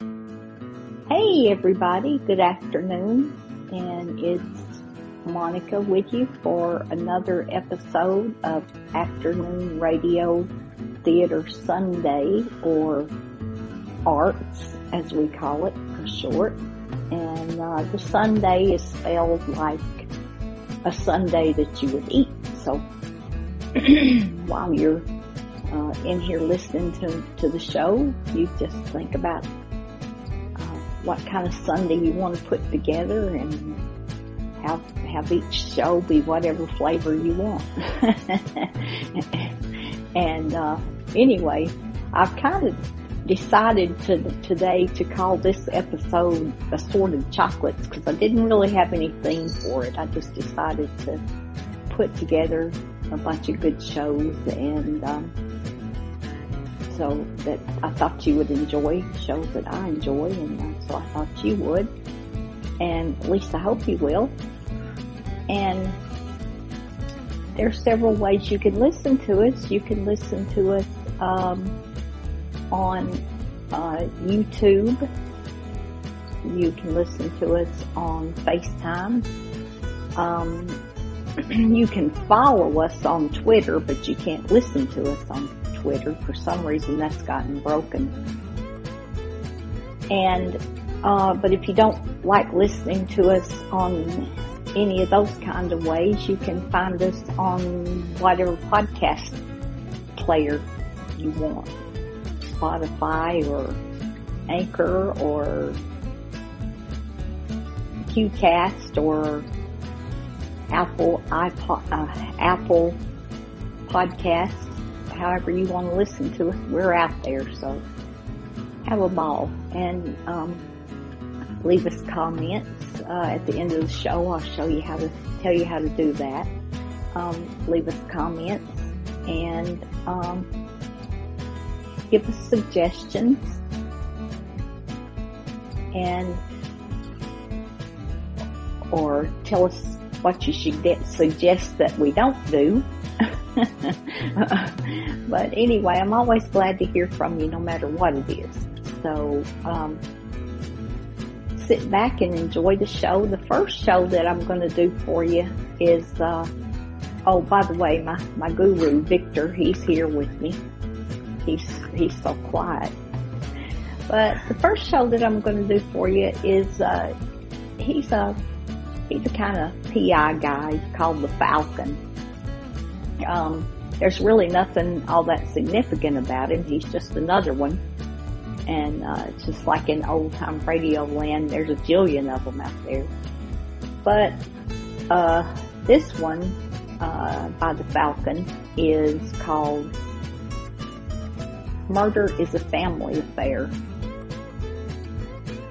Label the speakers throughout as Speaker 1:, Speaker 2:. Speaker 1: Hey everybody, good afternoon, and it's Monica with you for another episode of Afternoon Radio Theater Sunday, or Arts as we call it for short. And uh, the Sunday is spelled like a Sunday that you would eat. So while you're uh, in here listening to, to the show, you just think about what kind of Sunday you want to put together and have have each show be whatever flavor you want. and uh, anyway, I've kind of decided to today to call this episode assorted chocolates because I didn't really have any theme for it. I just decided to put together a bunch of good shows and. Um, so that I thought you would enjoy, shows that I enjoy, and uh, so I thought you would, and at least I hope you will. And there's several ways you can listen to us. You can listen to us um, on uh, YouTube. You can listen to us on FaceTime. Um, you can follow us on Twitter, but you can't listen to us on Twitter. For some reason, that's gotten broken. And, uh, but if you don't like listening to us on any of those kind of ways, you can find us on whatever podcast player you want. Spotify or Anchor or QCast or Apple iPod, uh, Apple podcast however you want to listen to us. We're out there, so have a ball and um, leave us comments uh, at the end of the show. I'll show you how to tell you how to do that. Um, leave us comments and um, give us suggestions and or tell us what you should get, suggest that we don't do. but anyway, I'm always glad to hear from you no matter what it is. So, um, sit back and enjoy the show. The first show that I'm going to do for you is, uh, oh, by the way, my, my guru, Victor, he's here with me. He's, he's so quiet. But the first show that I'm going to do for you is, uh, he's a, he's a kind of PI guy. He's called the Falcon. Um, there's really nothing all that significant about him. He's just another one. And uh, it's just like in old time radio land, there's a jillion of them out there. But uh, this one uh, by the Falcon is called Murder is a Family Affair.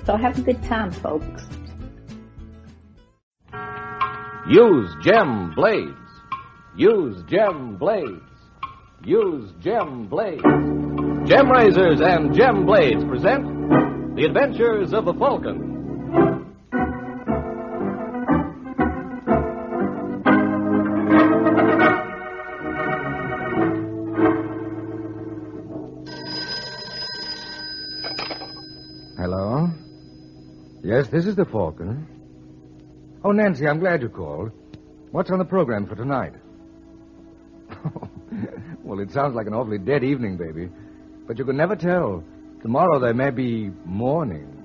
Speaker 1: So have a good time, folks.
Speaker 2: Use gem blades. Use gem blades. Use gem blades. Gem razors and gem blades present The Adventures of the Falcon.
Speaker 3: Hello? Yes, this is the Falcon. Oh, Nancy, I'm glad you called. What's on the program for tonight? well, it sounds like an awfully dead evening, baby. But you can never tell. Tomorrow there may be morning.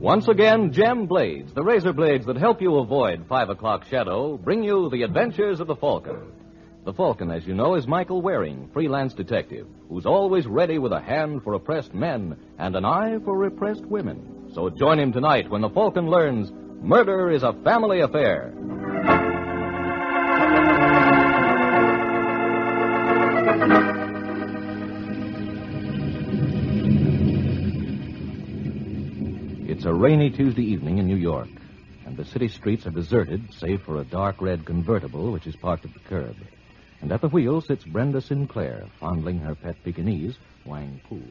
Speaker 2: Once again, Gem Blades, the razor blades that help you avoid five o'clock shadow, bring you the adventures of the Falcon. The Falcon, as you know, is Michael Waring, freelance detective, who's always ready with a hand for oppressed men and an eye for repressed women. So join him tonight when the Falcon learns murder is a family affair. It's a rainy Tuesday evening in New York, and the city streets are deserted save for a dark red convertible which is parked at the curb. And at the wheel sits Brenda Sinclair, fondling her pet Pekingese, Wang Poo.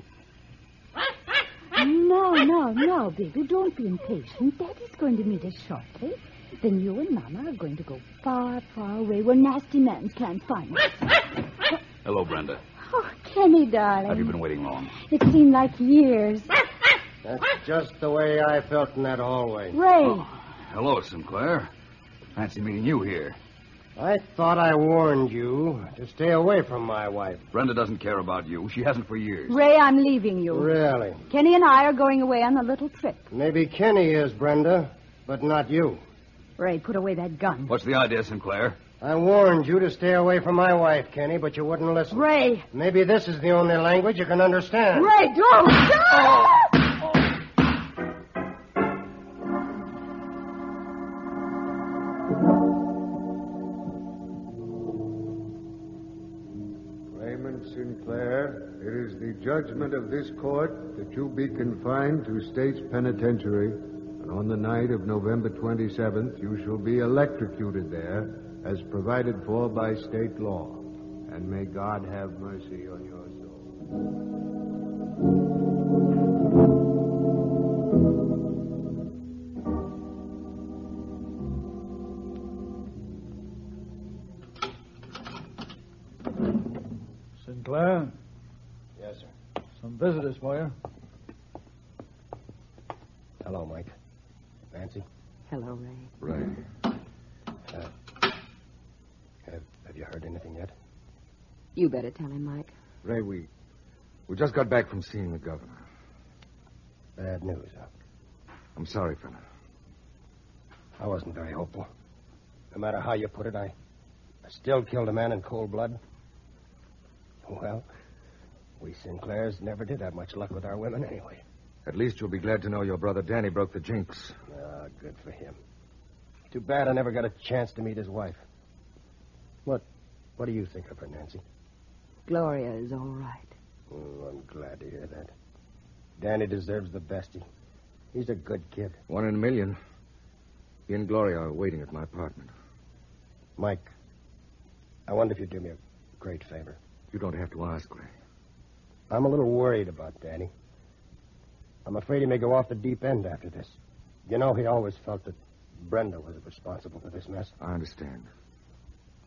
Speaker 4: No, no, no, baby, don't be impatient. Daddy's going to meet us shortly. Then you and Mama are going to go far, far away where nasty man can't find us.
Speaker 5: Hello, Brenda.
Speaker 4: Oh, Kenny, darling.
Speaker 5: Have you been waiting long?
Speaker 4: It seemed like years.
Speaker 6: That's just the way I felt in that hallway.
Speaker 4: Ray,
Speaker 5: Oh, Hello, Sinclair. Fancy meeting you here.
Speaker 6: I thought I warned you to stay away from my wife.
Speaker 5: Brenda doesn't care about you. She hasn't for years.
Speaker 4: Ray, I'm leaving you.
Speaker 6: Really?
Speaker 4: Kenny and I are going away on a little trip.
Speaker 6: Maybe Kenny is, Brenda, but not you.
Speaker 4: Ray, put away that gun.
Speaker 5: What's the idea, Sinclair?
Speaker 6: I warned you to stay away from my wife, Kenny, but you wouldn't listen.
Speaker 4: Ray,
Speaker 6: Maybe this is the only language you can understand.
Speaker 4: Ray, don't!
Speaker 7: Raymond Sinclair, it is the judgment of this court that you be confined to state's penitentiary, and on the night of November 27th, you shall be electrocuted there as provided for by state law. And may God have mercy on your soul.
Speaker 8: Sinclair,
Speaker 6: Yes, sir.
Speaker 8: some visitors for you.
Speaker 6: Hello, Mike. Fancy? Uh,
Speaker 4: Hello, Ray.
Speaker 5: Right.
Speaker 6: Have, have you heard anything yet?
Speaker 4: You better tell him, Mike.
Speaker 3: Ray, we. We just got back from seeing the governor.
Speaker 6: Bad news, huh?
Speaker 3: I'm sorry, fella.
Speaker 6: I wasn't very hopeful. No matter how you put it, I, I still killed a man in cold blood. Well, we Sinclairs never did have much luck with our women anyway.
Speaker 3: At least you'll be glad to know your brother Danny broke the jinx.
Speaker 6: Ah, good for him. Too bad I never got a chance to meet his wife. What what do you think of her, Nancy?
Speaker 4: Gloria is all right.
Speaker 6: Oh, I'm glad to hear that. Danny deserves the best. He, he's a good kid.
Speaker 3: One in a million. He and Gloria are waiting at my apartment.
Speaker 6: Mike, I wonder if you'd do me a great favor.
Speaker 3: You don't have to ask, Ray.
Speaker 6: I'm a little worried about Danny. I'm afraid he may go off the deep end after this. You know, he always felt that Brenda was responsible for this mess.
Speaker 3: I understand.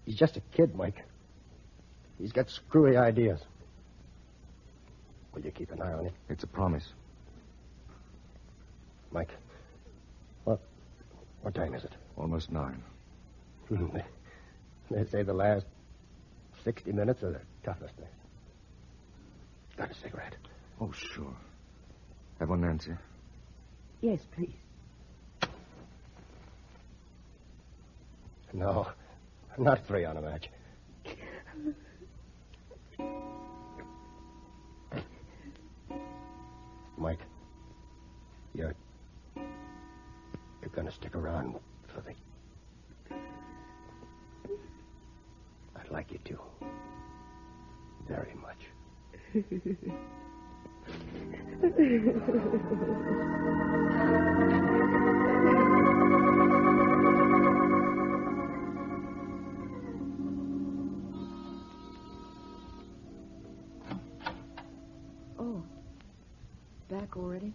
Speaker 6: He's just a kid, Mike. He's got screwy ideas. Will you keep an eye on him,
Speaker 3: It's a promise.
Speaker 6: Mike? What what time is it?
Speaker 3: Almost nine.
Speaker 6: they, they say the last 60 minutes are the toughest thing. Got a cigarette?
Speaker 3: Oh, sure. Have one, Nancy.
Speaker 4: Yes, please.
Speaker 6: No, not three on a match. Mike, you're you're gonna stick around for the. I'd like you to. Very much.
Speaker 4: Oh, back already?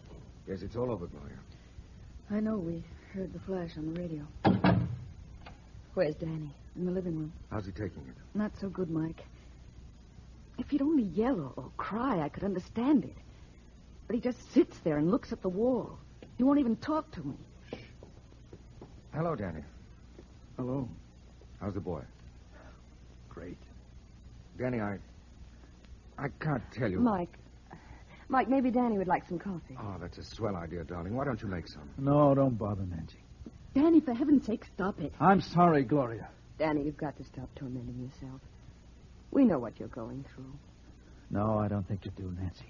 Speaker 3: Yes, it's all over, Gloria.
Speaker 4: I know we heard the flash on the radio. Where's Danny? In the living room.
Speaker 3: How's he taking it?
Speaker 4: Not so good, Mike. If he'd only yell or- or cry, I could understand it. But he just sits there and looks at the wall. He won't even talk to me.
Speaker 3: Hello, Danny. Hello. How's the boy? Great. Danny, I. I can't tell you.
Speaker 4: Mike. Mike, maybe Danny would like some coffee.
Speaker 3: Oh, that's a swell idea, darling. Why don't you make some?
Speaker 8: No, don't bother, Nancy.
Speaker 4: Danny, for heaven's sake, stop it.
Speaker 8: I'm sorry, Gloria.
Speaker 4: Danny, you've got to stop tormenting yourself. We know what you're going through.
Speaker 8: No, I don't think you do, Nancy.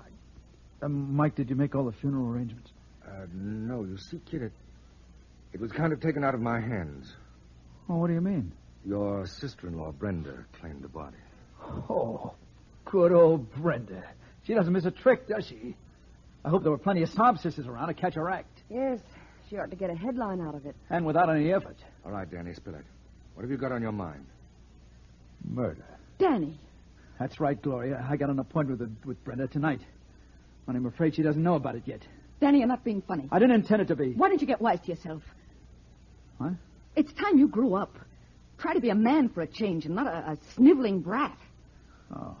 Speaker 8: I- Um, Mike, did you make all the funeral arrangements?
Speaker 3: Uh, no, you see, kid, it, it was kind of taken out of my hands.
Speaker 8: Oh, what do you mean?
Speaker 3: Your sister in law, Brenda, claimed the body.
Speaker 8: Oh, good old Brenda. She doesn't miss a trick, does she? I hope there were plenty of sob sisters around to catch her act.
Speaker 4: Yes, she ought to get a headline out of it.
Speaker 8: And without any effort.
Speaker 3: All right, Danny, spill it. What have you got on your mind?
Speaker 8: Murder.
Speaker 4: Danny.
Speaker 8: That's right, Gloria. I got an appointment with, with Brenda tonight. And I'm afraid she doesn't know about it yet.
Speaker 4: Danny, you're not being funny.
Speaker 8: I didn't intend it to be.
Speaker 4: Why don't you get wise to yourself?
Speaker 8: What?
Speaker 4: It's time you grew up. Try to be a man for a change and not a, a sniveling brat.
Speaker 8: Oh.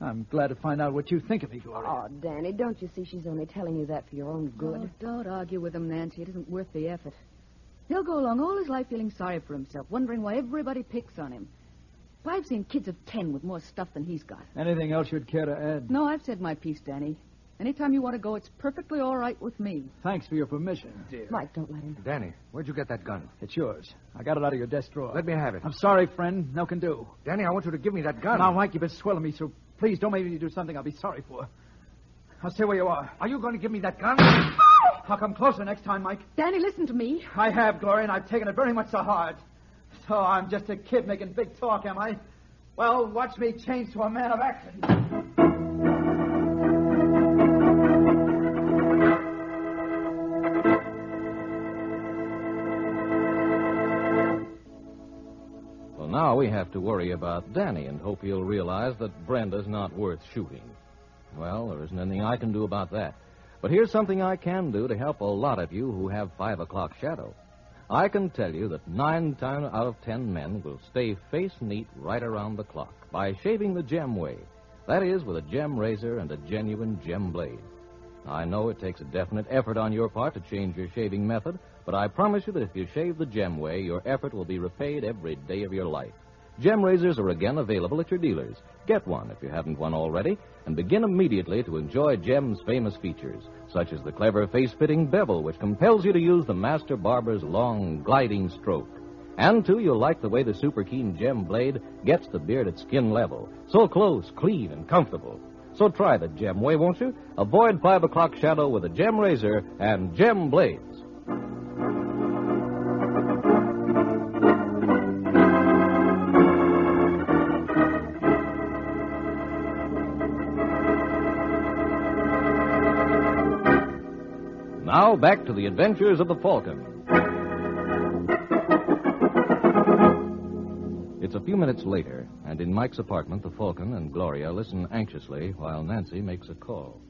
Speaker 8: I'm glad to find out what you think of me, Gloria.
Speaker 9: Oh, Danny, don't you see she's only telling you that for your own good?
Speaker 4: Oh, don't argue with him, Nancy. It isn't worth the effort. He'll go along all his life feeling sorry for himself, wondering why everybody picks on him. But I've seen kids of ten with more stuff than he's got.
Speaker 8: Anything else you'd care to add?
Speaker 4: No, I've said my piece, Danny. Anytime you want to go, it's perfectly all right with me.
Speaker 8: Thanks for your permission, dear.
Speaker 9: Mike, don't let him.
Speaker 3: Danny, where'd you get that gun?
Speaker 8: It's yours. I got it out of your desk drawer.
Speaker 3: Let me have it.
Speaker 8: I'm sorry, friend. No can do.
Speaker 3: Danny, I want you to give me that gun.
Speaker 8: Now, Mike, you've been swelling me, so please don't make me do something I'll be sorry for. I'll stay where you are.
Speaker 3: Are you going to give me that gun?
Speaker 8: I'll come closer next time, Mike.
Speaker 4: Danny, listen to me.
Speaker 8: I have, Gloria, and I've taken it very much to heart. So I'm just a kid making big talk, am I? Well, watch me change to a man of action.
Speaker 2: now we have to worry about Danny and hope he'll realize that Brenda's not worth shooting. Well, there isn't anything I can do about that. But here's something I can do to help a lot of you who have five o'clock shadow. I can tell you that nine times out of ten men will stay face neat right around the clock by shaving the gem way. That is, with a gem razor and a genuine gem blade. I know it takes a definite effort on your part to change your shaving method, but I promise you that if you shave the gem way, your effort will be repaid every day of your life. Gem razors are again available at your dealers. Get one if you haven't one already, and begin immediately to enjoy Gem's famous features, such as the clever face fitting bevel, which compels you to use the master barber's long, gliding stroke. And, too, you'll like the way the super keen gem blade gets the beard at skin level. So close, clean, and comfortable. So try the gem way, won't you? Avoid 5 o'clock shadow with a gem razor and gem blades. Now back to the adventures of the Falcon. It's a few minutes later, and in Mike's apartment, the Falcon and Gloria listen anxiously while Nancy makes a call.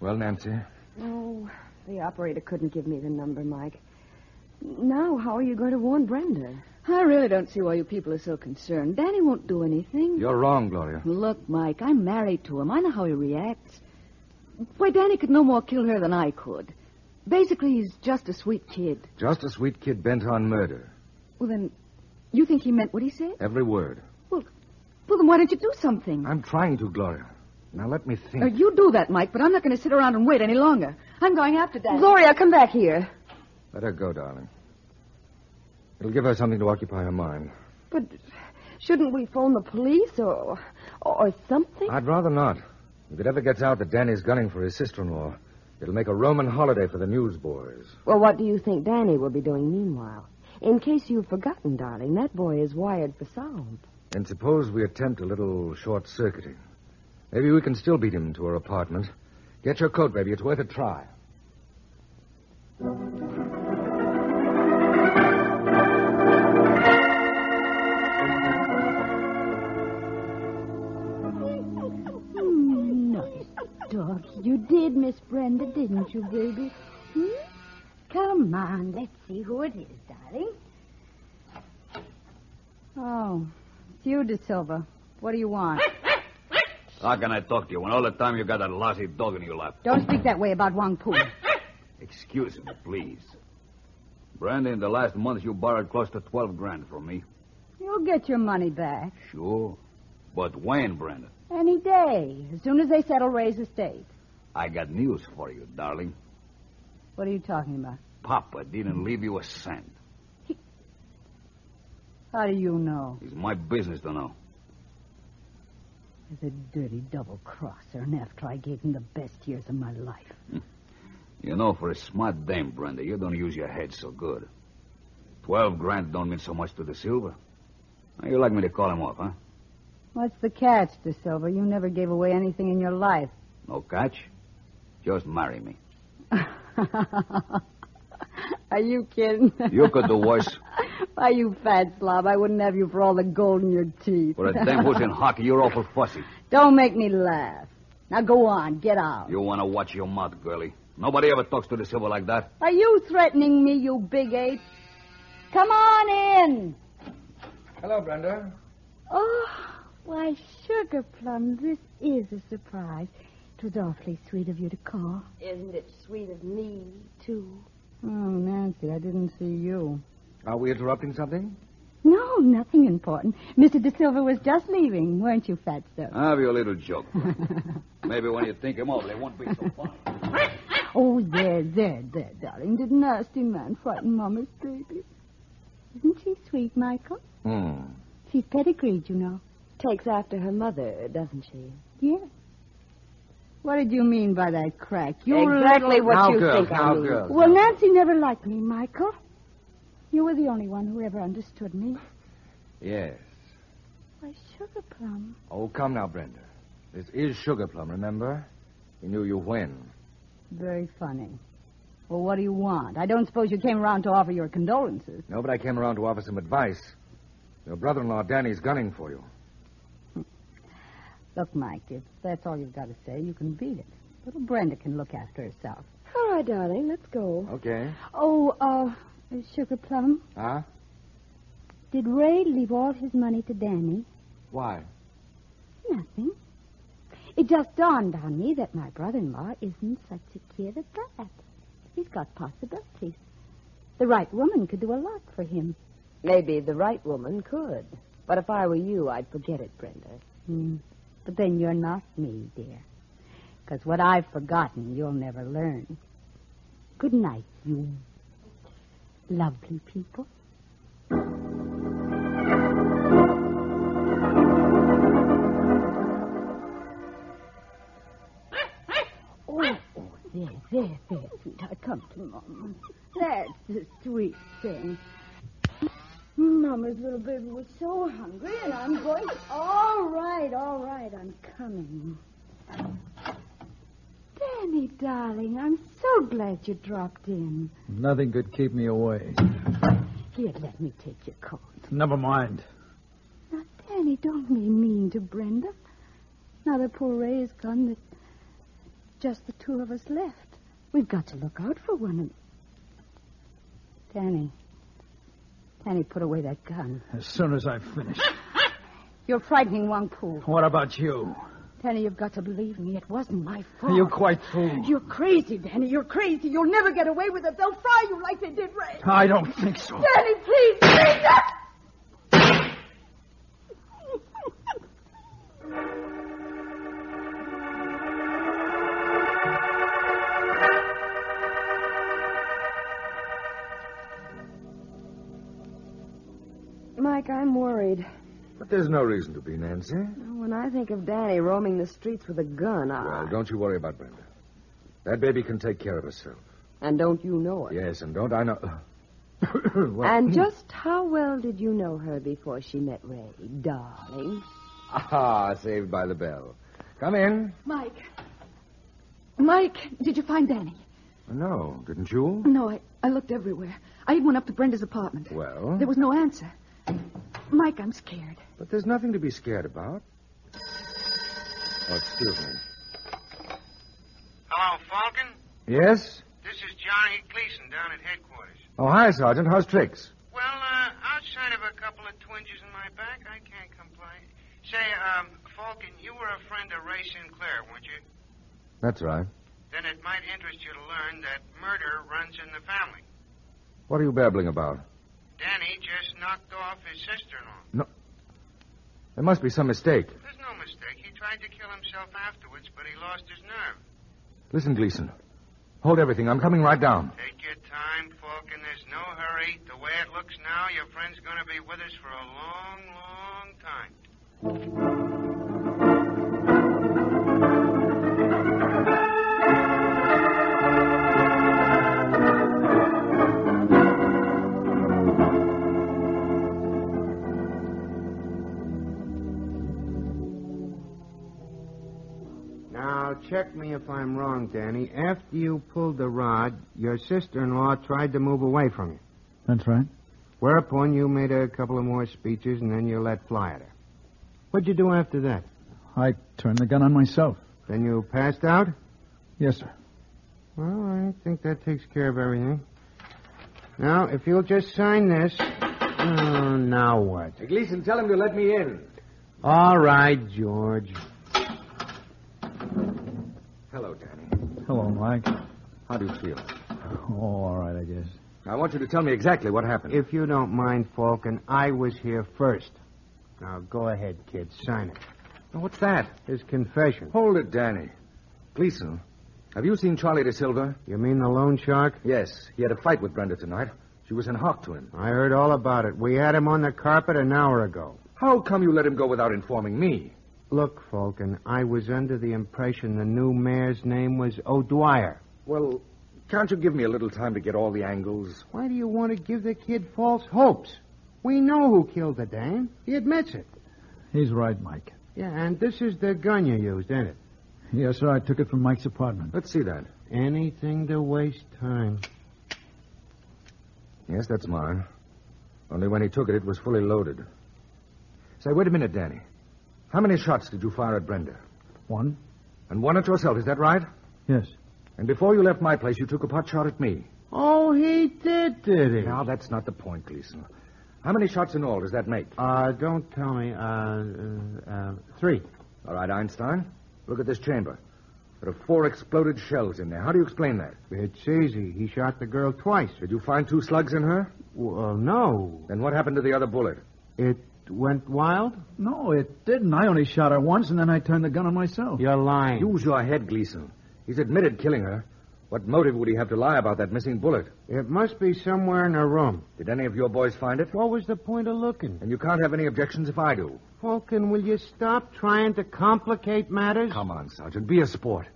Speaker 3: Well, Nancy?
Speaker 9: Oh, the operator couldn't give me the number, Mike. Now, how are you going to warn Brenda?
Speaker 4: I really don't see why you people are so concerned. Danny won't do anything.
Speaker 3: You're wrong, Gloria.
Speaker 4: Look, Mike, I'm married to him. I know how he reacts. Why, Danny could no more kill her than I could. Basically, he's just a sweet kid.
Speaker 3: Just a sweet kid bent on murder.
Speaker 4: Well, then, you think he meant what he said?
Speaker 3: Every word.
Speaker 4: Well, well then why don't you do something?
Speaker 3: I'm trying to, Gloria. Now, let me think.
Speaker 4: Uh, you do that, Mike, but I'm not going to sit around and wait any longer. I'm going after Danny.
Speaker 9: Gloria, come back here.
Speaker 3: Let her go, darling. It'll give her something to occupy her mind.
Speaker 9: But shouldn't we phone the police or, or something?
Speaker 3: I'd rather not. If it ever gets out that Danny's gunning for his sister in law, it'll make a Roman holiday for the newsboys.
Speaker 9: Well, what do you think Danny will be doing meanwhile? In case you've forgotten, darling, that boy is wired for sound.
Speaker 3: And suppose we attempt a little short circuiting. Maybe we can still beat him to her apartment. Get your coat, baby. It's worth a try.
Speaker 10: You did, Miss Brenda, didn't you, baby? Hmm? Come on, let's see who it is, darling.
Speaker 4: Oh, it's you, De Silva. What do you want?
Speaker 5: How can I talk to you when all the time you got that lousy dog in your lap?
Speaker 10: Don't speak that way about Wang Pu.
Speaker 5: Excuse me, please. Brenda, in the last month you borrowed close to twelve grand from me.
Speaker 10: You'll get your money back.
Speaker 5: Sure. But when, Brenda?
Speaker 10: Any day, as soon as they settle Ray's estate.
Speaker 5: I got news for you, darling.
Speaker 10: What are you talking about?
Speaker 5: Papa didn't leave you a cent. He...
Speaker 10: How do you know?
Speaker 5: It's my business to know.
Speaker 10: He's a dirty double crosser, and after I gave him the best years of my life.
Speaker 5: You know, for a smart dame, Brenda, you don't use your head so good. Twelve grand don't mean so much to the silver. Now, you like me to call him off, huh?
Speaker 10: What's the catch, De Silva? You never gave away anything in your life.
Speaker 5: No catch? Just marry me.
Speaker 4: Are you kidding?
Speaker 5: You could do worse.
Speaker 4: Why, you fat slob, I wouldn't have you for all the gold in your teeth.
Speaker 5: For a damn who's in hockey, you're awful fussy.
Speaker 4: Don't make me laugh. Now go on, get out.
Speaker 5: You want to watch your mouth, girlie. Nobody ever talks to the silver like that.
Speaker 4: Are you threatening me, you big ape? Come on in.
Speaker 3: Hello, Brenda.
Speaker 4: Oh, why, Sugar Plum, this is a surprise. It was awfully sweet of you to call.
Speaker 9: Isn't it sweet of me, too?
Speaker 4: Oh, Nancy, I didn't see you.
Speaker 3: Are we interrupting something?
Speaker 4: No, nothing important. Mr. De Silva was just leaving, weren't you, Fatso?
Speaker 5: I'll have your little joke. Maybe when you think him over, they won't be so funny.
Speaker 4: oh, there, there, there, darling. Did nasty man frighten Mama's baby? Isn't she sweet, Michael?
Speaker 5: Hmm.
Speaker 4: She's pedigreed, you know.
Speaker 9: Takes after her mother, Uh, doesn't she?
Speaker 4: Yes. What did you mean by that crack? You
Speaker 9: Exactly
Speaker 4: little-
Speaker 9: what Now, you girls, think I now, mean. girls,
Speaker 4: Well, Nancy never liked me, Michael. You were the only one who ever understood me.
Speaker 3: Yes.
Speaker 4: Why, Sugar Plum.
Speaker 3: Oh, come now, Brenda. This is Sugar Plum, remember? We knew you when.
Speaker 4: Very funny. Well, what do you want? I don't suppose you came around to offer your condolences.
Speaker 3: No, but I came around to offer some advice. Your brother in law, Danny's gunning for you.
Speaker 4: Look, Mike, if that's all you've got to say, you can beat it. Little Brenda can look after herself.
Speaker 9: All right, darling, let's go.
Speaker 3: Okay.
Speaker 4: Oh, uh, Sugar Plum,
Speaker 3: Huh?
Speaker 4: did Ray leave all his money to Danny?
Speaker 3: Why?
Speaker 4: Nothing. It just dawned on me that my brother-in-law isn't such a kid as that. He's got possibilities. The right woman could do a lot for him.
Speaker 9: Maybe the right woman could. But if I were you, I'd forget it, Brenda.
Speaker 4: Hmm. But then you're not me, dear. Because what I've forgotten, you'll never learn. Good night, you lovely people. Oh, oh, there, there, there, sweetheart. Come to Mama. That's the sweet thing. Mama's little baby was so hungry, and I'm going. All right, all right, I'm coming. Danny, darling, I'm so glad you dropped in.
Speaker 8: Nothing could keep me away.
Speaker 4: Here, let me take your coat.
Speaker 8: Never mind.
Speaker 4: Now, Danny, don't be mean to Brenda. Now that poor Ray is gone, that just the two of us left. We've got to look out for one another. Danny. Danny, put away that gun.
Speaker 8: As soon as I finish.
Speaker 4: You're frightening Wangpu.
Speaker 8: What about you?
Speaker 4: Danny, you've got to believe me. It wasn't my fault.
Speaker 8: Are you quite fool?
Speaker 11: You're crazy, Danny. You're crazy. You'll never get away with it. They'll fry you like they did Ray.
Speaker 8: I don't think so.
Speaker 11: Danny, please, please. ah!
Speaker 9: Mike, I'm worried.
Speaker 3: But there's no reason to be, Nancy.
Speaker 9: When I think of Danny roaming the streets with a gun, I...
Speaker 3: Well, don't you worry about Brenda. That baby can take care of herself.
Speaker 9: and don't you know it?
Speaker 3: Yes, and don't I know. Well- hmm.
Speaker 9: And just how well did you know her before she met Ray, darling?
Speaker 3: Ah, saved by the bell. Come in.
Speaker 11: Mike. Mike, did you find Danny?
Speaker 3: No, didn't you?
Speaker 11: No, I, I looked everywhere. I even went up to Brenda's apartment.
Speaker 3: Well,
Speaker 11: There was no answer. Mike, I'm scared.
Speaker 3: but there's nothing to be scared about. Oh, excuse me.
Speaker 7: Hello, Falcon.
Speaker 3: Yes?
Speaker 7: This is Johnny Gleason down at headquarters.
Speaker 3: Oh, hi, Sergeant. How's tricks?
Speaker 7: Well, uh, outside of a couple of twinges in my back, I can't complain. Say, um, Falcon, you were a friend of Ray Sinclair, weren't you?
Speaker 3: That's right.
Speaker 7: Then it might interest you to learn that murder runs in the family.
Speaker 3: What are you babbling about?
Speaker 7: Danny just knocked off his sister-in-law.
Speaker 3: There must be some mistake.
Speaker 7: There's no mistake. He tried to kill himself afterwards, but he lost his nerve.
Speaker 3: Listen, Gleason. Hold everything. I'm coming right down.
Speaker 7: Take your time, Falcon. There's no hurry. The way it looks now, your friend's going to be with us for a long, long time.
Speaker 12: Now,
Speaker 7: Check me if I'm wrong, Danny. After you pulled the rod, your sister-in-law tried to move away from you.
Speaker 13: That's right.
Speaker 7: Whereupon you made a couple of more speeches and then you let fly at her. What'd you do after that?
Speaker 13: I turned the gun on myself.
Speaker 7: Then you passed out?
Speaker 13: Yes, sir.
Speaker 7: Well, I think that takes care of everything. Now, if you'll just sign this. Oh, now what?
Speaker 3: Gleason, tell him to let me in.
Speaker 7: All right, George.
Speaker 3: Hello, Danny.
Speaker 13: Hello, Mike.
Speaker 3: How do you feel?
Speaker 13: Oh, all right, I guess.
Speaker 3: I want you to tell me exactly what happened.
Speaker 7: If you don't mind, Falcon, I was here first. Now, go ahead, kid. Sign it.
Speaker 3: What's that?
Speaker 7: His confession.
Speaker 3: Hold it, Danny. Gleason, have you seen Charlie De Silva?
Speaker 7: You mean the loan shark?
Speaker 3: Yes. He had a fight with Brenda tonight. She was in hock to him.
Speaker 7: I heard all about it. We had him on the carpet an hour ago.
Speaker 3: How come you let him go without informing me?
Speaker 7: Look, Falcon, I was under the impression the new mayor's name was O'Dwyer.
Speaker 3: Well, can't you give me a little time to get all the angles?
Speaker 7: Why do you want to give the kid false hopes? We know who killed the dame. He admits it.
Speaker 13: He's right, Mike.
Speaker 7: Yeah, and this is the gun you used, isn't it?
Speaker 13: Yes, sir. I took it from Mike's apartment.
Speaker 3: Let's see that.
Speaker 7: Anything to waste time.
Speaker 3: Yes, that's mine. Only when he took it, it was fully loaded. Say, wait a minute, Danny. How many shots did you fire at Brenda?
Speaker 13: One?
Speaker 3: And one at yourself, is that right?
Speaker 13: Yes.
Speaker 3: And before you left my place, you took a pot shot at me.
Speaker 7: Oh, he did, did he?
Speaker 3: Now, that's not the point, Gleason. How many shots in all does that make?
Speaker 7: Uh, don't tell me. Uh, uh, uh, three.
Speaker 3: All right, Einstein. Look at this chamber. There are four exploded shells in there. How do you explain that?
Speaker 7: It's easy. He shot the girl twice.
Speaker 3: Did you find two slugs in her?
Speaker 7: Well, no.
Speaker 3: Then what happened to the other bullet?
Speaker 7: It went wild?
Speaker 13: No, it didn't. I only shot her once, and then I turned the gun on myself.
Speaker 7: You're lying.
Speaker 3: Use your head, Gleason. He's admitted killing her. What motive would he have to lie about that missing bullet?
Speaker 7: It must be somewhere in her room.
Speaker 3: Did any of your boys find it?
Speaker 7: What was the point of looking?
Speaker 3: And you can't have any objections if I do.
Speaker 7: Falcon, will you stop trying to complicate matters?
Speaker 3: Come on, Sergeant. Be a sport.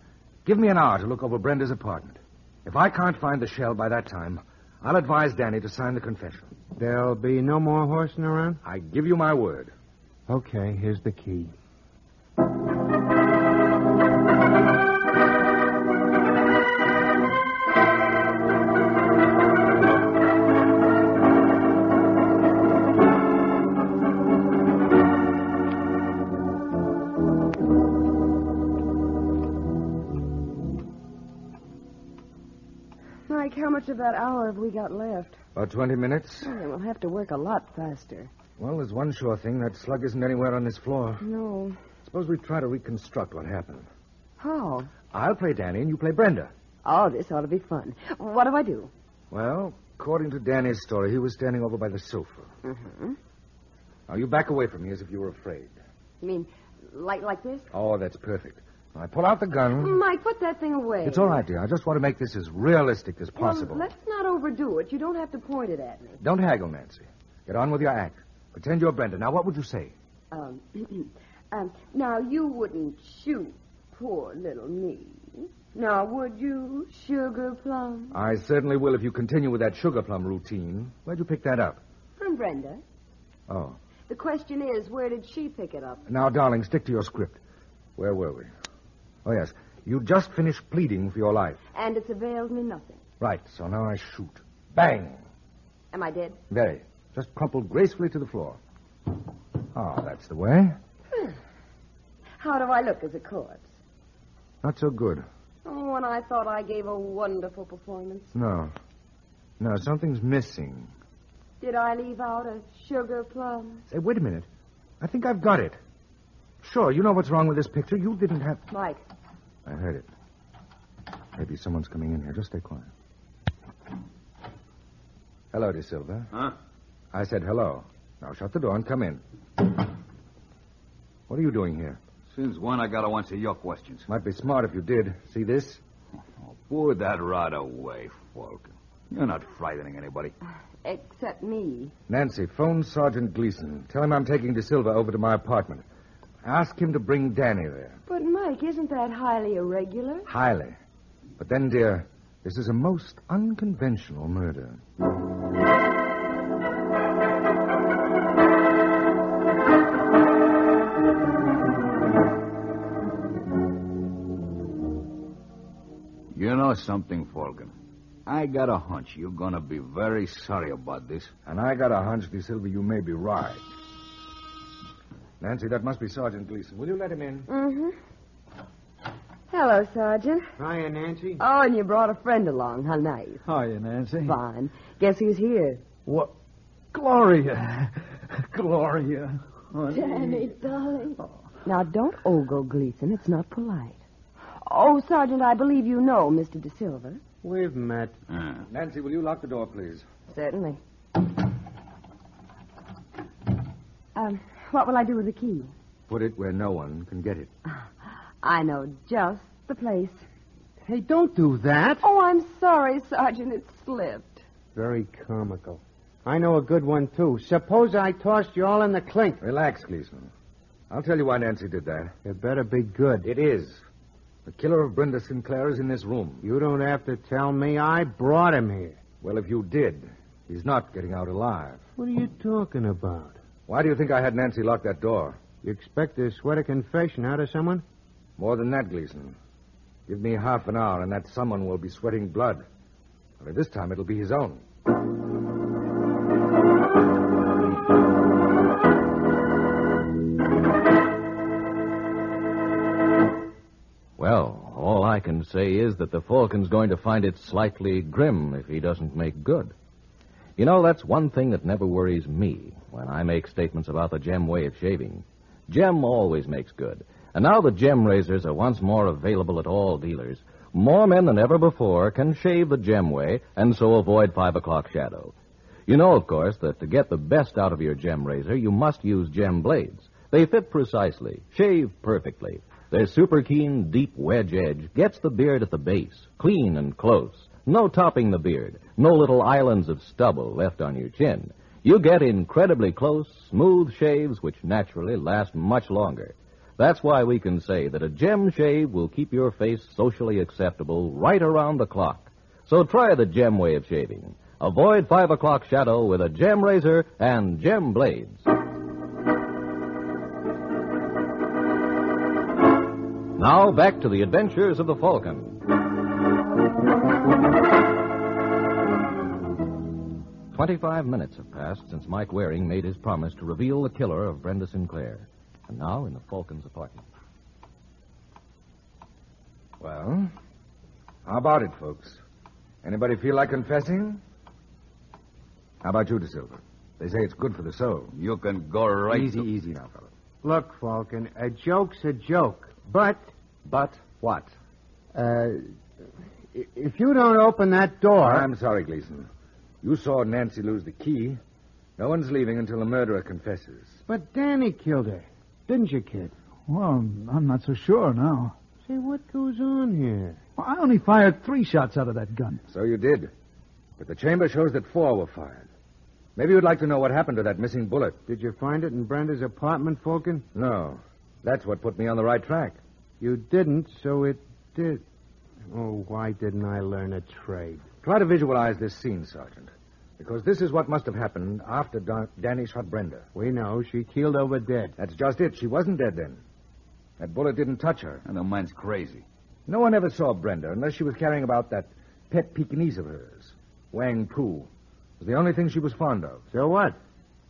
Speaker 3: Give me an hour to look over Brenda's apartment. If I can't find the shell by that time, I'll advise Danny to sign the confession.
Speaker 7: There'll be no more horsing around?
Speaker 3: I give you my word.
Speaker 7: Okay, here's the key.
Speaker 9: Mike, how much of that hour have we got left?
Speaker 3: About 20 minutes?
Speaker 9: Well, then we'll have to work a lot faster.
Speaker 3: Well, there's one sure thing. That slug isn't anywhere on this floor.
Speaker 9: No.
Speaker 3: Suppose we try to reconstruct what happened.
Speaker 9: How?
Speaker 3: I'll play Danny and you play Brenda.
Speaker 9: Oh, this ought to be fun. What do I do?
Speaker 3: Well, according to Danny's story, he was standing over by the sofa.
Speaker 9: Mm-hmm.
Speaker 3: Now, you back away from me as if you were afraid.
Speaker 9: You mean like like this?
Speaker 3: Oh, that's perfect. I pull out the gun.
Speaker 9: Mike, put that thing away.
Speaker 3: Mm. It's all right, dear. I just want to make this as realistic as possible.
Speaker 9: Well, let's not overdo it. You don't have to point it at me.
Speaker 3: Don't haggle, Nancy. Get on with your act. Pretend you're Brenda. Now, what would you say?
Speaker 9: Um, um, now, you wouldn't shoot poor little me. Now, would you, Sugar Plum?
Speaker 3: I certainly will if you continue with that sugar plum routine. Where'd you pick that up?
Speaker 9: From Brenda.
Speaker 3: Oh.
Speaker 9: The question is, where did she pick it up?
Speaker 3: Now, darling, stick to your script. Where were we? Oh, yes. You just finished pleading for your life.
Speaker 9: And it's availed me nothing.
Speaker 3: Right, so now I shoot. Bang!
Speaker 9: Am I dead?
Speaker 3: Very. Just crumpled gracefully to the floor. Ah, that's the way.
Speaker 9: How do I look as a corpse?
Speaker 3: Not so good.
Speaker 9: Oh, and I thought I gave a wonderful performance.
Speaker 3: No. No, something's missing.
Speaker 9: Did I leave out a sugar plum?
Speaker 3: Say, wait a minute. I think I've got it. Sure, you know what's wrong with this picture. You didn't have.
Speaker 9: Mike,
Speaker 3: I heard it. Maybe someone's coming in here. Just stay quiet. Hello, De Silva.
Speaker 14: Huh?
Speaker 3: I said hello. Now shut the door and come in. What are you doing here?
Speaker 14: Since when I gotta answer your questions?
Speaker 3: Might be smart if you did. See this?
Speaker 14: Oh, pour that rod away, Falcon. You're not frightening anybody.
Speaker 9: except me.
Speaker 3: Nancy, phone Sergeant Gleason. Tell him I'm taking De Silva over to my apartment. Ask him to bring Danny there.
Speaker 9: But, Mike, isn't that highly irregular?
Speaker 3: Highly. But then, dear, this is a most unconventional murder.
Speaker 14: know something, Falcon? I got a hunch you're gonna be very sorry about this.
Speaker 3: And I got a hunch, DeSilva, you may be right. Nancy, that must be Sergeant Gleason. Will you let him in?
Speaker 9: Mm-hmm. Hello, Sergeant.
Speaker 7: Hiya, Nancy.
Speaker 9: Oh, and you brought a friend along. How nice.
Speaker 13: Hiya, Nancy.
Speaker 9: Fine. Guess who's here?
Speaker 13: What? Gloria. Gloria. honey.
Speaker 15: Danny, darling.
Speaker 9: Now, don't ogle Gleason. It's not polite. Oh, Sergeant, I believe you know Mr. De Silva.
Speaker 7: We've met.
Speaker 3: Nancy, will you lock the door, please?
Speaker 9: Certainly. Um, what will I do with the key?
Speaker 3: Put it where no one can get it.
Speaker 9: I know just the place.
Speaker 7: Hey, don't do that.
Speaker 9: Oh, I'm sorry, Sergeant. It slipped.
Speaker 7: Very comical. I know a good one, too. Suppose I tossed you all in the clink.
Speaker 3: Relax, Gleason. I'll tell you why Nancy did that.
Speaker 7: It better be good.
Speaker 3: It is. The killer of Brenda Sinclair is in this room.
Speaker 7: You don't have to tell me. I brought him here.
Speaker 3: Well, if you did, he's not getting out alive.
Speaker 7: What are you talking about?
Speaker 3: Why do you think I had Nancy lock that door?
Speaker 7: You expect to sweat a confession out of someone?
Speaker 3: More than that, Gleason. Give me half an hour, and that someone will be sweating blood. Only this time it'll be his own.
Speaker 2: Well, all I can say is that the Falcon's going to find it slightly grim if he doesn't make good. You know, that's one thing that never worries me when I make statements about the gem way of shaving. Gem always makes good. And now that gem razors are once more available at all dealers, more men than ever before can shave the gem way and so avoid five o'clock shadow. You know, of course, that to get the best out of your gem razor, you must use gem blades. They fit precisely, shave perfectly. Their super keen, deep wedge edge gets the beard at the base, clean and close. No topping the beard, no little islands of stubble left on your chin. You get incredibly close, smooth shaves which naturally last much longer. That's why we can say that a gem shave will keep your face socially acceptable right around the clock. So try the gem way of shaving. Avoid five o'clock shadow with a gem razor and gem blades. Now back to the adventures of the Falcon. Twenty-five minutes have passed since Mike Waring made his promise to reveal the killer of Brenda Sinclair. And now in the Falcon's apartment.
Speaker 3: Well, how about it, folks? Anybody feel like confessing? How about you, De Silva? They say it's good for the soul.
Speaker 14: You can go right.
Speaker 3: Easy,
Speaker 14: to-
Speaker 3: easy now, fellow.
Speaker 7: Look, Falcon, a joke's a joke. But,
Speaker 3: But what?
Speaker 7: uh, i- if you don't open that door.
Speaker 3: I'm sorry, Gleason. You saw Nancy lose the key. No one's leaving until the murderer confesses.
Speaker 7: But Danny killed her. Didn't you, kid?
Speaker 13: Well, I'm not so sure now.
Speaker 7: Say, what goes on here?
Speaker 13: Well, I only fired three shots out of that gun.
Speaker 3: So you did. But the chamber shows that four were fired. Maybe you'd like to know what happened to that missing bullet.
Speaker 7: Did you find it in Brenda's apartment, Falcon?
Speaker 3: No. That's what put me on the right track.
Speaker 7: You didn't, so it did. Oh, why didn't I learn a trade?
Speaker 3: Try to visualize this scene, Sergeant. Because this is what must have happened after Don- Danny shot Brenda.
Speaker 7: We know she keeled over dead.
Speaker 3: That's just it. She wasn't dead then. That bullet didn't touch her.
Speaker 14: And the man's crazy.
Speaker 3: No one ever saw Brenda unless she was carrying about that pet Pekingese of hers, Wang Pu. It was the only thing she was fond of.
Speaker 7: So what?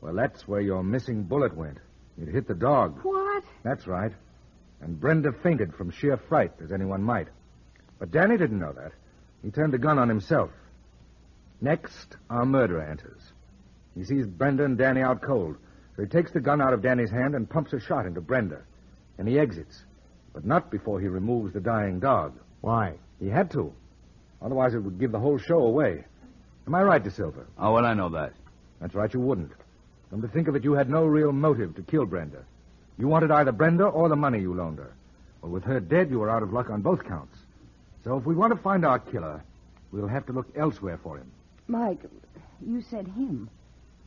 Speaker 3: Well, that's where your missing bullet went. It hit the dog.
Speaker 9: What?
Speaker 3: That's right. And Brenda fainted from sheer fright, as anyone might. But Danny didn't know that. He turned the gun on himself. Next, our murderer enters. He sees Brenda and Danny out cold, so he takes the gun out of Danny's hand and pumps a shot into Brenda. And he exits, but not before he removes the dying dog.
Speaker 7: Why?
Speaker 3: He had to. Otherwise, it would give the whole show away. Am I right, DeSilva?
Speaker 5: Oh,
Speaker 14: How would I know that?
Speaker 3: That's right, you wouldn't. Come to think of it, you had no real motive to kill Brenda. You wanted either Brenda or the money you loaned her. Well, with her dead, you were out of luck on both counts. So if we want to find our killer, we'll have to look elsewhere for him.
Speaker 9: Mike, you said him.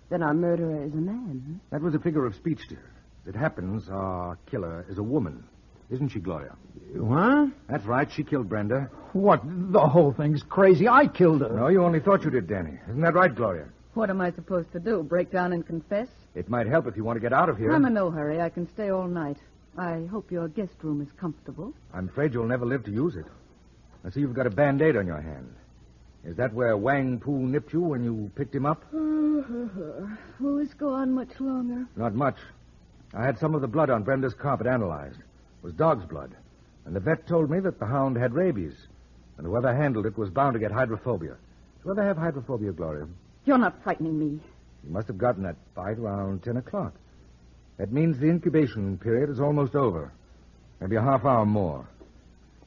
Speaker 9: Then our murderer is a man.
Speaker 3: That was a figure of speech, dear. As it happens, our killer is a woman. Isn't she, Gloria?
Speaker 7: Huh?
Speaker 3: That's right, she killed Brenda.
Speaker 13: What? The whole thing's crazy. I killed her.
Speaker 3: No, you only thought you did, Danny. Isn't that right, Gloria?
Speaker 16: What am I supposed to do? Break down and confess?
Speaker 3: It might help if you want to get out of here.
Speaker 16: I'm in no hurry. I can stay all night. I hope your guest room is comfortable.
Speaker 3: I'm afraid you'll never live to use it. I see you've got a band-aid on your hand. Is that where Wang Poo nipped you when you picked him up?
Speaker 4: Will this go on much longer?
Speaker 3: Not much. I had some of the blood on Brenda's carpet analyzed. It was dog's blood. And the vet told me that the hound had rabies. And whoever handled it was bound to get hydrophobia. Do ever have hydrophobia, Gloria?
Speaker 4: You're not frightening me.
Speaker 3: You must have gotten that bite around 10 o'clock. That means the incubation period is almost over. Maybe a half hour more.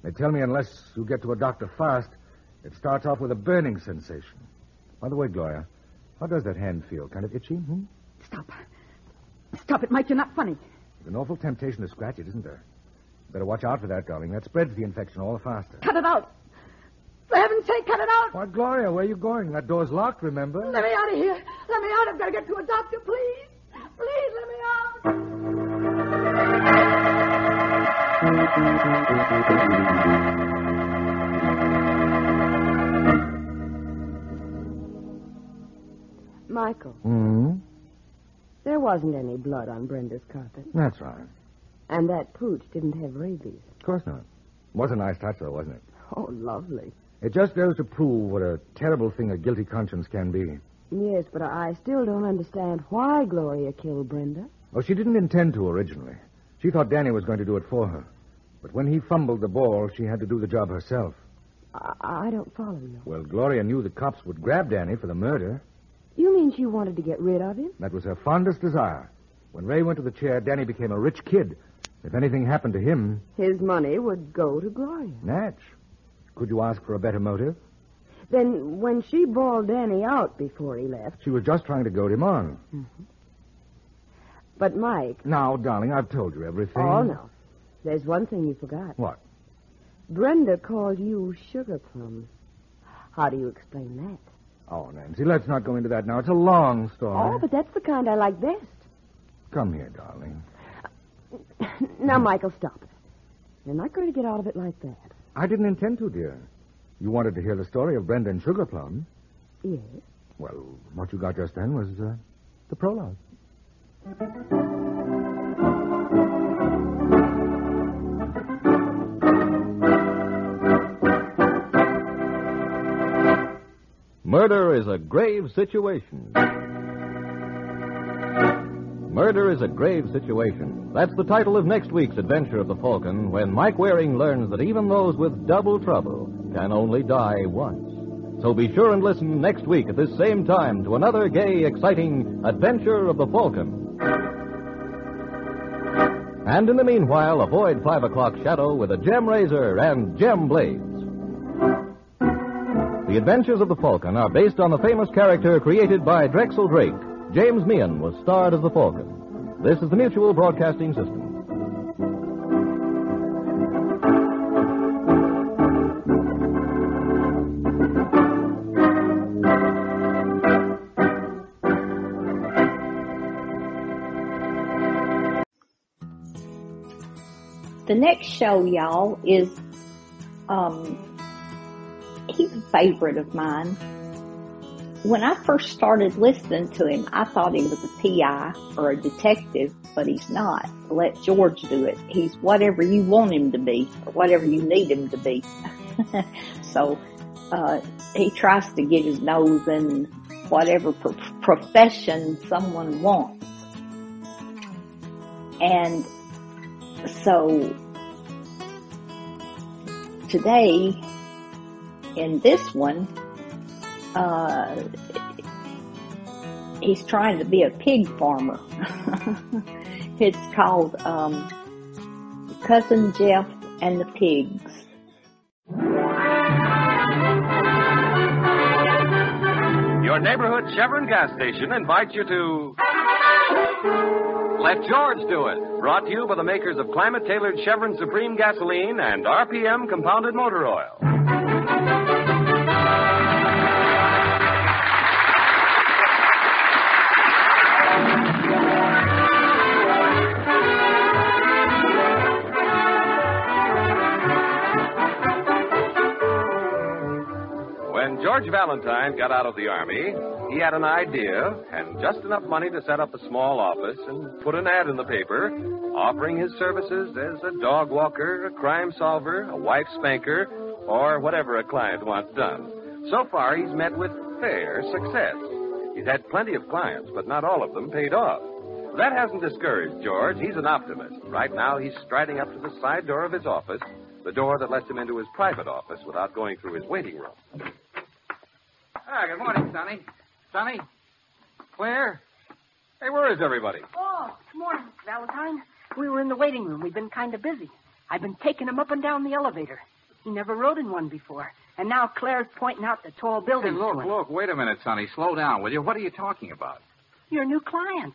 Speaker 3: They tell me unless you get to a doctor fast, it starts off with a burning sensation. By the way, Gloria, how does that hand feel? Kind of itchy? Hmm?
Speaker 4: Stop. Stop it, Mike. You're not funny.
Speaker 3: There's an awful temptation to scratch it, isn't there? Better watch out for that, darling. That spreads the infection all the faster.
Speaker 4: Cut it out. For heaven's sake, cut it out.
Speaker 3: Why, Gloria, where are you going? That door's locked, remember?
Speaker 4: Let me out of here. Let me out. I've got to get to a doctor, please. Please, let me out.
Speaker 9: Michael,
Speaker 3: Hmm?
Speaker 9: there wasn't any blood on Brenda's carpet.
Speaker 3: That's right.
Speaker 9: And that pooch didn't have rabies.
Speaker 3: Of course not. Was a nice touch, though, wasn't it?
Speaker 9: Oh, lovely.
Speaker 3: It just goes to prove what a terrible thing a guilty conscience can be.
Speaker 9: Yes, but I still don't understand why Gloria killed Brenda.
Speaker 3: Oh, she didn't intend to originally. She thought Danny was going to do it for her. But when he fumbled the ball, she had to do the job herself.
Speaker 9: I, I don't follow you.
Speaker 3: Well, Gloria knew the cops would grab Danny for the murder.
Speaker 9: You mean she wanted to get rid of him?
Speaker 3: That was her fondest desire. When Ray went to the chair, Danny became a rich kid. If anything happened to him,
Speaker 9: His money would go to Gloria.
Speaker 3: Natch. Could you ask for a better motive?
Speaker 9: Then when she bawled Danny out before he left,
Speaker 3: She was just trying to goad him on.
Speaker 9: but Mike,
Speaker 3: Now, darling, I've told you everything.
Speaker 9: oh no, there's one thing you forgot.
Speaker 3: What?
Speaker 9: Brenda called you sugar plums. How do you explain that?
Speaker 3: Oh, Nancy, let's not go into that now. It's a long story.
Speaker 9: Oh, but that's the kind I like best.
Speaker 3: Come here, darling.
Speaker 9: Now, Michael, stop it. You're not going to get out of it like that.
Speaker 3: I didn't intend to, dear. You wanted to hear the story of Brenda and Sugarplum.
Speaker 9: Yes.
Speaker 3: Well, what you got just then was uh, the prologue.
Speaker 2: Murder is a grave situation. Murder is a grave situation. That's the title of next week's adventure of the Falcon when Mike Waring learns that even those with double trouble can only die once. So be sure and listen next week at this same time to another gay, exciting adventure of the Falcon. And in the meanwhile, avoid 5 o'clock shadow with a gem razor and gem blade. The Adventures of the Falcon are based on the famous character created by Drexel Drake. James Meehan was starred as the Falcon. This is the Mutual Broadcasting System.
Speaker 1: The next show, y'all, is um, he's a favorite of mine. When I first started listening to him, I thought he was a PI or a detective, but he's not. Let George do it. He's whatever you want him to be or whatever you need him to be. so uh, he tries to get his nose in whatever pro- profession someone wants. And so today in this one uh, he's trying to be a pig farmer it's called um, cousin jeff and the pigs
Speaker 17: Your neighborhood Chevron gas station invites you to. Let George do it. Brought to you by the makers of climate tailored Chevron Supreme gasoline and RPM compounded motor oil. When George Valentine got out of the Army, he had an idea and just enough money to set up a small office and put an ad in the paper offering his services as a dog walker, a crime solver, a wife spanker, or whatever a client wants done. So far, he's met with fair success. He's had plenty of clients, but not all of them paid off. That hasn't discouraged George. He's an optimist. Right now, he's striding up to the side door of his office, the door that lets him into his private office without going through his waiting room.
Speaker 18: Ah, good morning, Sonny. Sonny? Claire?
Speaker 17: Hey, where is everybody?
Speaker 19: Oh, good morning, Miss Valentine. We were in the waiting room. We've been kind of busy. I've been taking him up and down the elevator. He never rode in one before. And now Claire's pointing out the tall
Speaker 18: Hey,
Speaker 19: building.
Speaker 18: look, look, wait a minute, Sonny. Slow down, will you? What are you talking about?
Speaker 19: Your new client.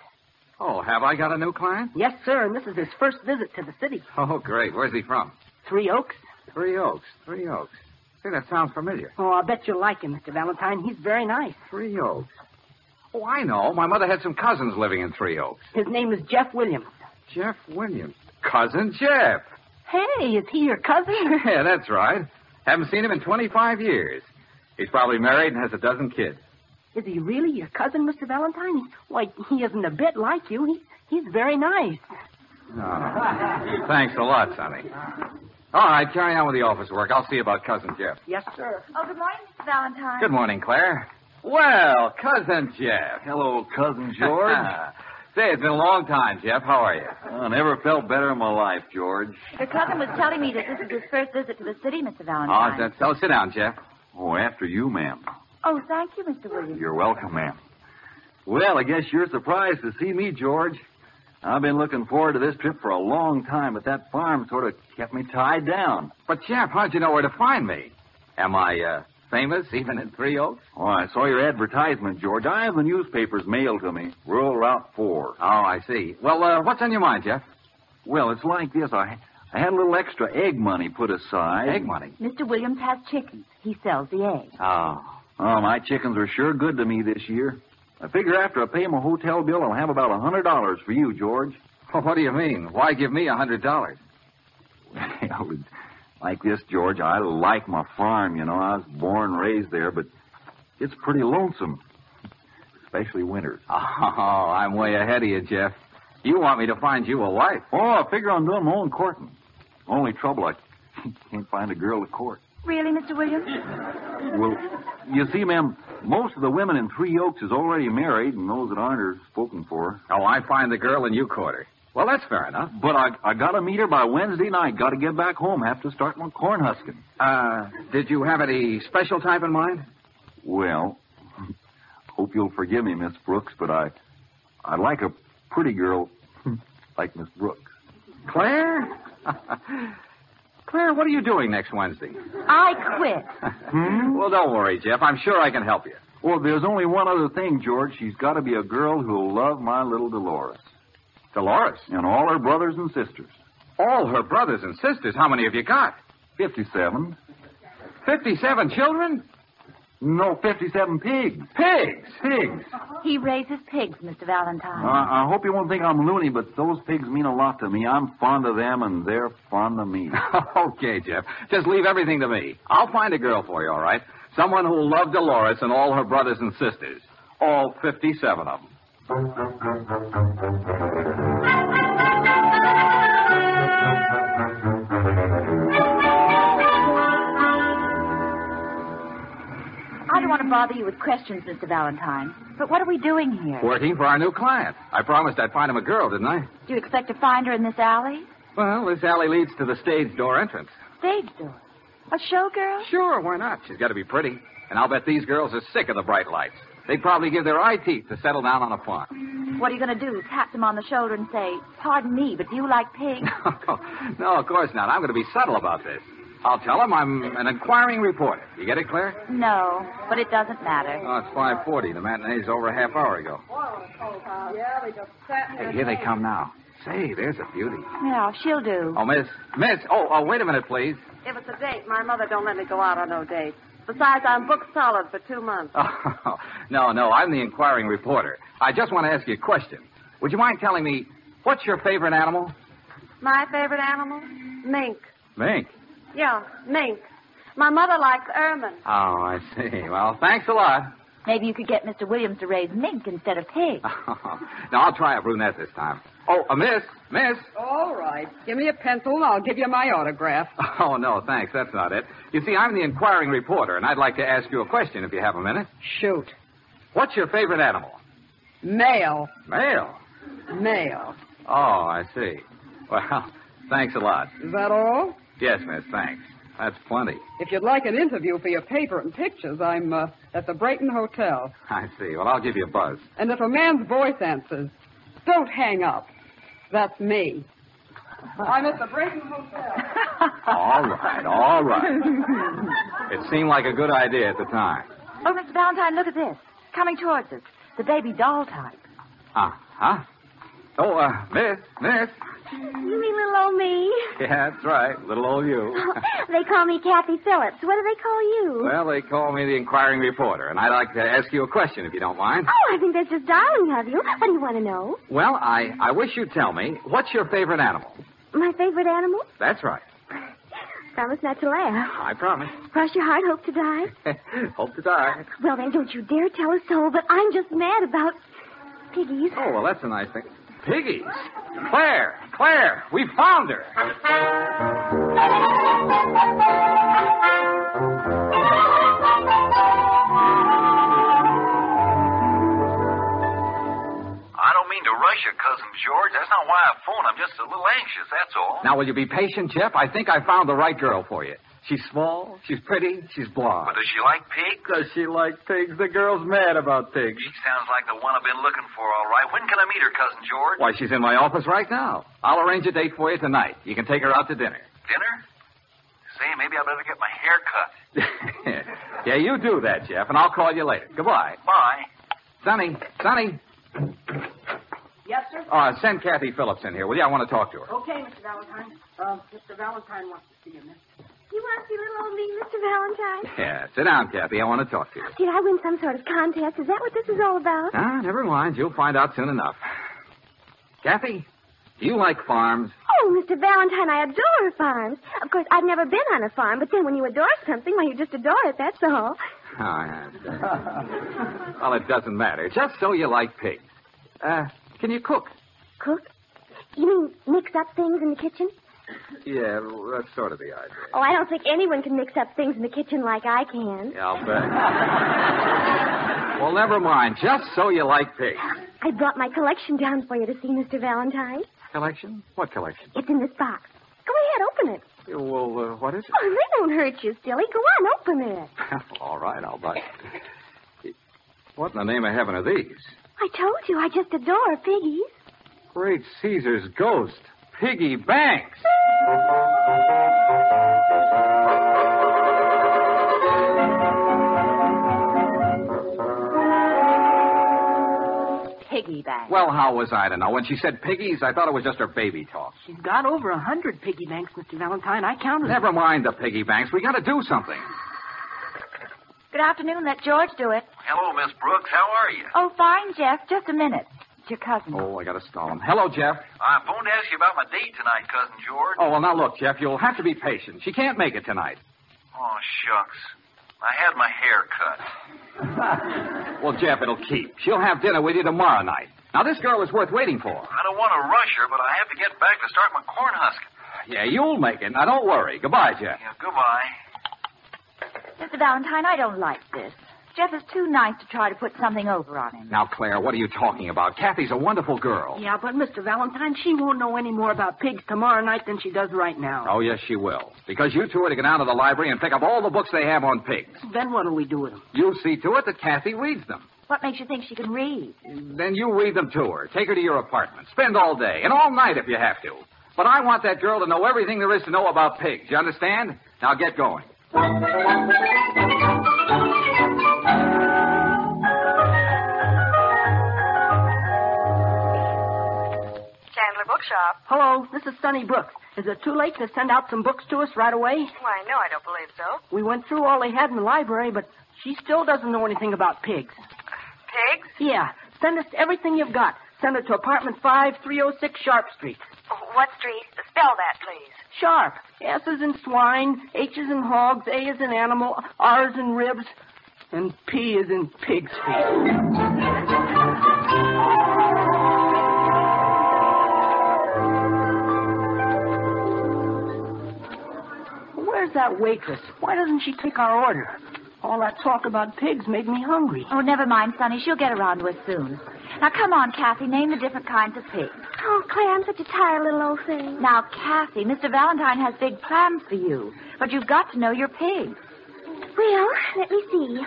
Speaker 18: Oh, have I got a new client?
Speaker 19: Yes, sir, and this is his first visit to the city.
Speaker 18: Oh, great. Where's he from?
Speaker 19: Three Oaks.
Speaker 18: Three Oaks. Three Oaks. Say, that sounds familiar.
Speaker 19: Oh, I bet you'll like him, Mr. Valentine. He's very nice.
Speaker 18: Three Oaks. Oh, I know. My mother had some cousins living in Three Oaks.
Speaker 19: His name is Jeff Williams.
Speaker 18: Jeff Williams. Cousin Jeff.
Speaker 19: Hey, is he your cousin?
Speaker 18: Yeah, that's right. Haven't seen him in 25 years. He's probably married and has a dozen kids.
Speaker 19: Is he really your cousin, Mr. Valentine? Why, he isn't a bit like you. He, he's very nice.
Speaker 18: Oh, thanks a lot, Sonny. All right, carry on with the office work. I'll see about Cousin Jeff.
Speaker 19: Yes, sir.
Speaker 20: Oh, good morning, Mr. Valentine.
Speaker 18: Good morning, Claire. Well, Cousin Jeff.
Speaker 21: Hello, Cousin George.
Speaker 18: Say, it's been a long time, Jeff. How are you?
Speaker 21: I Oh, never felt better in my life, George.
Speaker 20: Your cousin was telling me that this is his first visit to the city, Mr.
Speaker 21: Ah,
Speaker 18: Oh,
Speaker 20: Valentine.
Speaker 18: that's, oh, sit down, Jeff.
Speaker 21: Oh, after you, ma'am.
Speaker 20: Oh, thank you, Mr. Williams.
Speaker 21: You're welcome, ma'am. Well, I guess you're surprised to see me, George. I've been looking forward to this trip for a long time, but that farm sort of kept me tied down.
Speaker 18: But, Jeff, how'd you know where to find me? Am I uh, famous, even in Three Oaks?
Speaker 21: Oh, I saw your advertisement, George. I have the newspapers mailed to me. Rural Route 4.
Speaker 18: Oh, I see. Well, uh, what's on your mind, Jeff?
Speaker 21: Well, it's like this. I, I had a little extra egg money put aside.
Speaker 18: Egg money?
Speaker 20: Mr. Williams has chickens. He sells the eggs.
Speaker 21: Oh. Oh, my chickens are sure good to me this year. I figure after I pay my hotel bill, I'll have about a hundred dollars for you, George.
Speaker 18: What do you mean? Why give me a hundred dollars?
Speaker 21: Well, like this, George, I like my farm, you know. I was born and raised there, but it's pretty lonesome, especially winters.
Speaker 18: Oh, I'm way ahead of you, Jeff. You want me to find you a wife.
Speaker 21: Oh, I figure on doing my own courting. Only trouble, I can't find a girl to court.
Speaker 20: Really, Mr. Williams?
Speaker 21: Well, you see, ma'am, most of the women in Three Oaks is already married, and those that aren't are spoken for.
Speaker 18: Oh, I find the girl and you court her. Well, that's fair enough.
Speaker 21: But I, I gotta meet her by Wednesday night. Gotta get back home. Have to start my corn husking.
Speaker 18: Uh, did you have any special type in mind?
Speaker 21: Well, hope you'll forgive me, Miss Brooks, but I, I like a pretty girl like Miss Brooks.
Speaker 18: Claire? Claire, what are you doing next Wednesday?
Speaker 20: I quit.
Speaker 18: Well, don't worry, Jeff. I'm sure I can help you.
Speaker 21: Well, there's only one other thing, George. She's got to be a girl who'll love my little Dolores
Speaker 18: Dolores?
Speaker 21: and all her brothers and sisters.
Speaker 18: All her brothers and sisters. How many have you got?
Speaker 21: Fifty-seven?
Speaker 18: 57 children?
Speaker 21: No, fifty-seven pigs.
Speaker 18: Pigs? Pigs.
Speaker 20: He raises pigs, Mr. Valentine.
Speaker 21: I I hope you won't think I'm loony, but those pigs mean a lot to me. I'm fond of them, and they're fond of me.
Speaker 18: okay, Jeff. Just leave everything to me. I'll find a girl for you, all right? Someone who'll love Dolores and all her brothers and sisters. All 57 of them.
Speaker 20: I don't want to bother you with questions, Mr. Valentine. But what are we doing here?
Speaker 18: Working for our new client. I promised I'd find him a girl, didn't I?
Speaker 20: Do you expect to find her in this alley?
Speaker 18: Well, this alley leads to the stage door entrance.
Speaker 20: Stage door. A showgirl?
Speaker 18: Sure, why not? She's got to be pretty. And I'll bet these girls are sick of the bright lights. They'd probably give their eye teeth to settle down on a farm.
Speaker 20: What are you going to do? Tap them on the shoulder and say, Pardon me, but do you like pigs?
Speaker 18: Oh, no, of course not. I'm going to be subtle about this. I'll tell them I'm an inquiring reporter. You get it, Claire?
Speaker 20: no, but it doesn't matter.
Speaker 18: Oh, it's 5.40. The matinee's over a half hour ago.
Speaker 20: Yeah, we just sat
Speaker 18: Hey, here they come now. Say, there's a beauty.
Speaker 20: Yeah, she'll do.
Speaker 18: Oh, miss. Miss. Oh, oh, wait a minute, please.
Speaker 9: If it's a date, my mother don't let me go out on no dates. Besides, I'm booked solid for two months.
Speaker 18: Oh, no, no, I'm the inquiring reporter. I just want to ask you a question. Would you mind telling me, what's your favorite animal?
Speaker 9: My favorite animal? Mink.
Speaker 18: Mink.
Speaker 9: Yeah, mink. My mother likes ermine.
Speaker 18: Oh, I see. Well, thanks a lot.
Speaker 20: Maybe you could get Mr. Williams to raise mink instead of pigs.
Speaker 18: now, I'll try a brunette this time. Oh, a miss, miss.
Speaker 22: All right. Give me a pencil and I'll give you my autograph.
Speaker 18: Oh, no, thanks. That's not it. You see, I'm the inquiring reporter, and I'd like to ask you a question if you have a minute.
Speaker 22: Shoot.
Speaker 18: What's your favorite animal?
Speaker 22: Male.
Speaker 18: Male.
Speaker 22: Male.
Speaker 18: Oh, I see. Well, thanks a lot.
Speaker 22: Is that all?
Speaker 18: Yes, miss, thanks. That's plenty.
Speaker 22: If you'd like an interview for your paper and pictures, I'm uh, at the Brayton Hotel.
Speaker 18: I see. Well, I'll give you a buzz.
Speaker 22: And if a man's voice answers, don't hang up. That's me. I'm at the Brayton Hotel.
Speaker 18: All right, all right. It seemed like a good idea at the time.
Speaker 20: Oh, Mr. Valentine, look at this. Coming towards us. The baby doll type.
Speaker 18: Uh huh. Oh, uh, miss, miss.
Speaker 23: You mean little old me?
Speaker 18: Yeah, that's right. Little old you.
Speaker 23: they call me Kathy Phillips. What do they call you?
Speaker 18: well, they call me the inquiring reporter, and I'd like to ask you a question if you don't mind.
Speaker 23: Oh, I think that's just darling of you. What do you want to know?
Speaker 18: Well, I, I wish you'd tell me, what's your favorite animal?
Speaker 23: My favorite animal?
Speaker 18: That's right.
Speaker 23: Promise not to laugh.
Speaker 18: I promise.
Speaker 23: Cross your heart, hope to die.
Speaker 18: Hope to die.
Speaker 23: Well, then, don't you dare tell a soul, but I'm just mad about piggies.
Speaker 18: Oh, well, that's a nice thing. Piggies. Claire, Claire, we found her.
Speaker 21: I don't mean to rush you, Cousin George. That's not why I phoned. I'm just a little anxious, that's all.
Speaker 18: Now, will you be patient, Chip? I think I found the right girl for you. She's small, she's pretty, she's blonde.
Speaker 21: But does she like pigs?
Speaker 18: Does she like pigs? The girl's mad about pigs.
Speaker 21: She sounds like the one I've been looking for, all right. When can I meet her, Cousin George?
Speaker 18: Why, she's in my office right now. I'll arrange a date for you tonight. You can take her out to dinner.
Speaker 21: Dinner? Say, maybe I better get my hair cut.
Speaker 18: yeah, you do that, Jeff, and I'll call you later. Goodbye.
Speaker 21: Bye.
Speaker 18: Sonny, Sonny,
Speaker 19: Yes, sir?
Speaker 18: uh, send Kathy Phillips in here, will you? I want to talk to her.
Speaker 19: Okay, Mr. Valentine. Uh, Mr. Valentine wants to see you, miss.
Speaker 23: You want to see little old me, Mr. Valentine?
Speaker 18: Yeah, sit down, Kathy. I want to talk to you.
Speaker 23: Did I win some sort of contest? Is that what this is all about?
Speaker 18: Ah, never mind. You'll find out soon enough. Kathy, do you like farms?
Speaker 23: Oh, Mr. Valentine, I adore farms. Of course, I've never been on a farm, but then when you adore something, well, you just adore it, that's all.
Speaker 18: Oh, I understand. well, it doesn't matter. Just so you like pigs. Uh, can you cook?
Speaker 23: Cook? You mean mix up things in the kitchen?
Speaker 18: Yeah, well, that's sort of the idea.
Speaker 23: Oh, I don't think anyone can mix up things in the kitchen like I can.
Speaker 18: Yeah, I'll bet. well, never mind. Just so you like pigs.
Speaker 23: I brought my collection down for you to see, Mr. Valentine.
Speaker 18: Collection? What collection?
Speaker 23: It's in this box. Go ahead, open it.
Speaker 18: Yeah, Well, uh, what is
Speaker 23: Oh, they don't hurt you, silly. Go on, open it.
Speaker 18: it? All right, I'll buy it. What in the name of heaven are these?
Speaker 23: I told you, I just adore piggies.
Speaker 18: Great Caesar's ghost, Piggy Banks.
Speaker 20: Piggy bank.
Speaker 18: Well, how was I to know? When she said piggies, I thought it was just her baby talk.
Speaker 19: She's got over a hundred piggy banks, Mr. Valentine. I counted them.
Speaker 18: Never mind the piggy banks. We got to do something.
Speaker 20: Good afternoon. Let George do it.
Speaker 21: Hello, Miss Brooks. How are you?
Speaker 20: Oh, fine, Jeff. Just a minute. It's your cousin.
Speaker 18: Oh, I got to stall him. Hello, Jeff.
Speaker 21: I phoned to ask you about my date tonight, Cousin George.
Speaker 18: Oh, well, now look, Jeff, you'll have to be patient. She can't make it tonight.
Speaker 21: Oh, shucks. I had my hair cut.
Speaker 18: Well, Jeff, it'll keep. She'll have dinner with you tomorrow night. Now, this girl is worth waiting for.
Speaker 21: I don't want to rush her, but I have to get back to start my corn husking.
Speaker 18: Yeah, you'll make it. Now, don't worry. Goodbye, Jeff.
Speaker 21: Yeah, goodbye.
Speaker 20: Mr. Valentine, I don't like this. Jeff is too nice to try to put something over on him.
Speaker 18: Now, Claire, what are you talking about? Kathy's a wonderful girl.
Speaker 19: Yeah, but Mr. Valentine, she won't know any more about pigs tomorrow night than she does right now.
Speaker 18: Oh, yes, she will. Because you two are to go down to the library and pick up all the books they have on pigs.
Speaker 19: Then what'll we do with them?
Speaker 18: You'll see to it that Kathy reads them.
Speaker 20: What makes you think she can read?
Speaker 18: Then you read them to her. Take her to your apartment. Spend all day and all night if you have to. But I want that girl to know everything there is to know about pigs. You understand? Now get going.
Speaker 24: Chandler Bookshop.
Speaker 19: Hello, this is Sunny Brooks. Is it too late to send out some books to us right away?
Speaker 24: Why, no, I don't believe so.
Speaker 19: We went through all they had in the library, but she still doesn't know anything about pigs.
Speaker 24: Pigs?
Speaker 19: Yeah, send us everything you've got. Send it to apartment 5306 Sharp Street.
Speaker 24: What street? Spell that, please.
Speaker 19: Sharp. S's in swine, H's in hogs, A is in animal, R's in ribs. And P is in pig's feet. Where's that waitress? Why doesn't she take our order? All that talk about pigs made me hungry.
Speaker 20: Oh, never mind, Sonny. She'll get around to us soon. Now, come on, Kathy. Name the different kinds of pigs.
Speaker 23: Oh, Claire, I'm such a tired little old thing.
Speaker 20: Now, Kathy, Mr. Valentine has big plans for you, but you've got to know your pigs.
Speaker 23: Well, let me see.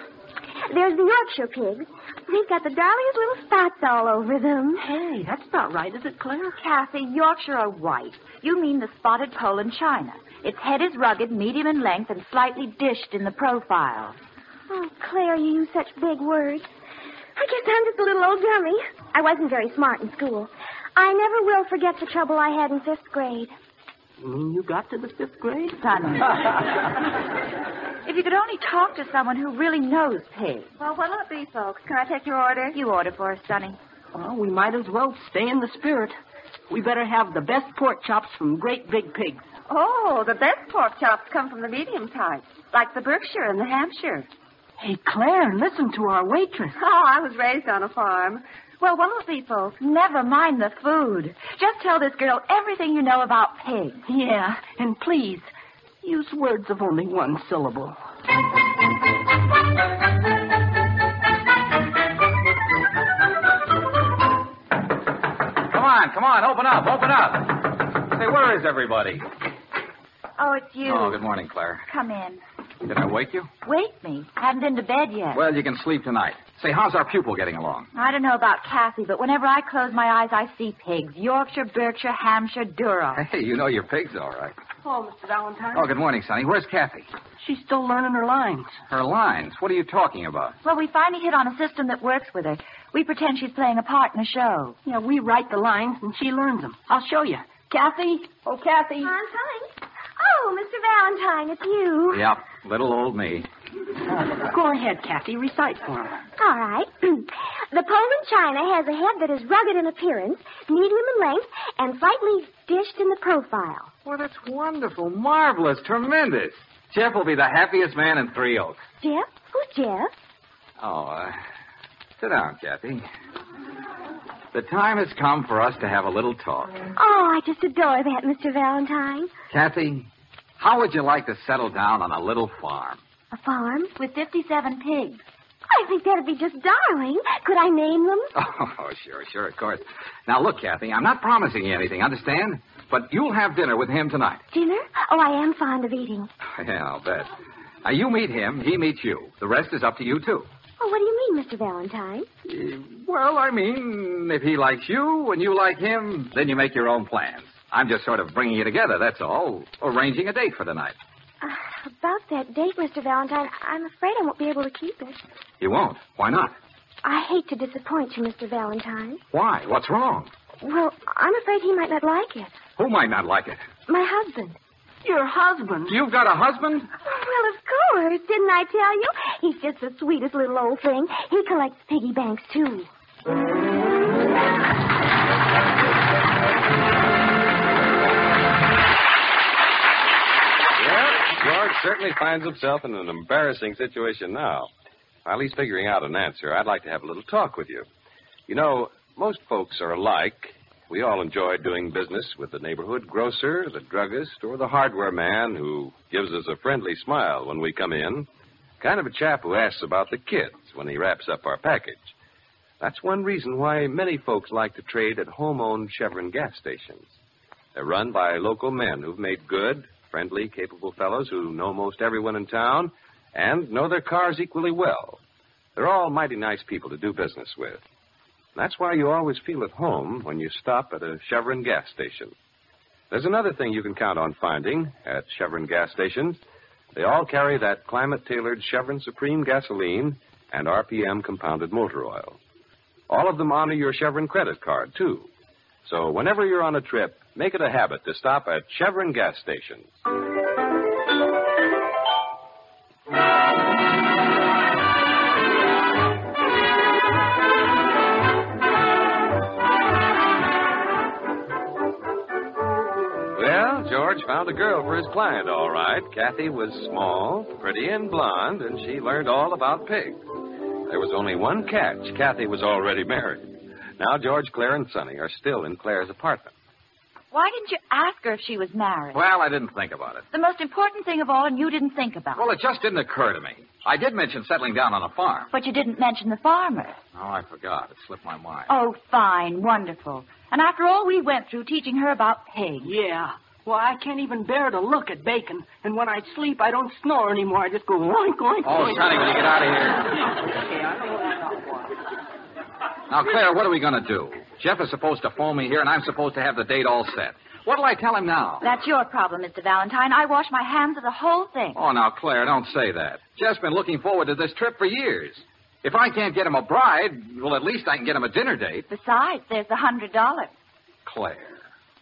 Speaker 23: There's the Yorkshire pig. They've got the darlingest little spots all over them.
Speaker 20: Hey, that's not right, is it, Claire? Kathy, Yorkshire are white. You mean the spotted pole in China. Its head is rugged, medium in length, and slightly dished in the profile.
Speaker 23: Oh, Claire, you use such big words. I guess I'm just a little old dummy. I wasn't very smart in school. I never will forget the trouble I had in fifth grade.
Speaker 19: You mean you got to the fifth grade?
Speaker 20: Sonny. if you could only talk to someone who really knows pigs.
Speaker 24: Well, what'll it be, folks? Can I take your order?
Speaker 20: You order for us, Sonny.
Speaker 19: Well, we might as well stay in the spirit. We better have the best pork chops from great big pigs.
Speaker 24: Oh, the best pork chops come from the medium type, like the Berkshire and the Hampshire.
Speaker 19: Hey, Claire, listen to our waitress.
Speaker 24: Oh, I was raised on a farm. Well, one of the folks.
Speaker 20: Never mind the food. Just tell this girl everything you know about pigs.
Speaker 19: Yeah, and please, use words of only one syllable.
Speaker 17: Come on, come on, open up, open up. Say, where is everybody?
Speaker 20: Oh, it's you.
Speaker 17: Oh, good morning, Claire.
Speaker 20: Come in.
Speaker 17: Did I wake you?
Speaker 20: Wake me. Haven't been to bed yet.
Speaker 17: Well, you can sleep tonight. Say, how's our pupil getting along?
Speaker 20: I don't know about Kathy, but whenever I close my eyes, I see pigs. Yorkshire, Berkshire, Hampshire, Durham.
Speaker 17: Hey, you know your pig's all right.
Speaker 24: Oh, Mr. Valentine.
Speaker 17: Oh, good morning, Sonny. Where's Kathy?
Speaker 19: She's still learning her lines.
Speaker 17: Her lines? What are you talking about?
Speaker 20: Well, we finally hit on a system that works with her. We pretend she's playing a part in a show.
Speaker 19: Yeah, we write the lines and she learns them. I'll show you. Kathy? Oh, Kathy.
Speaker 23: I'm coming. Oh, Mr. Valentine, it's you.
Speaker 17: Yep, little old me.
Speaker 19: Go ahead, Kathy. Recite for her.
Speaker 23: All right. the pole in China has a head that is rugged in appearance, medium in length, and slightly dished in the profile.
Speaker 17: Well, that's wonderful, marvelous, tremendous. Jeff will be the happiest man in Three Oaks.
Speaker 23: Jeff? Who's Jeff?
Speaker 17: Oh, uh, sit down, Kathy. The time has come for us to have a little talk.
Speaker 23: Oh, I just adore that, Mr. Valentine.
Speaker 17: Kathy, how would you like to settle down on a little farm?
Speaker 23: A farm?
Speaker 20: With 57 pigs.
Speaker 23: I think that'd be just darling. Could I name them?
Speaker 17: Oh, sure, sure, of course. Now, look, Kathy, I'm not promising you anything, understand? But you'll have dinner with him tonight.
Speaker 23: Dinner? Oh, I am fond of eating.
Speaker 17: Yeah, I'll bet. Now, you meet him, he meets you. The rest is up to you, too.
Speaker 23: Oh, what do you mean, Mr. Valentine?
Speaker 17: Eh, Well, I mean, if he likes you and you like him, then you make your own plans. I'm just sort of bringing you together, that's all. Arranging a date for the night.
Speaker 23: Uh, about that date, Mr. Valentine, I'm afraid I won't be able to keep it.
Speaker 17: You won't. Why not?
Speaker 23: I hate to disappoint you, Mr. Valentine.
Speaker 17: Why? What's wrong?
Speaker 23: Well, I'm afraid he might not like it.
Speaker 17: Who might not like it?
Speaker 23: My husband. Oh,
Speaker 19: Your husband?
Speaker 17: You've got a husband?
Speaker 23: Well, of course. Didn't I tell you? He's just the sweetest little old thing. He collects piggy banks, too.
Speaker 17: George certainly finds himself in an embarrassing situation now. While he's figuring out an answer, I'd like to have a little talk with you. You know, most folks are alike. We all enjoy doing business with the neighborhood grocer, the druggist, or the hardware man who gives us a friendly smile when we come in. Kind of a chap who asks about the kids when he wraps up our package. That's one reason why many folks like to trade at home owned Chevron gas stations. They're run by local men who've made good, friendly, capable fellows who know most everyone in town and know their cars equally well. They're all mighty nice people to do business with. That's why you always feel at home when you stop at a Chevron gas station. There's another thing you can count on finding at Chevron gas stations. They all carry that climate tailored Chevron Supreme gasoline and RPM compounded motor oil. All of them honor your Chevron credit card, too. So whenever you're on a trip, make it a habit to stop at Chevron gas stations. Well, George found a girl for his client, all right. Kathy was small, pretty, and blonde, and she learned all about pigs. There was only one catch Kathy was already married. Now, George, Claire, and Sonny are still in Claire's apartment.
Speaker 20: Why didn't you ask her if she was married?
Speaker 18: Well, I didn't think about it.
Speaker 20: The most important thing of all, and you didn't think about
Speaker 18: Well, it just didn't occur to me. I did mention settling down on a farm.
Speaker 20: But you didn't mention the farmer.
Speaker 18: Oh, I forgot. It slipped my mind.
Speaker 20: Oh, fine, wonderful. And after all we went through teaching her about pigs.
Speaker 19: Yeah. Why, I can't even bear to look at bacon. And when I sleep, I don't snore anymore. I just go oink, oink,
Speaker 18: Oh,
Speaker 19: oink.
Speaker 18: Sonny, will you get out of here?
Speaker 19: okay, I know what I want.
Speaker 18: Now, Claire, what are we going to do? Jeff is supposed to phone me here, and I'm supposed to have the date all set. What'll I tell him now?
Speaker 20: That's your problem, Mr. Valentine. I wash my hands of the whole thing.
Speaker 18: Oh, now, Claire, don't say that. Jeff's been looking forward to this trip for years. If I can't get him a bride, well, at least I can get him a dinner date.
Speaker 20: Besides, there's the hundred dollars.
Speaker 18: Claire,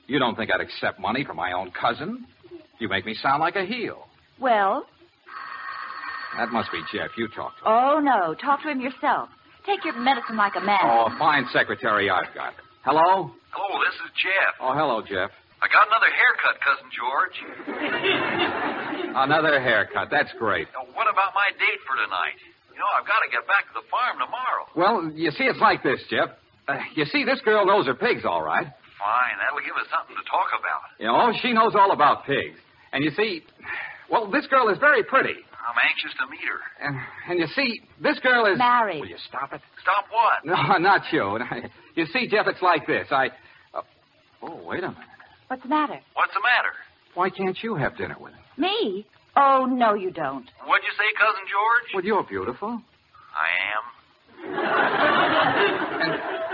Speaker 18: you don't think I'd accept money from my own cousin? You make me sound like a heel.
Speaker 20: Well,
Speaker 18: That must be Jeff. You talk to him.
Speaker 20: oh no, talk to him yourself. Take your medicine like a man.
Speaker 18: Oh, a fine secretary I've got. Hello?
Speaker 21: Hello, this is Jeff.
Speaker 18: Oh, hello, Jeff.
Speaker 21: I got another haircut, Cousin George.
Speaker 18: Another haircut. That's great.
Speaker 21: Now, what about my date for tonight? You know, I've got to get back to the farm tomorrow.
Speaker 18: Well, you see, it's like this, Jeff. Uh, you see, this girl knows her pigs all right.
Speaker 21: Fine, that'll give us something to talk about.
Speaker 18: You know, she knows all about pigs. And you see, well, this girl is very pretty.
Speaker 21: I'm anxious to meet her.
Speaker 18: And, and you see, this girl is.
Speaker 20: Married.
Speaker 18: Will you stop it?
Speaker 21: Stop what?
Speaker 18: No, not you. You see, Jeff, it's like this. I. Uh, oh, wait a minute.
Speaker 20: What's the matter?
Speaker 21: What's the matter?
Speaker 18: Why can't you have dinner with him?
Speaker 20: Me? Oh no, you don't.
Speaker 21: What'd you say, Cousin George?
Speaker 18: Well, you're beautiful.
Speaker 21: I am.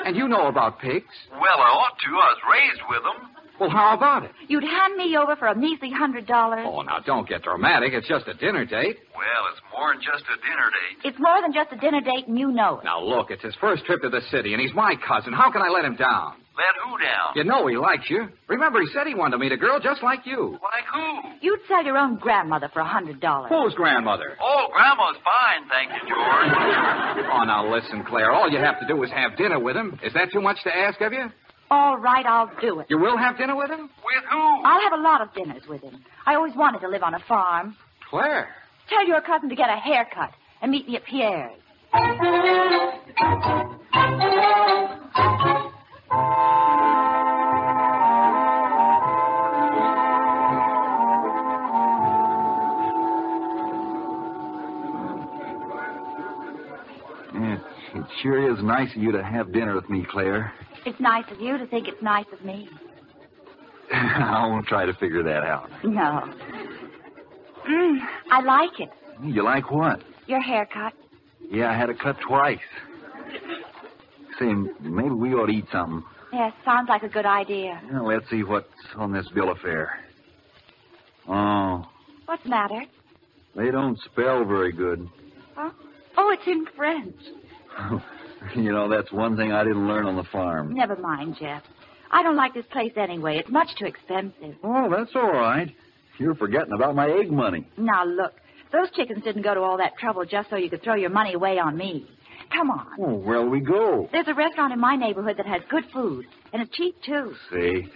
Speaker 18: And you know about pigs.
Speaker 21: Well, I ought to. I was raised with them.
Speaker 18: Well, how about it?
Speaker 20: You'd hand me over for a measly hundred dollars.
Speaker 18: Oh, now, don't get dramatic. It's just a dinner date.
Speaker 21: Well, it's more than just a dinner date.
Speaker 20: It's more than just a dinner date, and you know it.
Speaker 18: Now, look, it's his first trip to the city, and he's my cousin. How can I let him down?
Speaker 21: Let who down?
Speaker 18: You know he likes you. Remember, he said he wanted to meet a girl just like you.
Speaker 21: Like who?
Speaker 20: You'd sell your own grandmother for a hundred dollars.
Speaker 18: Who's grandmother?
Speaker 21: Oh, Grandma's fine, thank you, George.
Speaker 18: Oh, now listen, Claire. All you have to do is have dinner with him. Is that too much to ask of you?
Speaker 20: All right, I'll do it.
Speaker 18: You will have dinner with him?
Speaker 21: With who?
Speaker 20: I'll have a lot of dinners with him. I always wanted to live on a farm.
Speaker 18: Claire.
Speaker 20: Tell your cousin to get a haircut and meet me at Pierre's.
Speaker 25: It, it sure is nice of you to have dinner with me, Claire.
Speaker 20: It's nice of you to think it's nice of me.
Speaker 25: I won't try to figure that out.
Speaker 20: No. Mm, I like it.
Speaker 25: You like what?
Speaker 20: Your haircut.
Speaker 25: Yeah, I had it cut twice. Say, m- maybe we ought to eat something.
Speaker 20: Yes, sounds like a good idea.
Speaker 25: Yeah, let's see what's on this bill of fare. Oh,
Speaker 20: What's the matter?
Speaker 25: they don't spell very good.
Speaker 20: Huh? Oh, it's in French.
Speaker 25: you know, that's one thing I didn't learn on the farm.
Speaker 20: Never mind, Jeff. I don't like this place anyway. It's much too expensive.
Speaker 25: Oh, that's all right. You're forgetting about my egg money.
Speaker 20: Now, look. Those chickens didn't go to all that trouble just so you could throw your money away on me. Come on.
Speaker 25: Oh, where'll we go?
Speaker 20: There's a restaurant in my neighborhood that has good food, and it's cheap, too.
Speaker 25: See,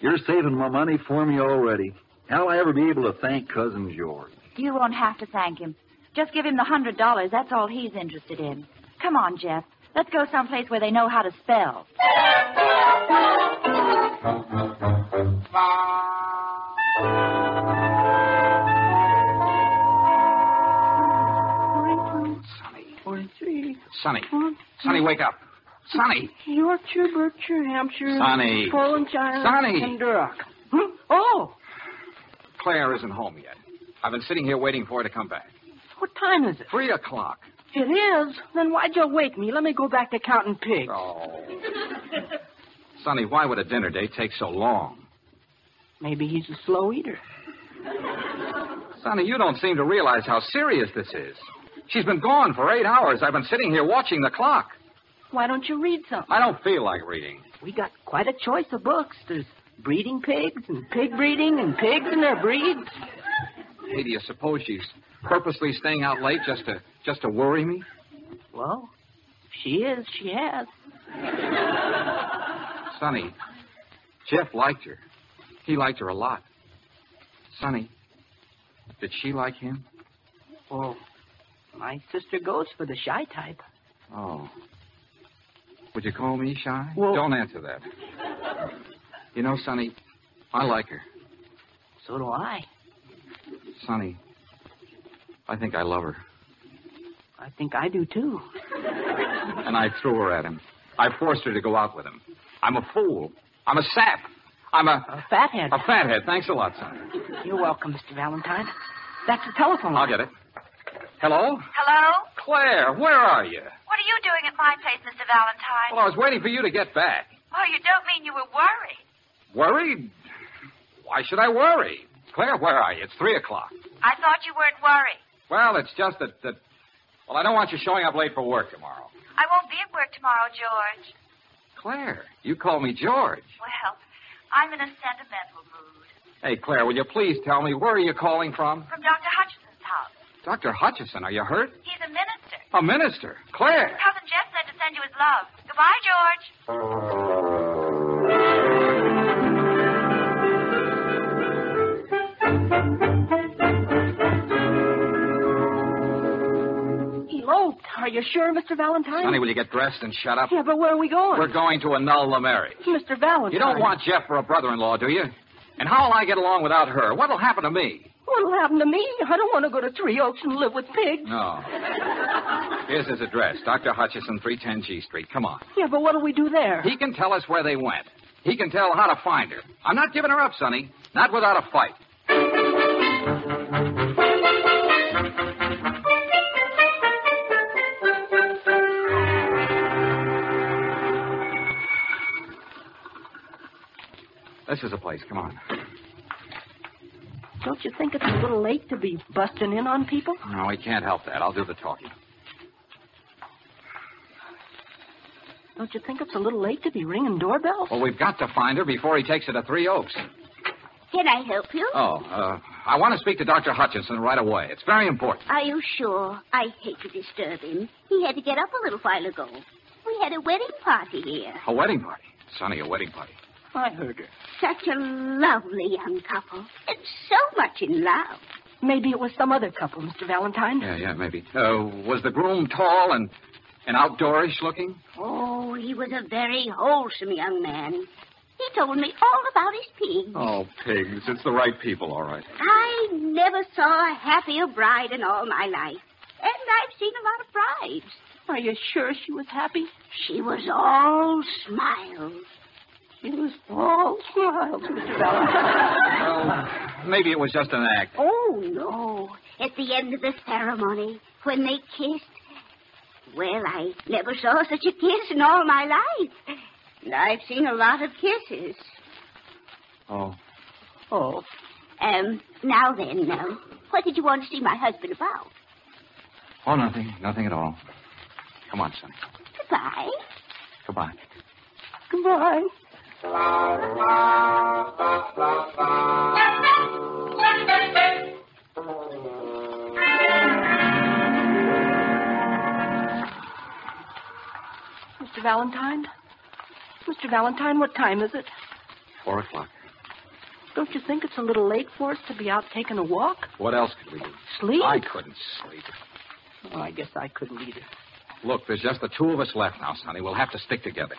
Speaker 25: you're saving my money for me already. How'll I ever be able to thank Cousin George?
Speaker 20: You won't have to thank him. Just give him the hundred dollars. That's all he's interested in. Come on, Jeff. Let's go someplace where they know how to spell.
Speaker 18: Sonny. Sonny, wake up. Sonny.
Speaker 24: Yorkshire, Berkshire, Hampshire,
Speaker 18: Sonny.
Speaker 24: Portlandshire,
Speaker 18: Sonny.
Speaker 24: and Duroc. Hmm? Oh,
Speaker 18: Claire isn't home yet. I've been sitting here waiting for her to come back.
Speaker 24: what time is it?
Speaker 18: Three o'clock.
Speaker 24: It is. Then why'd you wake me? Let me go back to counting pigs.
Speaker 18: Oh. Sonny, why would a dinner date take so long?
Speaker 24: Maybe he's a slow eater.
Speaker 18: Sonny, you don't seem to realize how serious this is. She's been gone for eight hours. I've been sitting here watching the clock.
Speaker 24: Why don't you read something?
Speaker 18: I don't feel like reading.
Speaker 24: We got quite a choice of books. There's breeding pigs and pig breeding and pigs and their breeds.
Speaker 18: Hey, do you suppose she's purposely staying out late just to just to worry me?
Speaker 24: Well, if she is, she has.
Speaker 18: Sonny, Jeff liked her. He liked her a lot.
Speaker 19: Sonny,
Speaker 18: Did she like him?
Speaker 19: well, my sister goes for the shy type.
Speaker 18: Oh. Would you call me shy? Don't answer that. You know, Sonny, I like her.
Speaker 19: So do I.
Speaker 18: Sonny, I think I love her.
Speaker 19: I think I do too.
Speaker 18: And I threw her at him. I forced her to go out with him. I'm a fool. I'm a sap. I'm a. A
Speaker 19: fathead.
Speaker 18: A fathead. Thanks a lot, Sonny.
Speaker 19: You're welcome, Mr. Valentine. That's the telephone.
Speaker 18: I'll get it. Hello?
Speaker 20: Hello?
Speaker 18: Claire, where are you?
Speaker 20: What are you doing at my place, Mr. Valentine?
Speaker 18: Well, I was waiting for you to get back.
Speaker 20: Oh, you don't mean you were worried.
Speaker 18: Worried? Why should I worry? Claire, where are you? It's three o'clock.
Speaker 20: I thought you weren't worried.
Speaker 18: Well, it's just that, that. Well, I don't want you showing up late for work tomorrow.
Speaker 20: I won't be at work tomorrow, George.
Speaker 18: Claire, you call me George.
Speaker 20: Well, I'm in a sentimental mood.
Speaker 18: Hey, Claire, will you please tell me where are you calling from?
Speaker 20: From Dr. Hutchison's house.
Speaker 18: Dr. Hutchison, are you hurt?
Speaker 20: He's a minister.
Speaker 18: A minister. Claire.
Speaker 20: Cousin Jeff said to send you his love. Goodbye, George.
Speaker 19: Eloped. Are you sure, Mr. Valentine?
Speaker 18: Sonny, will you get dressed and shut up?
Speaker 19: Yeah, but where are we going?
Speaker 18: We're going to annul the marriage.
Speaker 19: Mr. Valentine.
Speaker 18: You don't want Jeff for a brother-in-law, do you? And how'll I get along without her? What'll happen to me?
Speaker 19: What'll happen to me? I don't want to go to Three Oaks and live with pigs.
Speaker 18: No. Here's his address, Dr. Hutchison, 310 G Street. Come on.
Speaker 19: Yeah, but what'll we do there?
Speaker 18: He can tell us where they went. He can tell how to find her. I'm not giving her up, Sonny. Not without a fight. This is the place. Come on.
Speaker 19: Don't you think it's a little late to be busting in on people?
Speaker 18: No, we can't help that. I'll do the talking.
Speaker 19: Don't you think it's a little late to be ringing doorbells?
Speaker 18: Well, we've got to find her before he takes her to Three Oaks.
Speaker 26: Can I help you?
Speaker 18: Oh, uh, I want to speak to Dr. Hutchinson right away. It's very important.
Speaker 26: Are you sure? I hate to disturb him. He had to get up a little while ago. We had a wedding party here.
Speaker 18: A wedding party. Sonny, a wedding party.
Speaker 19: I heard her.
Speaker 26: Such a lovely young couple. And so much in love.
Speaker 19: Maybe it was some other couple, Mr. Valentine.
Speaker 18: Yeah, yeah, maybe. Uh, was the groom tall and, and outdoorish looking?
Speaker 26: Oh, he was a very wholesome young man. He told me all about his pigs.
Speaker 18: Oh, pigs. It's the right people, all right.
Speaker 26: I never saw a happier bride in all my life. And I've seen a lot of brides.
Speaker 19: Are you sure she was happy?
Speaker 26: She was all smiles.
Speaker 19: She was all smiles, Mr. Valentine.
Speaker 18: Maybe it was just an act.
Speaker 26: Oh, no. At the end of the ceremony, when they kissed, well, I never saw such a kiss in all my life. And I've seen a lot of kisses.
Speaker 18: Oh.
Speaker 19: Oh.
Speaker 26: Um, now then, uh, what did you want to see my husband about?
Speaker 18: Oh, nothing. Nothing at all. Come on, Sonny.
Speaker 26: Goodbye.
Speaker 18: Goodbye.
Speaker 19: Goodbye. Mr. Valentine? Mr. Valentine, what time is it?
Speaker 18: Four o'clock.
Speaker 19: Don't you think it's a little late for us to be out taking a walk?
Speaker 18: What else could we do?
Speaker 19: Sleep?
Speaker 18: I couldn't sleep.
Speaker 19: Well, I guess I couldn't either.
Speaker 18: Look, there's just the two of us left now, Sonny. We'll have to stick together.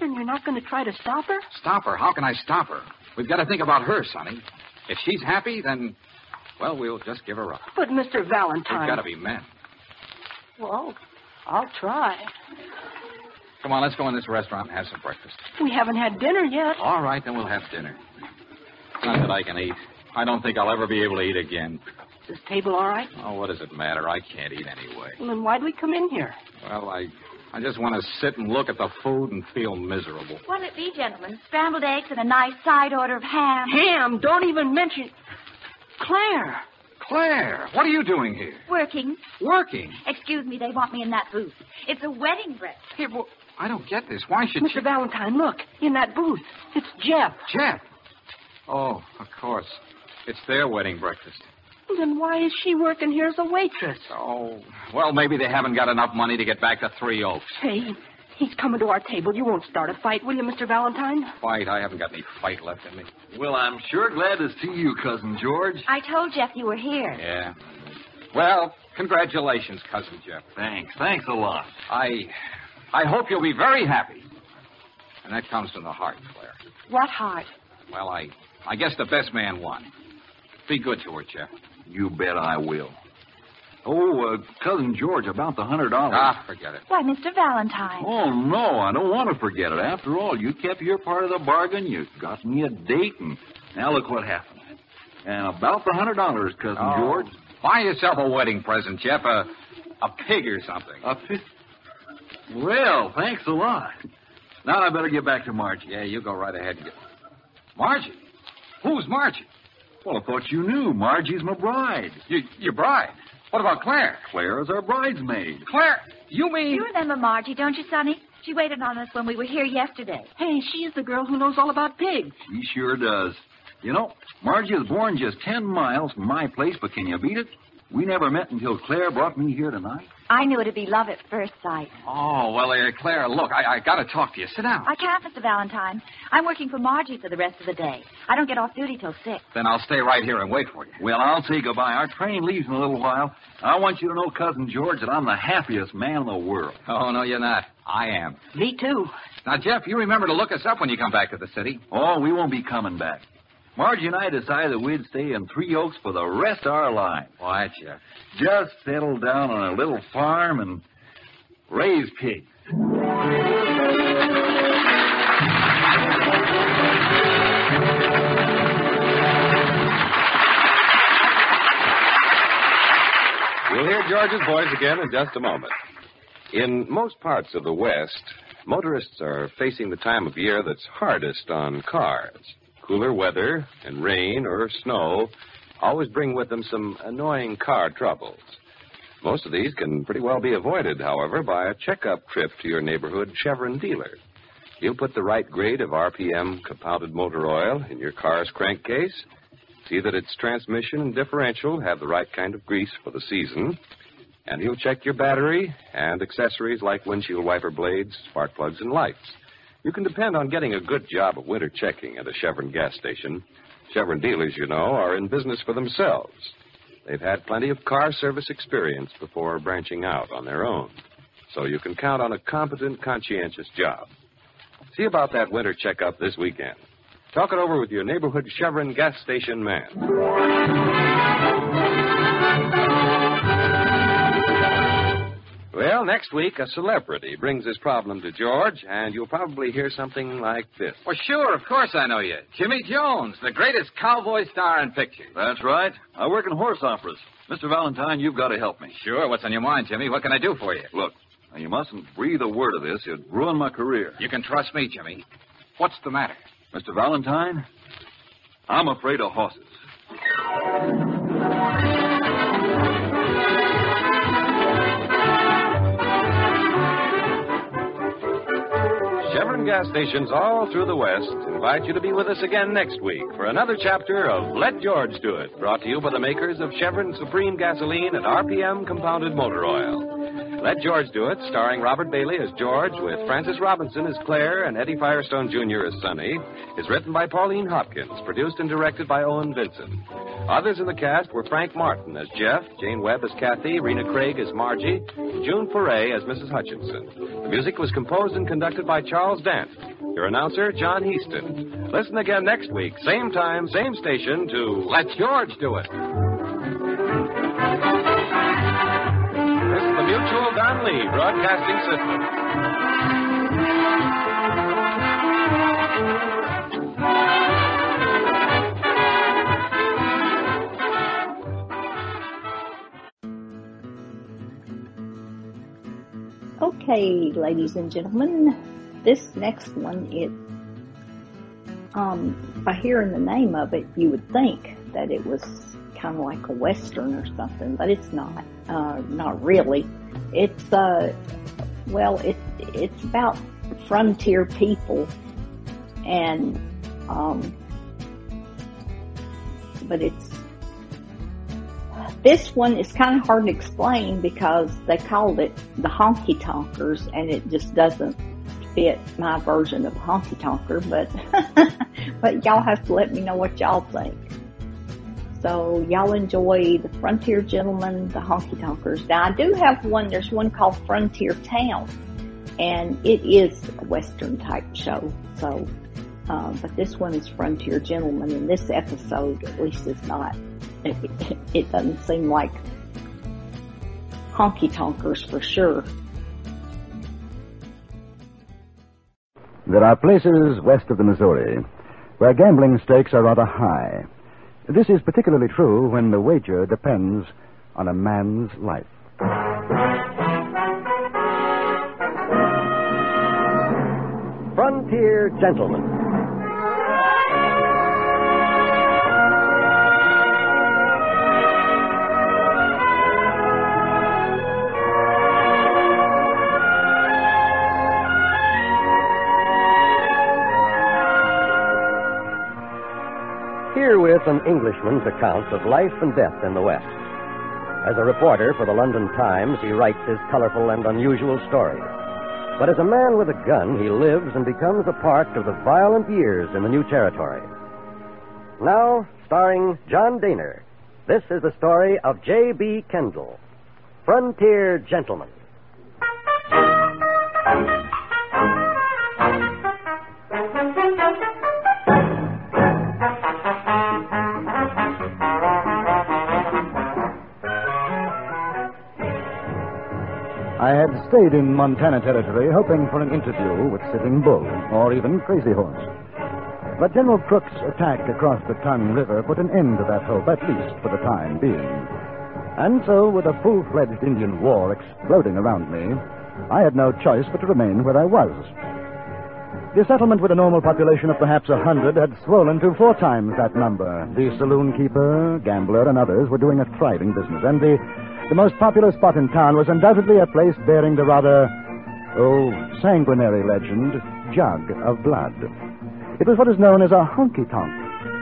Speaker 19: Then you're not going to try to stop her?
Speaker 18: Stop her. How can I stop her? We've got to think about her, Sonny. If she's happy, then, well, we'll just give her up.
Speaker 19: But, Mr.
Speaker 18: We've
Speaker 19: Valentine.
Speaker 18: got to be men.
Speaker 19: Well, I'll try.
Speaker 18: Come on, let's go in this restaurant and have some breakfast.
Speaker 19: We haven't had dinner yet.
Speaker 18: All right, then we'll have dinner. Not that I can eat. I don't think I'll ever be able to eat again.
Speaker 19: Is this table all right?
Speaker 18: Oh, what does it matter? I can't eat anyway.
Speaker 19: Well, then why'd we come in here?
Speaker 18: Well, I, I just want to sit and look at the food and feel miserable.
Speaker 20: What'll it be, gentlemen? Scrambled eggs and a nice side order of ham.
Speaker 19: Ham? Don't even mention. Claire.
Speaker 18: Claire, what are you doing here?
Speaker 20: Working.
Speaker 18: Working.
Speaker 20: Excuse me, they want me in that booth. It's a wedding breakfast.
Speaker 18: Here, well, I don't get this. Why should
Speaker 19: Mr. Valentine, look, in that booth. It's Jeff.
Speaker 18: Jeff. Oh, of course. It's their wedding breakfast.
Speaker 19: Then why is she working here as a waitress?
Speaker 18: Oh. Well, maybe they haven't got enough money to get back to Three Oaks.
Speaker 19: Hey, He's coming to our table. You won't start a fight, will you, Mr. Valentine?
Speaker 18: Fight. I haven't got any fight left in me.
Speaker 21: Well, I'm sure glad to see you, Cousin George.
Speaker 20: I told Jeff you were here.
Speaker 18: Yeah. Well, congratulations, Cousin Jeff.
Speaker 21: Thanks. Thanks a lot.
Speaker 18: I I hope you'll be very happy. And that comes from the heart, Claire.
Speaker 20: What heart?
Speaker 18: Well, I I guess the best man won. Be good to her, Jeff.
Speaker 21: You bet I will. Oh, uh, Cousin George, about the $100.
Speaker 18: Ah, forget it.
Speaker 20: Why, Mr. Valentine.
Speaker 21: Oh, no, I don't want to forget it. After all, you kept your part of the bargain. You got me a date, and now look what happened. And about the $100, Cousin
Speaker 18: Oh,
Speaker 21: George.
Speaker 18: Buy yourself a wedding present, Jeff. A, a pig or something.
Speaker 21: A pig? Well, thanks a lot. Now I better get back to Margie.
Speaker 18: Yeah, you go right ahead and get. Margie? Who's Margie?
Speaker 21: Well, I thought you knew. Margie's my bride.
Speaker 18: You, your bride. What about Claire?
Speaker 21: Claire is our bridesmaid.
Speaker 18: Claire, you mean.
Speaker 20: You remember Margie, don't you, Sonny? She waited on us when we were here yesterday.
Speaker 19: Hey, she is the girl who knows all about pigs.
Speaker 21: He sure does. You know, Margie is born just 10 miles from my place, but can you beat it? We never met until Claire brought me here tonight.
Speaker 20: I knew it'd be love at first sight.
Speaker 18: Oh, well, uh, Claire, look, I, I got to talk to you. Sit down.
Speaker 20: I can't, Mr. Valentine. I'm working for Margie for the rest of the day. I don't get off duty till six.
Speaker 18: Then I'll stay right here and wait for you.
Speaker 21: Well, I'll say goodbye. Our train leaves in a little while. I want you to know, Cousin George, that I'm the happiest man in the world.
Speaker 18: Oh, no, you're not. I am.
Speaker 19: Me too.
Speaker 18: Now, Jeff, you remember to look us up when you come back to the city.
Speaker 21: Oh, we won't be coming back. Margie and I decided that we'd stay in Three Oaks for the rest of our lives.
Speaker 18: Why, Jeff?
Speaker 21: Just settle down on a little farm and raise pigs.
Speaker 17: We'll hear George's voice again in just a moment. In most parts of the West, motorists are facing the time of year that's hardest on cars. Cooler weather and rain or snow always bring with them some annoying car troubles. Most of these can pretty well be avoided, however, by a checkup trip to your neighborhood Chevron dealer. He'll put the right grade of RPM compounded motor oil in your car's crankcase, see that its transmission and differential have the right kind of grease for the season, and he'll check your battery and accessories like windshield wiper blades, spark plugs, and lights. You can depend on getting a good job of winter checking at a Chevron gas station. Chevron dealers, you know, are in business for themselves. They've had plenty of car service experience before branching out on their own. So you can count on a competent, conscientious job. See about that winter checkup this weekend. Talk it over with your neighborhood Chevron gas station man. Well, next week, a celebrity brings his problem to George, and you'll probably hear something like this.
Speaker 18: Well, sure, of course I know you. Jimmy Jones, the greatest cowboy star in pictures.
Speaker 21: That's right. I work in horse operas. Mr. Valentine, you've got to help me.
Speaker 18: Sure, what's on your mind, Jimmy? What can I do for you?
Speaker 21: Look, now you mustn't breathe a word of this. It'd ruin my career.
Speaker 18: You can trust me, Jimmy. What's the matter?
Speaker 21: Mr. Valentine, I'm afraid of horses.
Speaker 17: Chevron gas stations all through the West invite you to be with us again next week for another chapter of Let George Do It, brought to you by the makers of Chevron Supreme Gasoline and RPM Compounded Motor Oil. Let George Do It, starring Robert Bailey as George, with Francis Robinson as Claire and Eddie Firestone Jr. as Sonny, is written by Pauline Hopkins, produced and directed by Owen Vinson. Others in the cast were Frank Martin as Jeff, Jane Webb as Kathy, Rena Craig as Margie, and June Foray as Mrs. Hutchinson. The music was composed and conducted by Charles Dant. Your announcer, John Heaston. Listen again next week, same time, same station, to Let George Do It. This is the Mutual Don Lee Broadcasting System.
Speaker 1: Okay, ladies and gentlemen, this next one is, um, by hearing the name of it, you would think that it was kind of like a western or something, but it's not. Uh, not really. It's uh, well, it it's about frontier people, and um, but it's this one is kind of hard to explain because they called it the honky tonkers and it just doesn't fit my version of honky tonker, but but y'all have to let me know what y'all think. So y'all enjoy the Frontier Gentlemen, the Honky Tonkers. Now I do have one. There's one called Frontier Town, and it is a Western type show. So, uh, but this one is Frontier Gentlemen, and this episode at least is not. It, it, it doesn't seem like honky tonkers for sure.
Speaker 15: There are places west of the Missouri where gambling stakes are rather high. This is particularly true when the wager depends on a man's life.
Speaker 27: Frontier Gentlemen. Herewith an Englishman's account of life and death in the West. As a reporter for the London Times, he writes his colorful and unusual story. But as a man with a gun, he lives and becomes a part of the violent years in the new territory. Now, starring John Daner, this is the story of J.B. Kendall, Frontier Gentleman.
Speaker 15: I had stayed in Montana Territory hoping for an interview with Sitting Bull or even Crazy Horse. But General Crook's attack across the Tongue River put an end to that hope, at least for the time being. And so, with a full fledged Indian war exploding around me, I had no choice but to remain where I was. The settlement with a normal population of perhaps a hundred had swollen to four times that number. The saloon keeper, gambler, and others were doing a thriving business, and the the most popular spot in town was undoubtedly a place bearing the rather, oh, sanguinary legend, Jug of Blood. It was what is known as a honky tonk.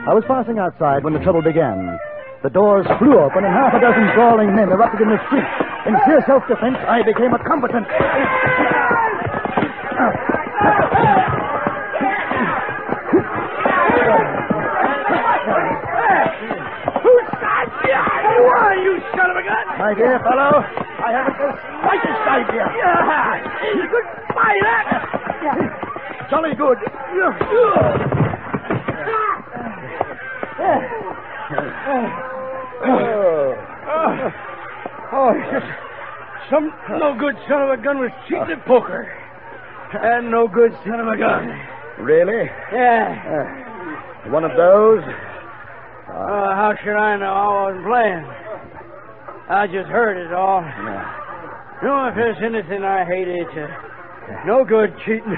Speaker 15: I was passing outside when the trouble began. The doors flew open and half a dozen brawling men erupted in the street. In sheer self defense, I became a combatant.
Speaker 28: Who are you, son of a gun?
Speaker 15: My dear fellow, I haven't the slightest idea.
Speaker 28: Yeah. Goodbye, that.
Speaker 15: Jolly good.
Speaker 28: Oh, oh it's just some no good son of a gun was cheating at poker. And no good son of a gun.
Speaker 15: Really?
Speaker 28: Yeah.
Speaker 15: One of those?
Speaker 28: Uh, how should I know? I wasn't playing. I just heard it all. You know, if there's anything I hate, it's uh, no good cheating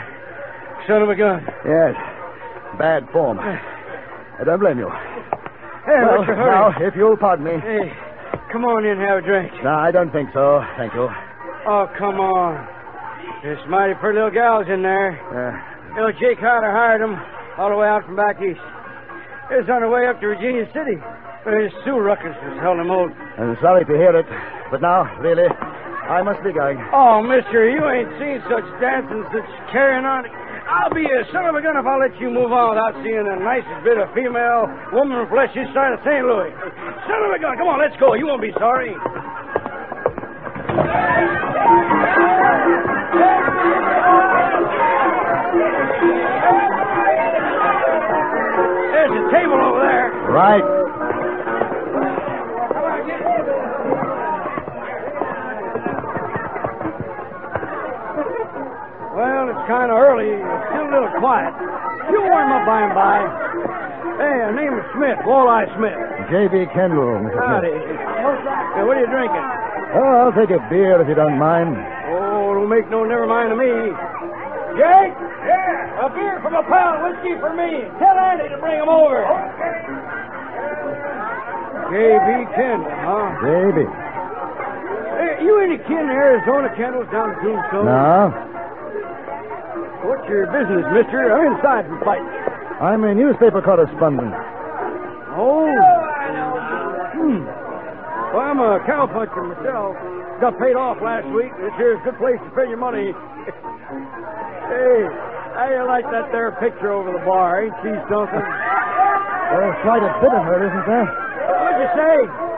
Speaker 28: son of a gun.
Speaker 15: Yes. Bad form. I don't blame you.
Speaker 28: Hey,
Speaker 15: well,
Speaker 28: what's your Eh, hurry?
Speaker 15: now, if you'll pardon me.
Speaker 28: Hey, come on in and have a drink.
Speaker 15: No, I don't think so. Thank you.
Speaker 28: Oh, come on. There's mighty pretty little gals in there.
Speaker 15: Uh,
Speaker 28: You know, Jake Carter hired them all the way out from back east. It was on the way up to Virginia City. Uh, Sue Ruckus was held him old.
Speaker 15: I'm sorry to hear it, but now, really, I must be going.
Speaker 28: Oh, mister, you ain't seen such dancing, such carrying on. I'll be a son of a gun if I let you move on without seeing the nicest bit of female woman flesh this side of St. Louis. Son of a gun, come on, let's go. You won't be sorry. There's a table over there.
Speaker 15: Right.
Speaker 28: Well, it's kind of early. It's still a little quiet. You'll warm up by and by. Hey, her name is Smith, Walleye Smith.
Speaker 15: J.B. Kendall, Mr.
Speaker 28: Howdy.
Speaker 15: Smith.
Speaker 28: Hey, what are you drinking?
Speaker 15: Oh, I'll take a beer if you don't mind.
Speaker 28: Oh, it'll make no never mind to me. Jake? Yeah? A beer from a pal, whiskey for me. Tell Andy to bring him over. J.B. Kendall, huh?
Speaker 15: J.B.
Speaker 28: Hey, you any kid in Arizona, Kendall, down in Tombstone?
Speaker 15: Now,
Speaker 28: What's your business, mister? I'm inside from fighting.
Speaker 15: I'm a newspaper correspondent.
Speaker 28: Oh. Hmm. Well, I'm a cowpuncher myself. Got paid off last week. This here's a good place to spend your money. Hey, how you like that there picture over the bar? eh, Ain't she something?
Speaker 15: There's quite a bit of her, isn't there?
Speaker 28: What'd you say?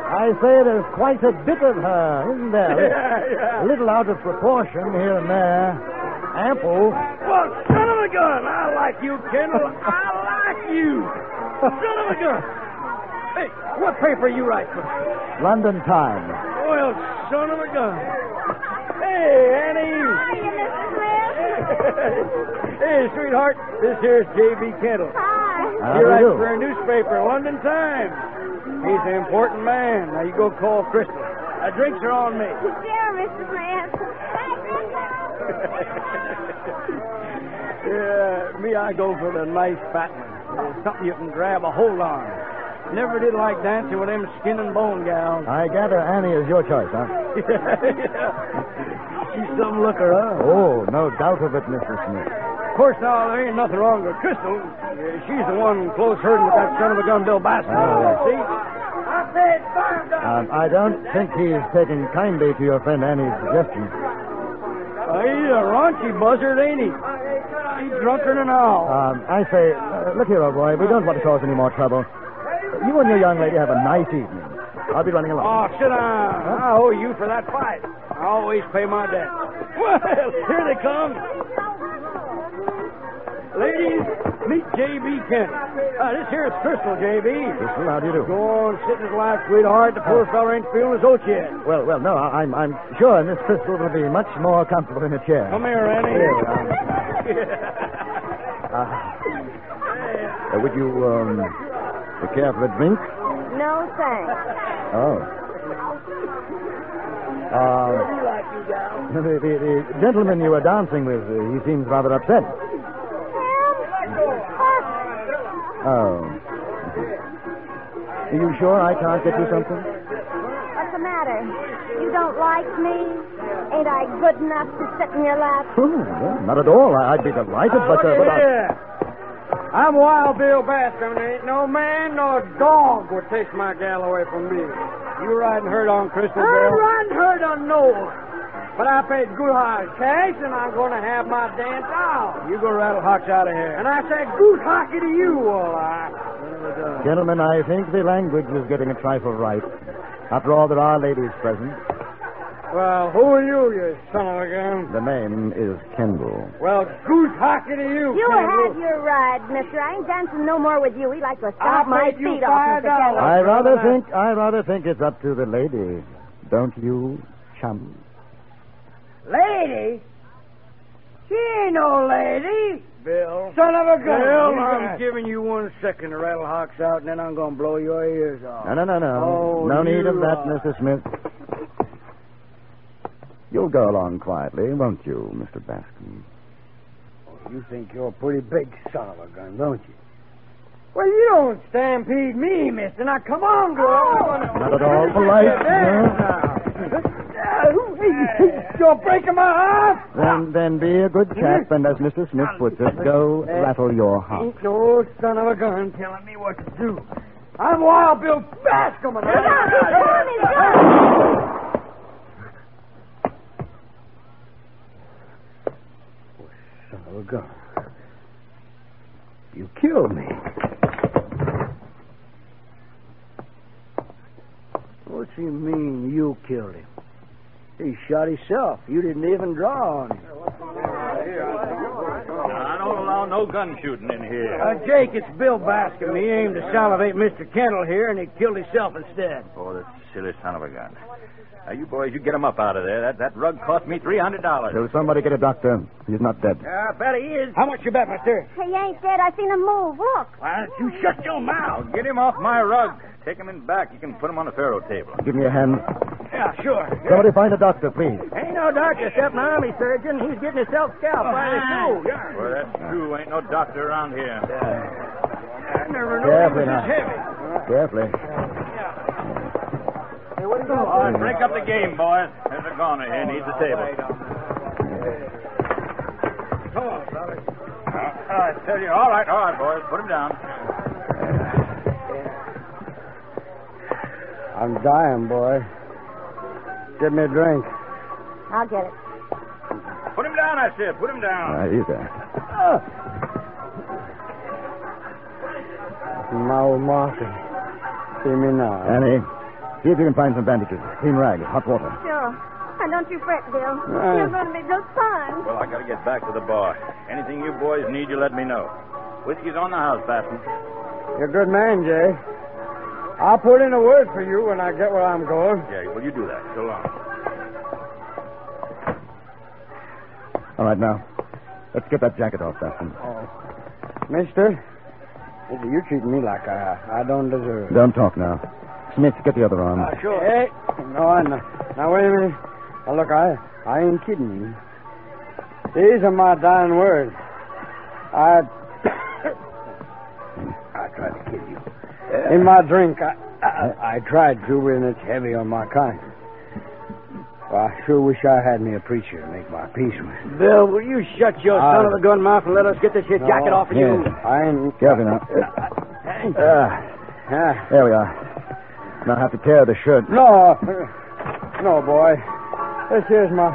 Speaker 15: I say there's quite a bit of her, isn't there?
Speaker 28: Yeah,
Speaker 15: A
Speaker 28: yeah.
Speaker 15: little out of proportion here and there. Ample.
Speaker 28: Well, son of a gun! I like you, Kendall. I like you. Son of a gun! Hey, what paper you write for?
Speaker 15: London Times.
Speaker 28: Well, son of a gun. Hey, Annie. Hey, sweetheart. This here's J.B. Kendall.
Speaker 24: Hi.
Speaker 28: He
Speaker 15: How do
Speaker 28: writes
Speaker 15: you?
Speaker 28: for a newspaper, London Times. He's an important man. Now you go call Crystal. Now drinks are on me.
Speaker 24: There, Mr. Grant.
Speaker 28: Yeah, me, I go for the nice fat one. It's something you can grab a hold on. Never did like dancing with them skin and bone gals.
Speaker 15: I gather Annie is your choice, huh?
Speaker 28: She's some looker, huh?
Speaker 15: Oh, no doubt of it, Mr. Smith.
Speaker 28: Of course, now, there ain't nothing wrong with Crystal. Uh, She's the one close herding with that son of a gun, Bill Bassett.
Speaker 15: Ah.
Speaker 28: See?
Speaker 15: Um, I don't think he's taking kindly to your friend Annie's suggestion.
Speaker 28: Uh, he's a raunchy buzzard, ain't he? He's drunker than an owl.
Speaker 15: Um, I say, uh, look here, old boy, we don't want to cause any more trouble. You and your young lady have a nice evening. I'll be running along.
Speaker 28: Oh, sit down. I owe you for that fight. I always pay my debt. Well, here they come. Ladies, meet J.B. Kent. Uh, this here is Crystal, J.B.
Speaker 15: Crystal, how do you do?
Speaker 28: Go on, sit in his lap, sweetheart. The poor fella ain't feeling his oats yet.
Speaker 15: Well, well, no, I- I'm, I'm sure Miss Crystal will be much more comfortable in a chair.
Speaker 28: Come here, Annie.
Speaker 15: Uh, uh, would you, um, be careful at drink?
Speaker 29: No, thanks.
Speaker 15: Oh. Uh, the, the, the gentleman you were dancing with, uh, he seems rather upset. Oh. Are you sure I can't get you something?
Speaker 24: What's the matter? You don't like me? Ain't I good enough to sit in your lap?
Speaker 15: Oh, well, not at all. I- I'd be delighted, but... Uh, but I-
Speaker 28: Yeah. I'm Wild Bill Bascom, and there ain't no man nor dog would take my gal away from me. You riding herd on Crystal
Speaker 24: I
Speaker 28: Bill?
Speaker 24: riding
Speaker 28: herd on no But I paid Guthard cash, and I'm going to have my dance out. You go rattle hawks out of here. And I say good hockey to you, all right.
Speaker 15: Gentlemen, I think the language was getting a trifle right. After all, there are ladies present.
Speaker 28: Well, who are you, you son of a gun?
Speaker 15: The name is Kendall.
Speaker 28: Well, good hockey to you,
Speaker 24: You
Speaker 28: Kendall.
Speaker 24: had your ride, mister. I ain't dancing no more with you. He like to
Speaker 28: I'll
Speaker 24: stop my
Speaker 28: bet you
Speaker 24: feet off, Mr.
Speaker 28: $5.
Speaker 24: Kelly.
Speaker 15: I rather
Speaker 28: Gentlemen, I-
Speaker 15: think I rather think it's up to the lady, don't you, chum?
Speaker 30: Lady? She ain't no lady.
Speaker 28: Bill.
Speaker 30: Son of a gun.
Speaker 28: Bill,
Speaker 30: You
Speaker 28: I'm
Speaker 30: got-
Speaker 28: giving you one second to rattle hawks out, and then I'm going to blow your ears off.
Speaker 15: No, no, no, no.
Speaker 28: Oh,
Speaker 15: no need
Speaker 28: you
Speaker 15: of that,
Speaker 28: are.
Speaker 15: Mr. Smith. You'll go along quietly, won't you, Mr. Bascom?
Speaker 30: You think you're a pretty big son of a gun, don't you?
Speaker 28: Well, you don't stampede me, mister. Now, come on, girl.
Speaker 15: Not at all polite. huh?
Speaker 28: You're breaking my heart.
Speaker 15: Then, then be a good chap, and as Mr. Smith puts it, go rattle your
Speaker 30: Uh-huh.
Speaker 15: heart.
Speaker 28: Ain't no son of a gun telling me what to do. I'm Wild Bill Bascom. and I-
Speaker 30: Son of a gun. You killed me. What's he mean you killed him? He shot himself. You didn't even draw on him.
Speaker 31: I don't allow no gun shooting in here.
Speaker 28: Uh, Jake, it's Bill Bascom. He aimed to salivate Mr. Kendall here, and he killed himself instead.
Speaker 31: Oh, the silly son of a gun. Now, you boys, you get him up out of there. That, that rug cost me $300.
Speaker 15: Will somebody get a doctor? He's not dead.
Speaker 28: I bet he is. How much you bet, mister?
Speaker 24: He ain't dead. I seen him move. Look.
Speaker 31: Why don't you shut your mouth? Get him off my rug. Take him in back. You can put him on the faro table.
Speaker 15: Give me a hand.
Speaker 28: Yeah, sure.
Speaker 15: Somebody find a doctor, please.
Speaker 28: Ain't no doctor except an army surgeon. He's getting himself scalped by the
Speaker 31: Oh,
Speaker 28: fool.
Speaker 31: Well, that's true. Ain't no doctor around here.
Speaker 28: I never knew
Speaker 15: Carefully
Speaker 28: he was this heavy.
Speaker 15: now. Carefully.
Speaker 28: Hey, what are you
Speaker 31: All right, break up the game, boys. There's a goner here needs a table.
Speaker 28: Come on, brother.
Speaker 31: Uh, I tell you, all right, all right, boys, put him down.
Speaker 30: I'm dying, boy. Get me a drink.
Speaker 24: I'll get it.
Speaker 31: Put him down
Speaker 32: down, I said. Put him
Speaker 15: All
Speaker 32: down.
Speaker 15: right, you there.
Speaker 28: Now, Martin. See me now.
Speaker 15: Annie, see if you can find some bandages, clean rag, hot water.
Speaker 24: Sure. And don't you fret, Bill.
Speaker 15: Right.
Speaker 24: You're going to be just fine.
Speaker 31: Well, I gotta get back to the bar. Anything you boys need, you let me know. Whiskey's on the house, Patton.
Speaker 28: You're a good man, Jay. I'll put in a word for you when I get where I'm going.
Speaker 31: Yeah, well, you do that. So long.
Speaker 15: All right, now. Let's get that jacket off, Baston.
Speaker 30: Oh.
Speaker 28: Mister, you treat me like I, I don't deserve it.
Speaker 15: Don't talk now. Smith, get the other
Speaker 32: Ah,
Speaker 15: arm.
Speaker 28: sure. Hey, no, I know. Now, wait a minute. Now, look, I, I ain't kidding you. These are my dying words. I. I tried to kill you. In my drink, I, I, I tried to, and it's heavy on my conscience. Well, I sure wish I had me a preacher to make my peace with.
Speaker 32: Bill, will you shut your
Speaker 28: Uh,
Speaker 32: son of a gun mouth and let us get this here jacket off of you?
Speaker 28: I ain't.
Speaker 15: Careful now.
Speaker 28: Ah, ah.
Speaker 15: There we are. Now have to tear the shirt.
Speaker 28: No, uh, no, boy. This here's my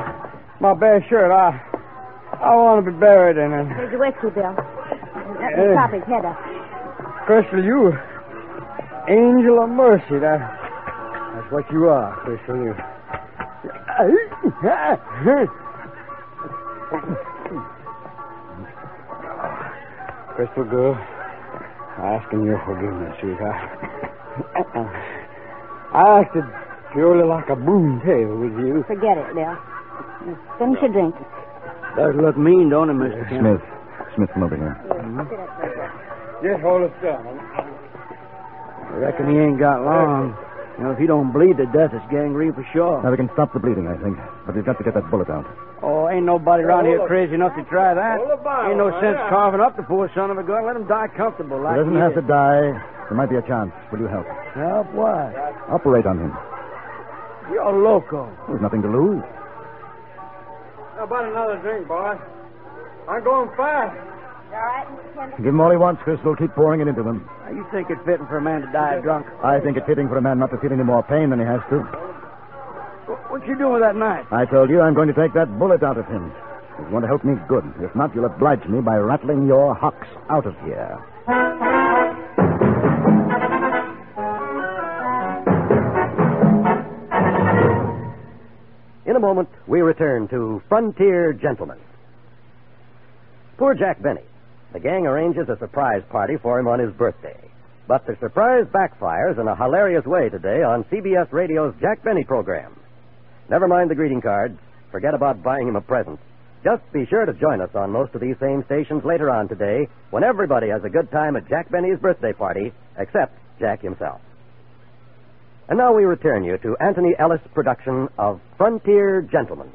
Speaker 28: my bare shirt. I I want to be buried in it.
Speaker 33: Here's your whiskey, Bill. Let me
Speaker 28: Hey.
Speaker 33: pop his head up.
Speaker 28: Crystal, you angel of mercy. That that's what you are, Crystal. You. Crystal girl, asking your forgiveness, sweetheart. I acted purely like a boontail with you.
Speaker 33: Forget it, Bill. Finish your drink.
Speaker 28: Does look mean, don't it, Mr.
Speaker 15: Smith. Smith, come over here.
Speaker 28: Just hold us down. I reckon he ain't got long. Now, if he don't bleed to death, it's gangrene for sure.
Speaker 15: Now we can stop the bleeding, I think. But we've got to get that bullet out.
Speaker 28: Oh, ain't nobody around here crazy enough to try that.
Speaker 32: Hold the Bible,
Speaker 28: Ain't no
Speaker 32: man.
Speaker 28: sense carving up the poor son of a gun. Let him die comfortable like
Speaker 15: he doesn't
Speaker 28: he
Speaker 15: have to
Speaker 28: did.
Speaker 15: die. There might be a chance. Will you help?
Speaker 28: Help what?
Speaker 15: Operate on him.
Speaker 28: You're loco.
Speaker 15: There's nothing to lose.
Speaker 28: How about another drink, boy? I'm going fast.
Speaker 33: All right, Mr. Kendall?
Speaker 15: Give him all he wants, Crystal. Keep pouring it into him.
Speaker 28: You think it's fitting for a man to die drunk?
Speaker 15: I think it's fitting for a man not to feel any more pain than he has to.
Speaker 28: Wh- What you doing with that knife?
Speaker 15: I told you I'm going to take that bullet out of him. If you want to help me, good. If not, you'll oblige me by rattling your hocks out of here.
Speaker 27: In a moment, we return to Frontier Gentlemen. Poor Jack Benny. The gang arranges a surprise party for him on his birthday. But the surprise backfires in a hilarious way today on CBS Radio's Jack Benny program. Never mind the greeting cards. Forget about buying him a present. Just be sure to join us on most of these same stations later on today when everybody has a good time at Jack Benny's birthday party, except Jack himself. And now we return you to Anthony Ellis' production of Frontier Gentlemen.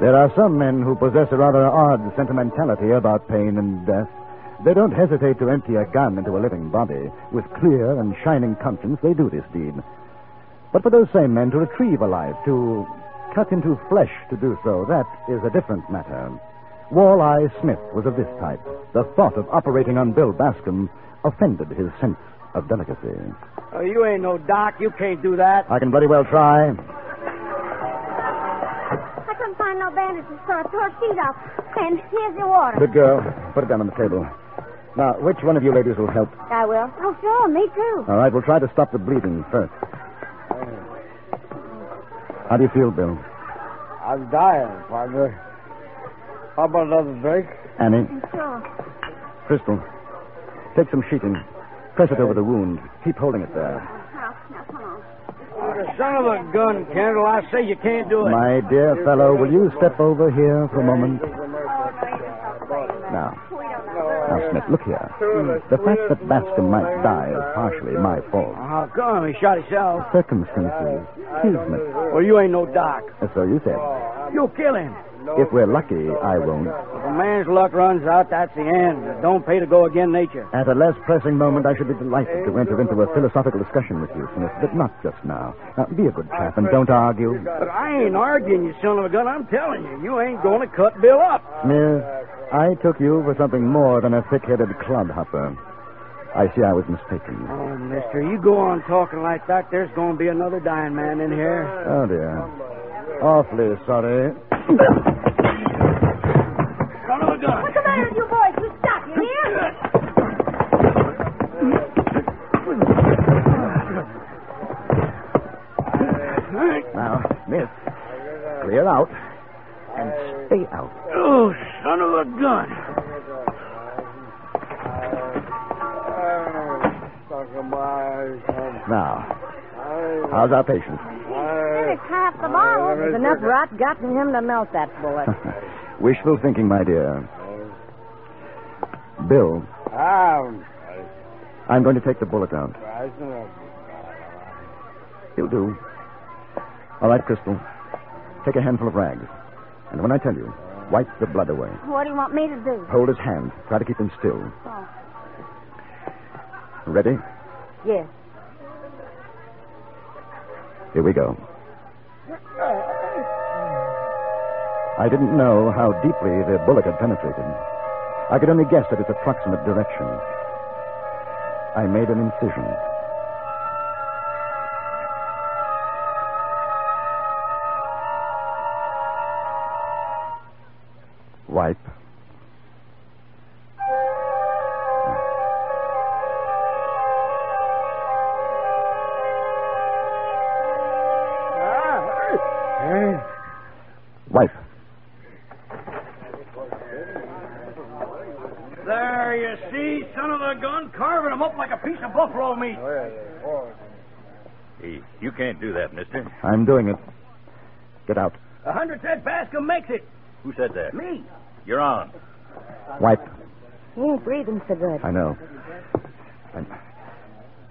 Speaker 15: There are some men who possess a rather odd sentimentality about pain and death. They don't hesitate to empty a gun into a living body. With clear and shining conscience, they do this deed. But for those same men to retrieve a life, to cut into flesh to do so, that is a different matter. Walleye Smith was of this type. The thought of operating on Bill Bascom offended his sense of delicacy.
Speaker 28: Oh, you ain't no doc. You can't do that.
Speaker 15: I can bloody well try.
Speaker 24: I couldn't find no bandages, so I tore feet up. And here's your water.
Speaker 15: Good girl. Put it down on the table. Now, which one of you ladies will help?
Speaker 24: I will. Oh, sure, me too.
Speaker 15: All right, we'll try to stop the bleeding first.
Speaker 28: Oh,
Speaker 15: How do you feel, Bill?
Speaker 28: I'm dying, partner. How about another drink?
Speaker 15: Annie?
Speaker 24: Sure.
Speaker 15: Crystal? Take some sheeting. Press it over the wound. Keep holding it there.
Speaker 28: The son of a gun, Kendall. I say you can't do it.
Speaker 15: My dear fellow, will you step over here for a moment? Now. Now, Smith, look here. The fact that Bascom might die is partially my fault.
Speaker 28: How come? He shot himself.
Speaker 15: Circumstances. Kismet.
Speaker 28: Well, you ain't no doc.
Speaker 15: As so you said.
Speaker 28: You kill him.
Speaker 15: If we're lucky, I won't.
Speaker 28: If a man's luck runs out, that's the end. Don't pay to go again nature.
Speaker 15: At a less pressing moment, I should be delighted to enter into a philosophical discussion with you, Smith, but not just now. Now, be a good chap and don't argue.
Speaker 28: But I ain't arguing, you son of a gun. I'm telling you, you ain't going to cut Bill up.
Speaker 15: Smith, I took you for something more than a thick-headed clodhopper. I see I was mistaken.
Speaker 28: Oh, mister, you go on talking like that, there's going to be another dying man in here.
Speaker 15: Oh, dear. Awfully sorry.
Speaker 14: Son of a gun!
Speaker 24: What's the matter with you boys? You stop, you hear?
Speaker 15: Now, miss, clear out and stay out.
Speaker 14: Oh, son of a gun!
Speaker 15: Now, how's our patient?
Speaker 24: Finish half the bottle.
Speaker 15: There's
Speaker 24: There's enough rot got in him to melt that bullet.
Speaker 15: Wishful thinking, my dear. Bill, I'm going to take the bullet out. He'll do. All right, Crystal. Take a handful of rags. And when I tell you, wipe the blood away.
Speaker 24: What do you want me to do?
Speaker 15: Hold his hand. Try to keep him still.
Speaker 24: Oh,
Speaker 15: Ready?
Speaker 24: yes.
Speaker 15: Here we go. I didn't know how deeply the bullet had penetrated. I could only guess at its approximate direction. I made an incision. Wipe. Wipe.
Speaker 14: There, you see, son of a gun, carving him up like a piece of buffalo meat.
Speaker 31: Hey, you can't do that, mister.
Speaker 15: I'm doing it. Get out.
Speaker 14: A hundred cent Bascom makes it.
Speaker 31: Who said that?
Speaker 14: Me.
Speaker 31: You're on.
Speaker 15: Wipe.
Speaker 24: He ain't breathing so good.
Speaker 15: I know. And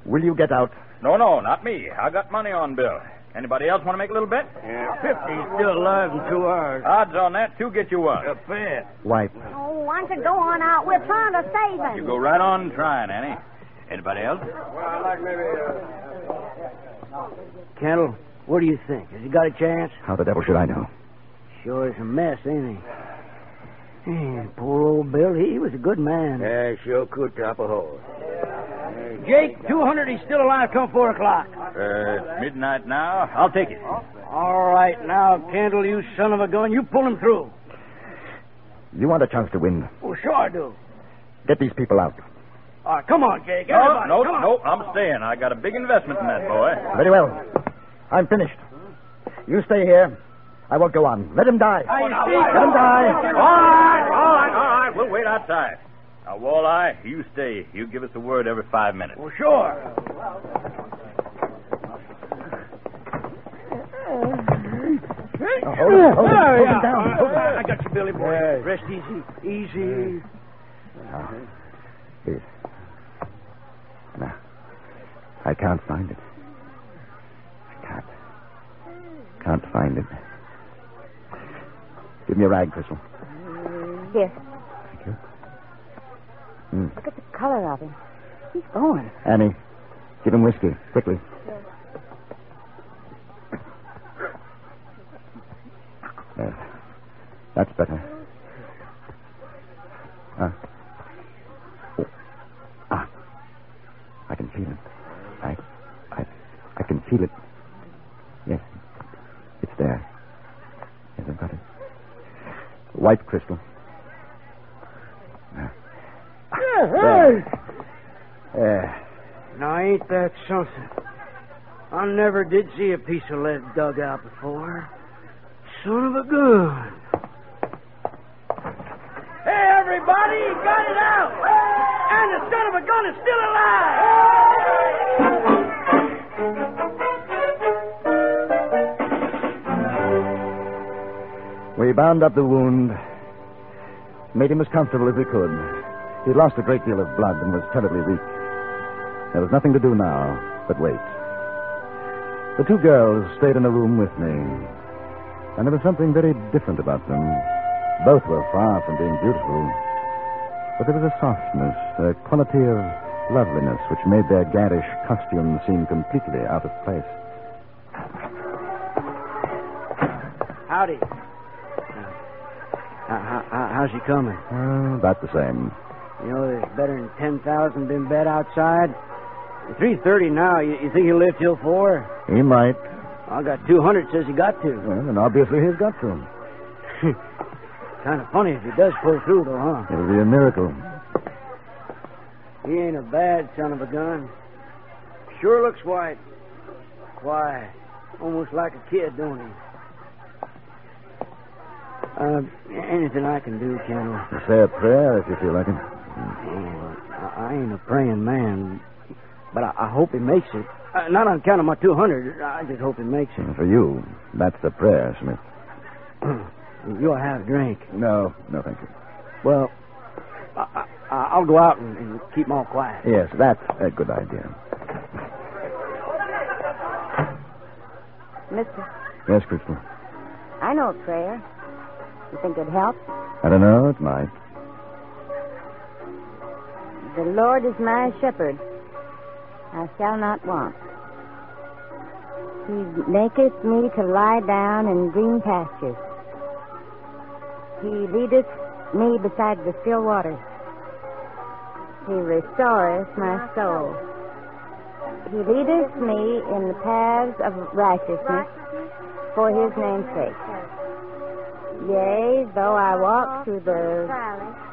Speaker 15: will you get out?
Speaker 31: No, no, not me. I got money on Bill. Anybody else want to make a little bet? Yeah, fifty's still alive in two hours. Odds on that, two get you one. A bet.
Speaker 15: Wipe.
Speaker 24: Oh, why don't you go on out? We're trying to save him.
Speaker 31: You go right on trying, Annie. Anybody else? uh,
Speaker 28: Kendall, what do you think? Has he got a chance?
Speaker 15: How the devil should I know?
Speaker 28: Sure is a mess, ain't he? Man, poor old Bill, he was a good man.
Speaker 34: Yeah, sure could top a hole.
Speaker 28: Jake, 200, he's still alive come 4 o'clock.
Speaker 31: Uh, it's midnight now. I'll take it.
Speaker 28: All right, now, Kendall, you son of a gun, you pull him through.
Speaker 15: You want a chance to win.
Speaker 28: Well, Oh, sure I do.
Speaker 15: Get these people out.
Speaker 28: All right, come on, Jake.
Speaker 31: No,
Speaker 28: everybody,
Speaker 31: no,
Speaker 28: come on.
Speaker 31: no, I'm staying. I got a big investment in that boy.
Speaker 15: Very well. I'm finished. You stay here. I won't go on. Let him die.
Speaker 31: Oh, now,
Speaker 15: Let him
Speaker 31: All
Speaker 15: die.
Speaker 31: right, all right, all right. We'll wait outside. Now, Walleye, you stay. You give us a word every five minutes.
Speaker 28: Well, sure.
Speaker 15: Oh, hold him, hold him,
Speaker 28: There
Speaker 15: hold
Speaker 28: you
Speaker 15: him down,
Speaker 28: are.
Speaker 15: hold him down.
Speaker 28: I got you, Billy boy. Rest easy. Easy.
Speaker 15: Now, here. Now, I can't find it. I can't. Can't find it. Give me a rag, Crystal.
Speaker 24: Yes.
Speaker 28: Hmm.
Speaker 15: Mm.
Speaker 24: Look at the color of him. He's
Speaker 28: Oh.
Speaker 24: going.
Speaker 15: Annie, give him whiskey, quickly. There. That's better. Ah. Oh. Ah. I can feel it. I, I, I can feel it. Yes. It's there. Yes, I've got it. White crystal.
Speaker 28: Uh-huh.
Speaker 15: There.
Speaker 28: Now, ain't that something? I never did see a piece of lead dug out before. Son of a gun. Hey, everybody, he got it out! And the son of a gun is still alive!
Speaker 15: We bound up the wound, made him as comfortable as we could. He lost a great deal of blood and was terribly weak. There was nothing to do now but wait. The two girls stayed in the room with me, and there was something very different about them. Both were far from being beautiful, but there was a softness, a quality of loveliness which made their garish costumes seem completely out of place.
Speaker 28: Howdy. How, how, how's he coming?
Speaker 15: Uh, Ah, about the same.
Speaker 28: You know, there's better than 10,000 been bet outside. 3.30 now. You, you think he'll live till 4?
Speaker 15: He might.
Speaker 28: I got 200 says he got to.
Speaker 15: Well, then obviously he's got to.
Speaker 28: Kind of funny if he does pull through, though, huh?
Speaker 15: It'll be a miracle.
Speaker 28: He ain't a bad son of a gun. Sure looks white. Quiet. Almost like a kid, don't he? Uh, anything I can do, General.
Speaker 15: Say a prayer if you feel like it.
Speaker 28: I I ain't a praying man, but I, I hope he makes it. Uh, not on account of my 200. I just hope he makes it.
Speaker 15: For you, that's the prayer, Smith.
Speaker 28: You'll have a drink.
Speaker 15: No, no, thank you.
Speaker 28: Well, I, I, Uh, I'll go out and, and keep 'em all quiet.
Speaker 15: Yes, that's a good idea.
Speaker 33: Mister,
Speaker 15: Yes, Crystal.
Speaker 33: I know a prayer. You think it helps?
Speaker 15: I don't know, it might.
Speaker 33: The Lord is my shepherd. I shall not want. He maketh me to lie down in green pastures. He leadeth me beside the still waters. He restoreth my soul. He leadeth me in the paths of righteousness for his name's sake. Yea, though I walk through the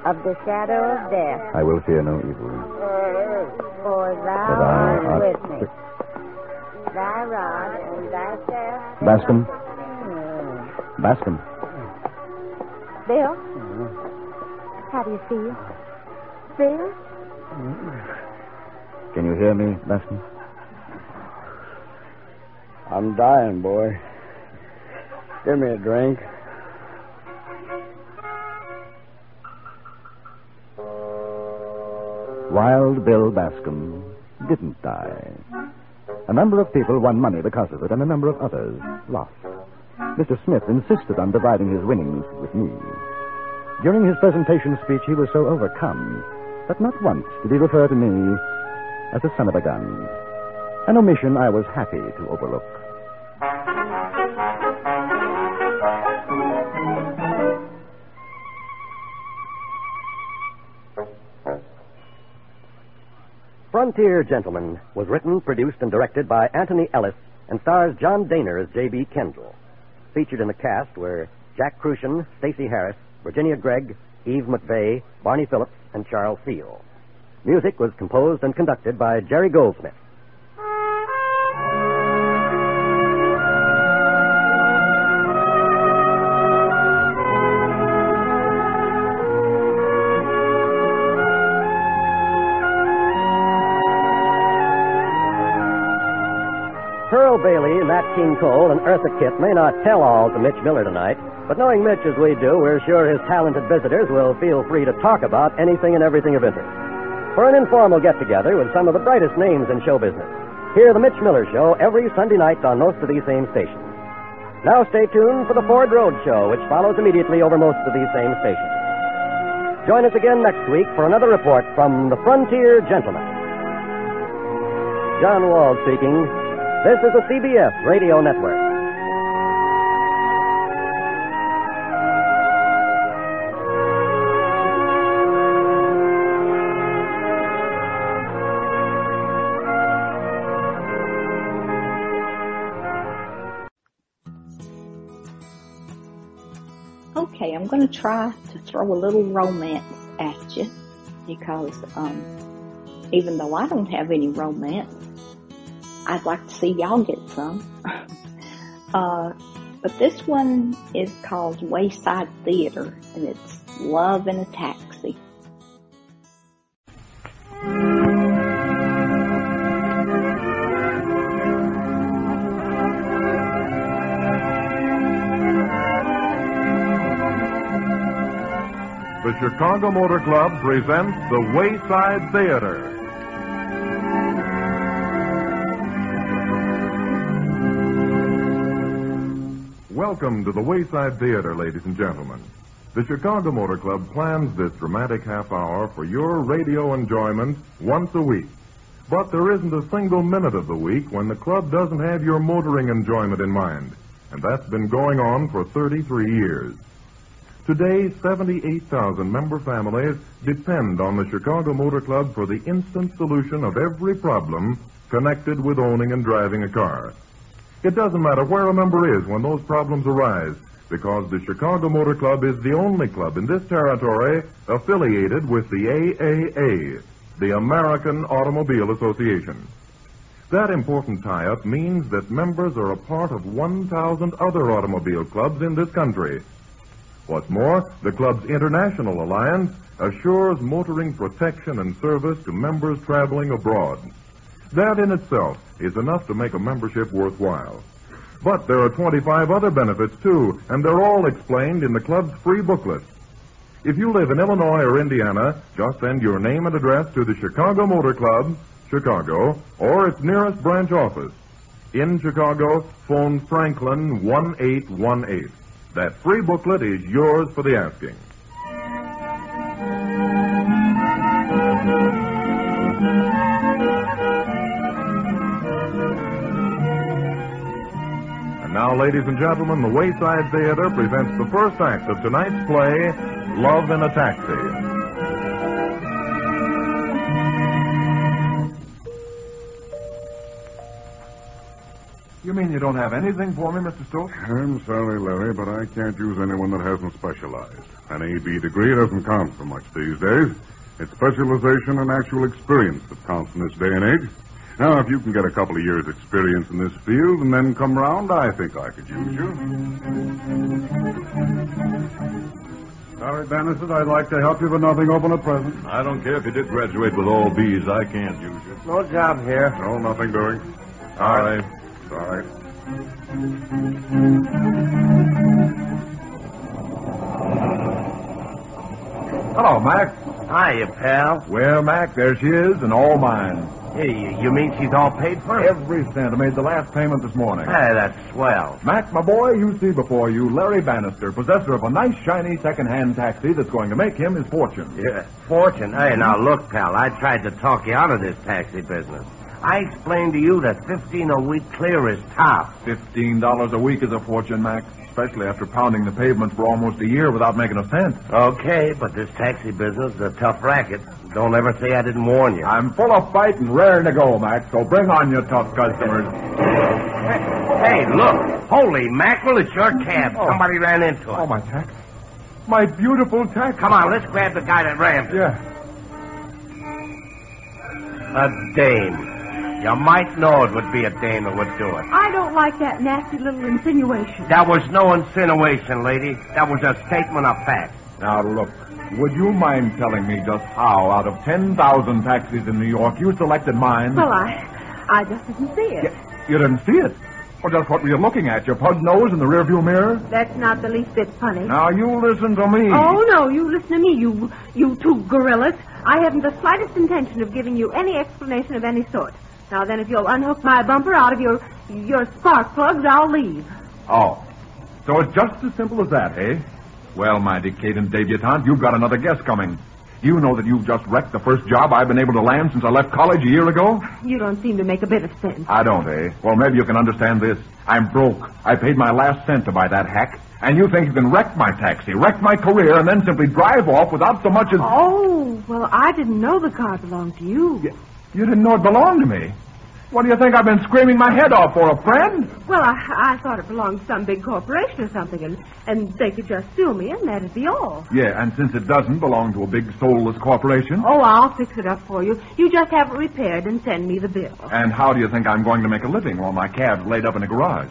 Speaker 33: of the shadow of death,
Speaker 15: I will fear no evil.
Speaker 33: for thou
Speaker 15: But I-
Speaker 33: art
Speaker 15: I-
Speaker 33: with me. Thy rod and thy staff. they
Speaker 15: Bascom?
Speaker 33: comfort me.
Speaker 15: Bascom,
Speaker 33: Bill? How do you feel? Bill?
Speaker 15: can you hear me, Bascom?
Speaker 28: I'm dying, boy. Give me a drink.
Speaker 15: Wild Bill Bascom didn't die. A number of people won money because of it, and a number of others lost. Mr. Smith insisted on dividing his winnings with me. During his presentation speech, he was so overcome that not once did he refer to me as a son of a gun. An omission I was happy to overlook.
Speaker 27: Frontier Gentleman was written, produced, and directed by Anthony Ellis and stars John Daner as J.B. Kendall. Featured in the cast were Jack Crucian, Stacey Harris, Virginia Gregg, Eve McVeigh, Barney Phillips, and Charles Seal. Music was composed and conducted by Jerry Goldsmith. Pearl Bailey, Nat King Cole, and Eartha Kitt may not tell all to Mitch Miller tonight, but knowing Mitch as we do, we're sure his talented visitors will feel free to talk about anything and everything of interest. For an informal get together with some of the brightest names in show business, hear The Mitch Miller Show every Sunday night on most of these same stations. Now stay tuned for The Ford Road Show, which follows immediately over most of these same stations. Join us again next week for another report from The Frontier Gentleman. John Wall speaking. This is the CBS Radio Network.
Speaker 1: Okay, I'm going to try to throw a little romance at you because um, even though I don't have any romance, I'd like to see y'all get some. uh, but this one is called Wayside Theater and it's Love in a Taxi.
Speaker 35: The Chicago Motor Club presents The Wayside Theater. Welcome to the Wayside Theater, ladies and gentlemen. The Chicago Motor Club plans this dramatic half hour for your radio enjoyment once a week. But there isn't a single minute of the week when the club doesn't have your motoring enjoyment in mind, and that's been going on for 33 years. Today, 78,000 member families depend on the Chicago Motor Club for the instant solution of every problem connected with owning and driving a car. It doesn't matter where a member is when those problems arise, because the Chicago Motor Club is the only club in this territory affiliated with the AAA, the American Automobile Association. That important tie up means that members are a part of 1,000 other automobile clubs in this country. What's more, the club's international alliance assures motoring protection and service to members traveling abroad. That in itself is enough to make a membership worthwhile. But there are 25 other benefits, too, and they're all explained in the club's free booklet. If you live in Illinois or Indiana, just send your name and address to the Chicago Motor Club, Chicago, or its nearest branch office. In Chicago, phone Franklin 1818. That free booklet is yours for the asking. And now, ladies and gentlemen, the Wayside Theater presents the first act of tonight's play, Love in a Taxi.
Speaker 36: You mean you don't have anything for me, Mr. Stokes?
Speaker 13: I'm sorry, Larry, but I can't use anyone that hasn't specialized. An AB degree doesn't count for much these days. It's specialization and actual experience that counts in this day and age. Now, if you can get a couple of years' experience in this field and then come round, I think I could use you. Sorry, Bannister, I'd like to help you, but nothing open at present.
Speaker 36: I don't care if you did graduate with all B's. I can't use you.
Speaker 13: No job here. No, nothing doing.
Speaker 36: Sorry.
Speaker 13: Sorry.
Speaker 36: Hello, Mac.
Speaker 16: Hiya, pal.
Speaker 36: Well, Mac, there she is, and all mine.
Speaker 16: Hey, you, you mean she's all paid for?
Speaker 36: Every cent. I made the last payment this morning.
Speaker 16: Hey, that's swell.
Speaker 36: Mac, my boy, you see before you Larry Bannister, possessor of a nice, shiny second-hand taxi that's going to make him his fortune.
Speaker 16: Yeah, fortune? Hey, now look, pal, I tried to talk you out of this taxi business. I explained to you that fifteen a week clear is top.
Speaker 36: Fifteen dollars a week is a fortune, Mac. Especially after pounding the pavement for almost a year without making a cent.
Speaker 16: Okay, but this taxi business is a tough racket. Don't ever say I didn't warn you.
Speaker 36: I'm full of fight and raring to go, Mac. So bring on your tough customers.
Speaker 16: hey, look! Holy mackerel! It's your cab. Oh. Somebody ran into it.
Speaker 36: Oh, my taxi! My beautiful taxi!
Speaker 16: Come on, let's grab the guy that rammed it.
Speaker 36: Yeah.
Speaker 16: A dame. You might know it would be a dame that would do it.
Speaker 37: I don't like that nasty little insinuation.
Speaker 16: That was no insinuation, lady. That was a statement of fact.
Speaker 36: Now, look, would you mind telling me just how, out of 10,000 taxis in New York, you selected mine?
Speaker 37: Well, I. I just didn't see it.
Speaker 36: Yeah, you didn't see it? Well, just what were you looking at? Your pug nose in the rearview mirror?
Speaker 37: That's not the least bit funny.
Speaker 36: Now, you listen to me.
Speaker 37: Oh, no, you listen to me, you, you two gorillas. I haven't the slightest intention of giving you any explanation of any sort. Now then, if you'll unhook my bumper out of your your spark plugs, I'll leave.
Speaker 36: Oh. So it's just as simple as that, eh? Well, my Decaden debutante, you've got another guest coming. You know that you've just wrecked the first job I've been able to land since I left college a year ago?
Speaker 37: You don't seem to make a bit of sense.
Speaker 36: I don't, eh? Well, maybe you can understand this. I'm broke. I paid my last cent to buy that hack. And you think you can wreck my taxi, wreck my career, and then simply drive off without so much as.
Speaker 37: Oh, well, I didn't know the car belonged to you.
Speaker 36: Yeah. You didn't know it belonged to me. What do you think I've been screaming my head off for, a friend?
Speaker 37: Well, I, I thought it belonged to some big corporation or something, and, and they could just sue me, and that'd be all.
Speaker 36: Yeah, and since it doesn't belong to a big soulless corporation.
Speaker 37: Oh, I'll fix it up for you. You just have it repaired and send me the bill.
Speaker 36: And how do you think I'm going to make a living while my cab's laid up in a garage?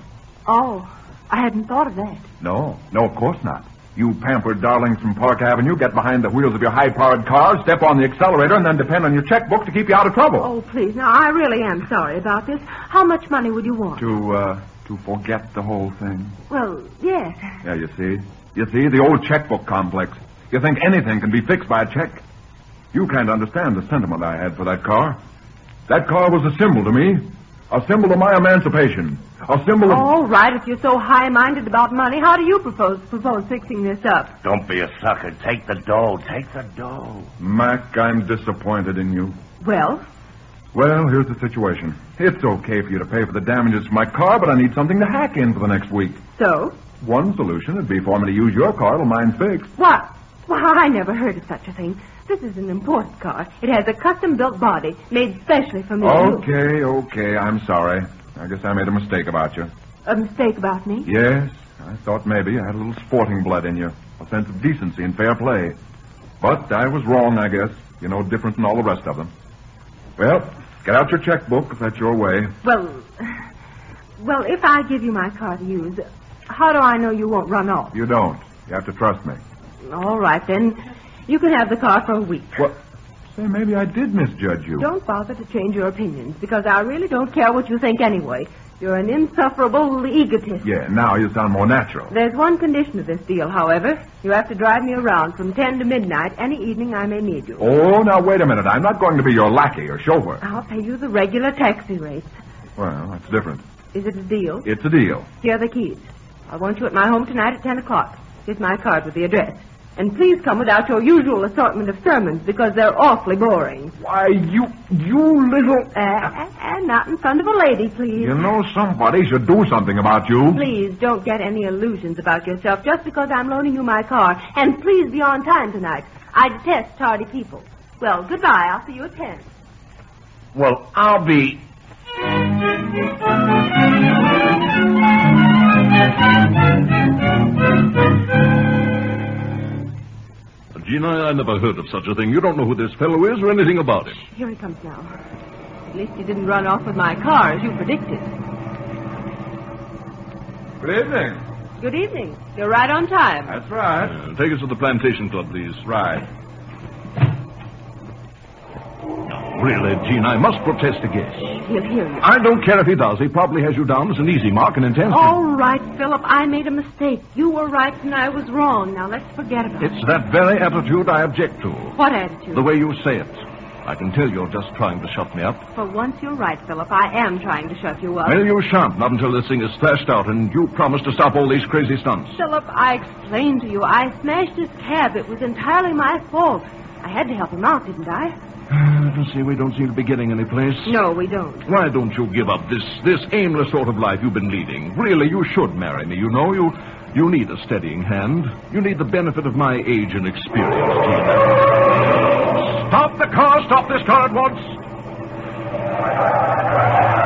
Speaker 37: Oh, I hadn't thought of that.
Speaker 36: No, no, of course not. You pampered darlings from Park Avenue get behind the wheels of your high powered car, step on the accelerator, and then depend on your checkbook to keep you out of trouble.
Speaker 37: Oh, please. Now, I really am sorry about this. How much money would you want?
Speaker 36: To, uh, to forget the whole thing.
Speaker 37: Well, yes.
Speaker 36: Yeah, you see. You see, the old checkbook complex. You think anything can be fixed by a check. You can't understand the sentiment I had for that car. That car was a symbol to me, a symbol of my emancipation. A symbol of.
Speaker 16: Oh.
Speaker 37: All right, if you're so high minded about money, how do you propose propose fixing this up?
Speaker 16: Don't be a sucker. Take the dough. Take the dough.
Speaker 36: Mac, I'm disappointed in you.
Speaker 37: Well?
Speaker 36: Well, here's the situation. It's okay for you to pay for the damages to my car, but I need something to hack in for the next week.
Speaker 37: So?
Speaker 36: One solution would be for me to use your car till mine's fixed.
Speaker 37: What? Well, I never heard of such a thing. This is an import car. It has a custom-built body made specially for me.
Speaker 16: Oh.
Speaker 36: Okay, okay. I'm sorry. I guess I made a mistake about you.
Speaker 37: A mistake about me?
Speaker 36: Yes, I thought maybe you had a little sporting blood in you, a sense of decency and fair play. But I was wrong, I guess. You're no different than all the rest of them. Well, get out your checkbook if that's your way.
Speaker 37: Well, well, if I give you my car to use, how do I know you won't run off?
Speaker 36: You don't. You have to trust me.
Speaker 37: All right, then. You can have the car for a week.
Speaker 36: What? Say, maybe I did misjudge you.
Speaker 37: Don't bother to change your opinions, because I really don't care what you think anyway. You're an insufferable egotist.
Speaker 36: Yeah, now you sound more natural.
Speaker 37: There's one condition to this deal, however. You have to drive me around from 10 to midnight any evening I may need you.
Speaker 36: Oh, now wait a minute. I'm not going to be your lackey or chauffeur.
Speaker 37: I'll pay you the regular taxi rate.
Speaker 36: Well, that's different.
Speaker 37: Is it a deal?
Speaker 36: It's a deal.
Speaker 37: Here are the keys. I want you at my home tonight at 10 o'clock. Here's my card with the address. And please come without your usual assortment of sermons because they're awfully boring.
Speaker 36: Why, you, you little.
Speaker 37: Uh, uh, uh, not in front of a lady, please.
Speaker 36: You know, somebody should do something about you.
Speaker 37: Please don't get any illusions about yourself just because I'm loaning you my car. And please be on time tonight. I detest tardy people. Well, goodbye. I'll see you at 10.
Speaker 38: Well, I'll be.
Speaker 22: Gina, I never heard of such a thing. You don't know who this fellow is or anything about him.
Speaker 37: Here he comes now. At least he didn't run off with my car, as you predicted.
Speaker 36: Good evening.
Speaker 37: Good evening. You're right on time.
Speaker 36: That's right.
Speaker 22: Uh, take us to the plantation club, please.
Speaker 36: Right.
Speaker 22: Really, Gina, I must protest against.
Speaker 37: He'll hear you.
Speaker 22: I don't care if he does. He probably has you down as an easy mark and intends
Speaker 36: Oh.
Speaker 22: to.
Speaker 37: All right, Philip. I made a mistake. You were right and I was wrong. Now let's forget about it.
Speaker 22: It's that very attitude I object to.
Speaker 37: What attitude?
Speaker 22: The way you say it. I can tell you're just trying to shut me up.
Speaker 37: For once, you're right, Philip. I am trying to shut
Speaker 36: Uh.
Speaker 37: you up.
Speaker 22: Well, you shan't, not until this thing is thrashed out, and you promise to stop all these crazy stunts.
Speaker 37: Philip, I explained to you. I smashed his cab. It was entirely my fault. I had to help him out, didn't I?
Speaker 22: You see, we don't seem to be getting any place.
Speaker 37: No, we don't.
Speaker 22: Why don't you give up this this aimless sort of life you've been leading? Really, you should marry me. You know, you you need a steadying hand. You need the benefit of my age and experience. Gina. Stop the car! Stop this car at once!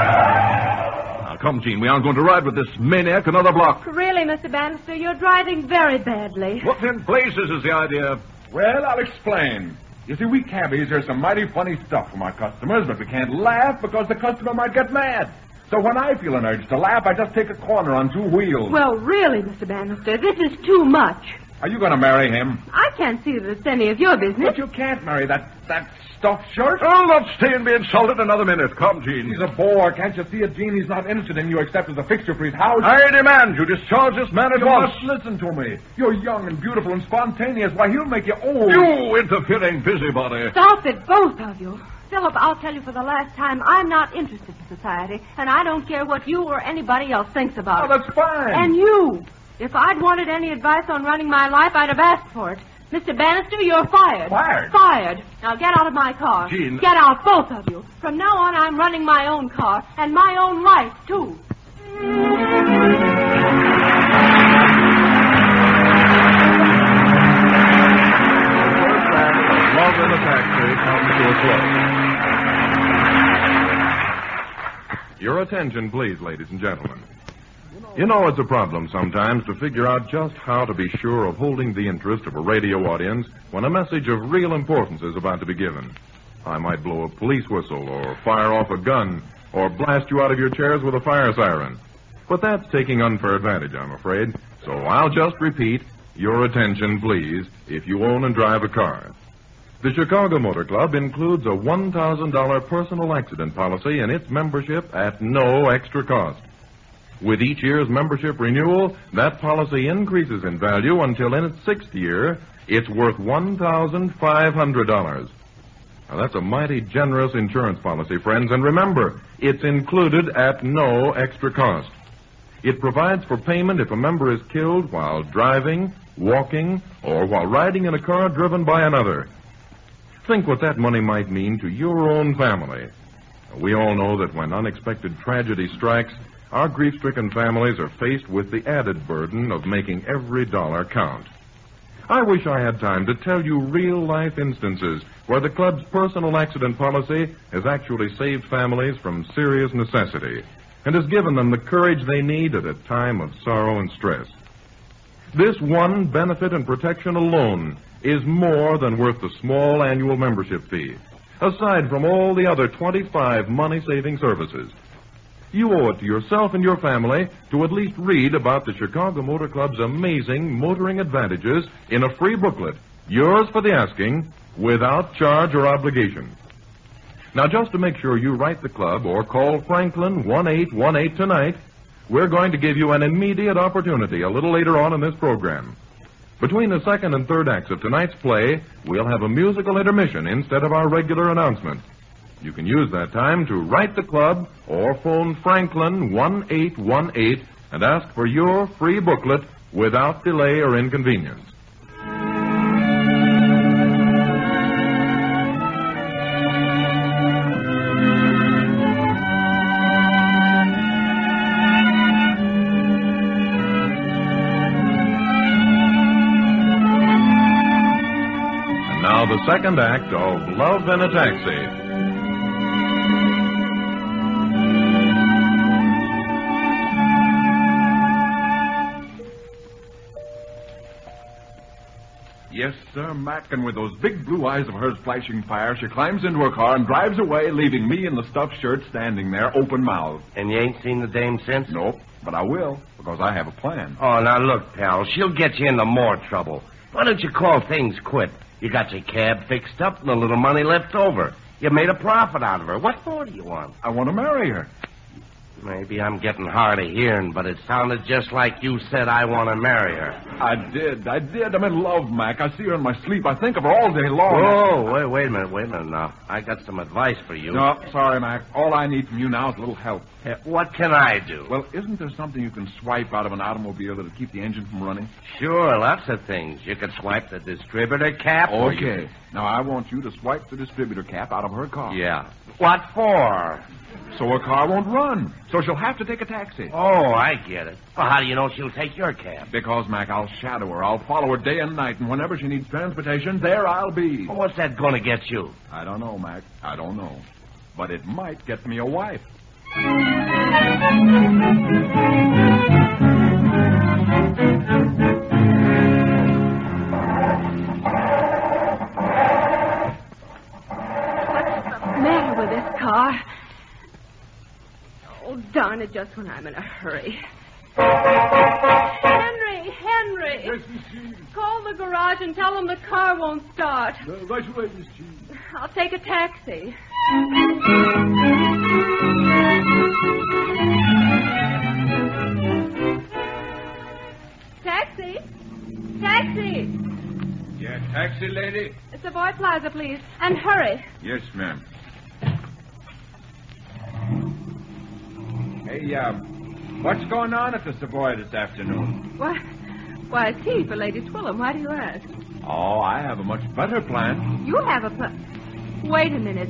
Speaker 22: Now, come, Gene. We aren't going to ride with this maniac another block.
Speaker 37: Really, Mr. Bannister, you're driving very badly.
Speaker 22: What in blazes is the idea?
Speaker 36: Well, I'll explain. You see, we cabbies hear some mighty funny stuff from our customers, but we can't laugh because the customer might get mad. So when I feel an urge to laugh, I just take a corner on two wheels.
Speaker 37: Well, really, Mr. Bannister, this is too much.
Speaker 36: Are you going to marry him?
Speaker 37: I can't see that it's any of your business.
Speaker 36: But you can't marry that that stuffed shirt.
Speaker 22: I'll not Oh, stay and be insulted another minute. Come, Gene.
Speaker 36: He's a bore. Can't you see it, Gene? He's not interested in you except as a fixture for his house.
Speaker 22: I demand you discharge this man at
Speaker 36: you
Speaker 22: once.
Speaker 36: must listen to me. You're young and beautiful and spontaneous. Why, he'll make you old.
Speaker 22: You interfering busybody.
Speaker 37: Stop it, both of you. Philip, I'll tell you for the last time, I'm not interested in society, and I don't care what you or anybody else thinks about
Speaker 36: Oh,
Speaker 37: it.
Speaker 36: that's fine.
Speaker 37: And you. If I'd wanted any advice on running my life, I'd have asked for it. Mr. Bannister, you're fired.
Speaker 36: Fired?
Speaker 37: Fired. Now get out of my car.
Speaker 22: Jean-
Speaker 37: Get out, both of you. From now on, I'm running my own car and my own life, too.
Speaker 36: Love in the factory comes to a close.
Speaker 35: Your attention, please, ladies and gentlemen. You know, it's a problem sometimes to figure out just how to be sure of holding the interest of a radio audience when a message of real importance is about to be given. I might blow a police whistle, or fire off a gun, or blast you out of your chairs with a fire siren. But that's taking unfair advantage, I'm afraid. So I'll just repeat your attention, please, if you own and drive a car. The Chicago Motor Club includes a $1,000 personal accident policy in its membership at no extra cost. With each year's membership renewal, that policy increases in value until in its sixth year, it's worth $1,500. Now, that's a mighty generous insurance policy, friends, and remember, it's included at no extra cost. It provides for payment if a member is killed while driving, walking, or while riding in a car driven by another. Think what that money might mean to your own family. We all know that when unexpected tragedy strikes, our grief stricken families are faced with the added burden of making every dollar count. I wish I had time to tell you real life instances where the club's personal accident policy has actually saved families from serious necessity and has given them the courage they need at a time of sorrow and stress. This one benefit and protection alone is more than worth the small annual membership fee, aside from all the other 25 money saving services. You owe it to yourself and your family to at least read about the Chicago Motor Club's amazing motoring advantages in a free booklet, yours for the asking, without charge or obligation. Now, just to make sure you write the club or call Franklin 1818 tonight, we're going to give you an immediate opportunity a little later on in this program. Between the second and third acts of tonight's play, we'll have a musical intermission instead of our regular announcement. You can use that time to write the club or phone Franklin 1818 and ask for your free booklet without delay or inconvenience. And now the second act of Love in a Taxi.
Speaker 36: Yes, sir, Mac. And with those big blue eyes of hers flashing fire, she climbs into her car and drives away, leaving me in the stuffed shirt standing there, open mouthed.
Speaker 16: And you ain't seen the dame since?
Speaker 36: Nope, but I will, because I have a plan.
Speaker 16: Oh, now look, pal, she'll get you into more trouble. Why don't you call things quit? You got your cab fixed up and a little money left over. You made a profit out of her. What more do you want?
Speaker 36: I want to marry her.
Speaker 16: Maybe I'm getting hard of hearing, but it sounded just like you said I want to marry her.
Speaker 36: I did. I did. I'm in love, Mac. I see her in my sleep. I think of her all day long.
Speaker 16: Whoa, wait, wait a minute, wait a minute now. I got some advice for Oh, you.
Speaker 36: No, sorry, Mac. All I need from you now is a little help.
Speaker 16: Uh, What can I do?
Speaker 36: Well, isn't there something you can swipe out of an automobile that'll keep the engine from running?
Speaker 16: Sure, lots of things. You could swipe the distributor cap. or you
Speaker 36: Okay. Now, I want you to swipe the distributor cap out of her car.
Speaker 16: could- Yeah. What for?
Speaker 36: So her car won't run. So she'll have to take a taxi.
Speaker 16: Oh, I get it. Well, how do you know she'll take your cab?
Speaker 36: Because, Mac, I'll shadow her. I'll follow her day and night, and whenever she needs transportation, there I'll be.
Speaker 16: Well, what's that going to get you?
Speaker 36: I don't know, Mac. I don't know. But it might get me a wife.
Speaker 37: matter with this car? Oh, darn it, just when I'm in a hurry. Henry, Henry! Call the garage and tell them the car won't start.
Speaker 36: right away, Miss G.
Speaker 37: I'll take a taxi. Taxi? Taxi!
Speaker 36: Yeah, taxi lady?
Speaker 37: Savoy Plaza, please. And hurry.
Speaker 36: Yes, ma'am. Hey, uh, what's going on at the Savoy this afternoon?
Speaker 37: Why, why, tea for Lady Twillum. Why do you ask?
Speaker 36: Oh, I have a much better plan.
Speaker 37: You have a pla- Wait a minute.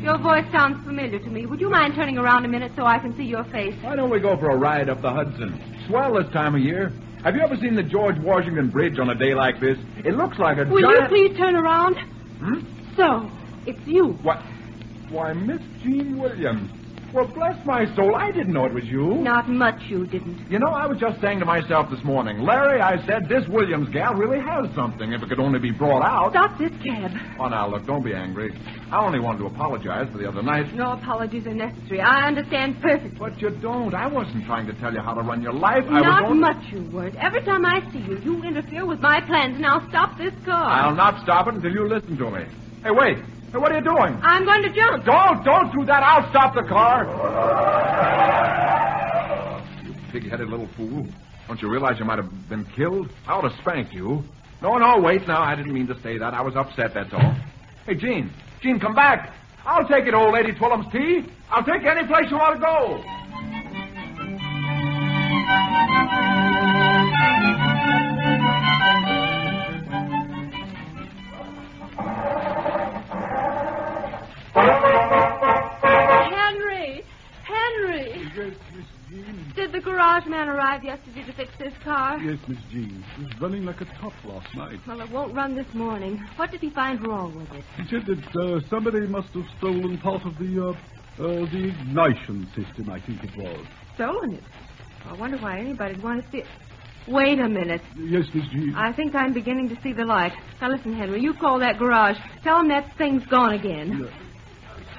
Speaker 37: Your voice sounds familiar to me. Would you mind turning around a minute so I can see your face?
Speaker 36: Why don't we go for a ride up the Hudson? Swell this time of year. Have you ever seen the George Washington Bridge on a day like this? It looks like a
Speaker 37: Will
Speaker 36: giant...
Speaker 37: you please turn around?
Speaker 36: Hmm?
Speaker 37: So, it's you.
Speaker 36: What? Why, Miss Jean Williams. Well, bless my soul, I didn't know it was you.
Speaker 37: Not much you didn't.
Speaker 36: You know, I was just saying to myself this morning, Larry, I said this Williams gal really has something if it could only be brought out.
Speaker 37: Stop this cab.
Speaker 36: Oh, now, look, don't be angry. I only wanted to apologize for the other night.
Speaker 37: No apologies are necessary. I understand perfectly.
Speaker 36: But you don't. I wasn't trying to tell you how to run your life. I was
Speaker 37: Not
Speaker 36: only...
Speaker 37: much you weren't. Every time I see you, you interfere with my plans. Now stop this car.
Speaker 36: I'll not stop it until you listen to me. Hey, wait. Hey, what are you doing?
Speaker 37: I'm going to jump.
Speaker 36: Don't, don't do that. I'll stop the car. You pig-headed little fool. Don't you realize you might have been killed? I ought to spank you. No, no, wait now. I didn't mean to say that. I was upset, that's all. Hey, Jean. Jean, come back. I'll take it, old lady Twillum's tea. I'll take you any place you want to go.
Speaker 37: Henry! Henry!
Speaker 36: Yes, Miss Jean.
Speaker 37: arrived yesterday to fix this car?
Speaker 13: Yes, Miss Jean. It was running like a top last night.
Speaker 37: Well, it won't run this morning. What did he find wrong with it?
Speaker 13: He said that uh, somebody must have stolen part of the, uh, uh, the ignition system, I think it was.
Speaker 37: Stolen it. I wonder why anybody'd want to see it. Wait a minute.
Speaker 13: Yes, Miss Jean.
Speaker 37: I think I'm beginning to see the light. Now listen, Henry, you call that garage. Tell them that thing's gone again.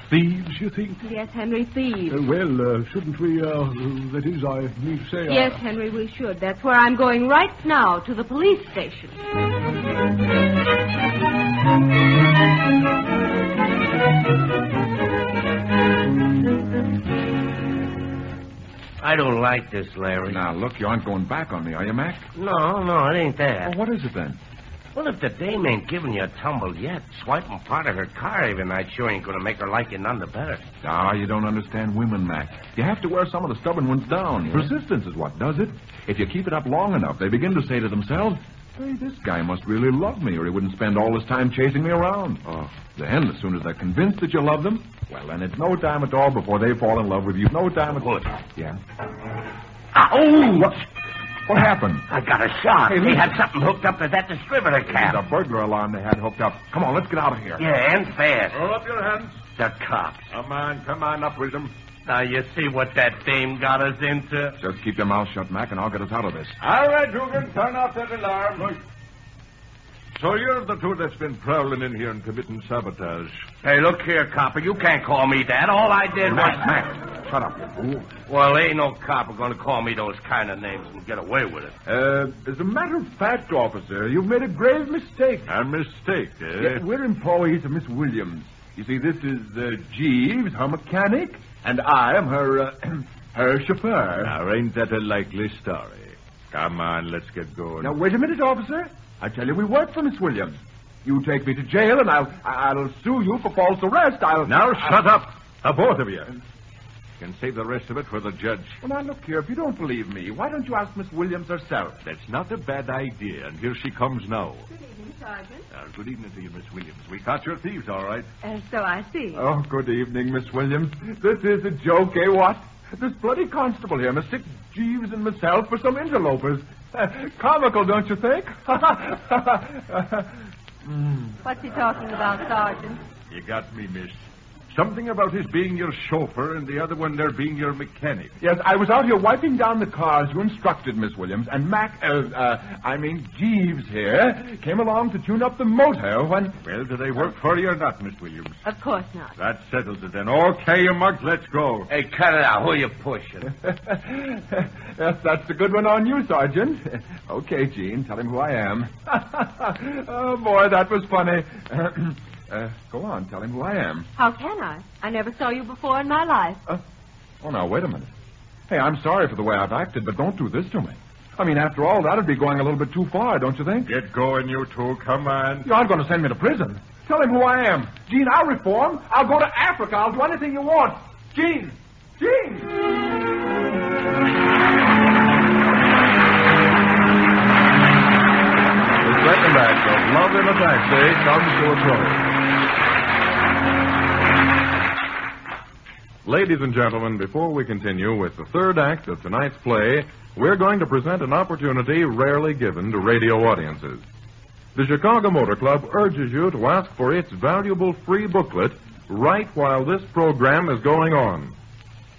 Speaker 13: Thieves, you think?
Speaker 37: Yes, Henry, thieves.
Speaker 13: Uh, well, uh, shouldn't we, uh, that is, I mean to say... uh,
Speaker 37: Yes,
Speaker 13: I...
Speaker 37: Henry, we should. That's where I'm going right now, to the police station.
Speaker 16: I don't like this, Larry.
Speaker 39: Now, look, you aren't going back on me, are you, Mac?
Speaker 16: No, no, it ain't that.
Speaker 39: Well, what is it then?
Speaker 16: Well, if the dame ain't giving you a tumble yet, swiping part of her car even, I sure ain't going to make her like you none the better.
Speaker 39: Ah, you don't understand women, Mac. You have to wear some of the stubborn ones down. Persistence is what does it. If you keep it up long enough, they begin to say to themselves, hey, this guy must really love me, or he wouldn't spend all this time chasing me around. Oh. Then, as soon as they're convinced that you love them, well, then it's no time at all before they fall in love with you. No time at all. Yeah.
Speaker 16: Oh!
Speaker 39: What? What happened?
Speaker 16: I got a shock.
Speaker 39: Hey,
Speaker 16: they
Speaker 39: look.
Speaker 16: had something hooked up to that distributor cap.
Speaker 39: The burglar alarm they had hooked up. Come on, let's get out of here.
Speaker 16: Yeah, and fast.
Speaker 36: Roll up your hands.
Speaker 16: The cops.
Speaker 36: Come on, come on, up with them.
Speaker 16: Now you see what that dame got us into.
Speaker 39: Just keep your mouth shut, Mac, and I'll get us out of this.
Speaker 13: Ah,
Speaker 36: All right, Dugan, turn off that alarm.
Speaker 13: So you're the two that's been prowling in here and committing sabotage.
Speaker 16: Hey, look here, copper. You can't call me that. All I did was.
Speaker 39: Mac, Mac, shut up, you fool.
Speaker 16: Well, ain't no copper going to call me those kind of names and get away with it.
Speaker 36: Uh, as a matter of fact, officer, you've made a grave mistake.
Speaker 13: A mistake, eh?
Speaker 36: Yeah, we're employees of Miss Williams. You see, this is uh, Jeeves, her mechanic, and I am her uh, her chauffeur.
Speaker 13: Now, ain't that a likely story? Come on, let's get going.
Speaker 36: Now, wait a minute, officer. I tell you, we work for Miss Williams. You take me to jail, and I'll I'll sue you for false arrest. I'll
Speaker 13: Now,
Speaker 36: I'll-
Speaker 13: shut up, the both of you. Can save the rest of it for the judge.
Speaker 36: Well, now look here. If you don't believe me, why don't you ask Miss Williams herself?
Speaker 13: That's not a bad idea, and here she comes now.
Speaker 37: Good evening, Sergeant.
Speaker 13: Uh, good evening to you, Miss Williams. We caught your thieves, all right.
Speaker 37: Uh, so I see.
Speaker 36: Oh, good evening, Miss Williams. This is a joke, eh, what? This bloody constable here mistook Jeeves and myself for some interlopers. comical, don't you think? Hmm,
Speaker 37: What's he talking about, Sergeant?
Speaker 13: You got me, miss. Something about his being your chauffeur and the other one there being your mechanic.
Speaker 36: yes, I was out here wiping down the car as you instructed, Miss Williams, and Mac, uh, uh, I mean Jeeves here, came along to tune up the motor when...
Speaker 13: Well, do they work for you or not, Miss Williams?
Speaker 37: Of course not.
Speaker 13: That settles it then. Okay, you mugs, let's go.
Speaker 16: Hey, cut it out. Who are you pushing?
Speaker 36: yes, that's a good one on you, Sergeant. okay, Gene, tell him who I am. oh, boy, that was funny. uh, go on, tell him who I am.
Speaker 37: How can I? I never saw you before in my life.
Speaker 36: Oh, now, wait a minute. Hey, I'm sorry for the way I've acted, but don't do this to me. I mean, after all, that'd be going a little bit too far, don't you think?
Speaker 13: Get going, you two. Come on.
Speaker 36: You aren't going to send me to prison. Tell him who I am. Gene, I'll reform. I'll go to Africa. I'll do anything you want. Gene! Gene!
Speaker 13: The second act of Love in a Taxi comes to a close.
Speaker 35: Ladies and gentlemen, before we continue with the third act of tonight's play, we're going to present an opportunity rarely given to radio audiences. The Chicago Motor Club urges you to ask for its valuable free booklet right while this program is going on.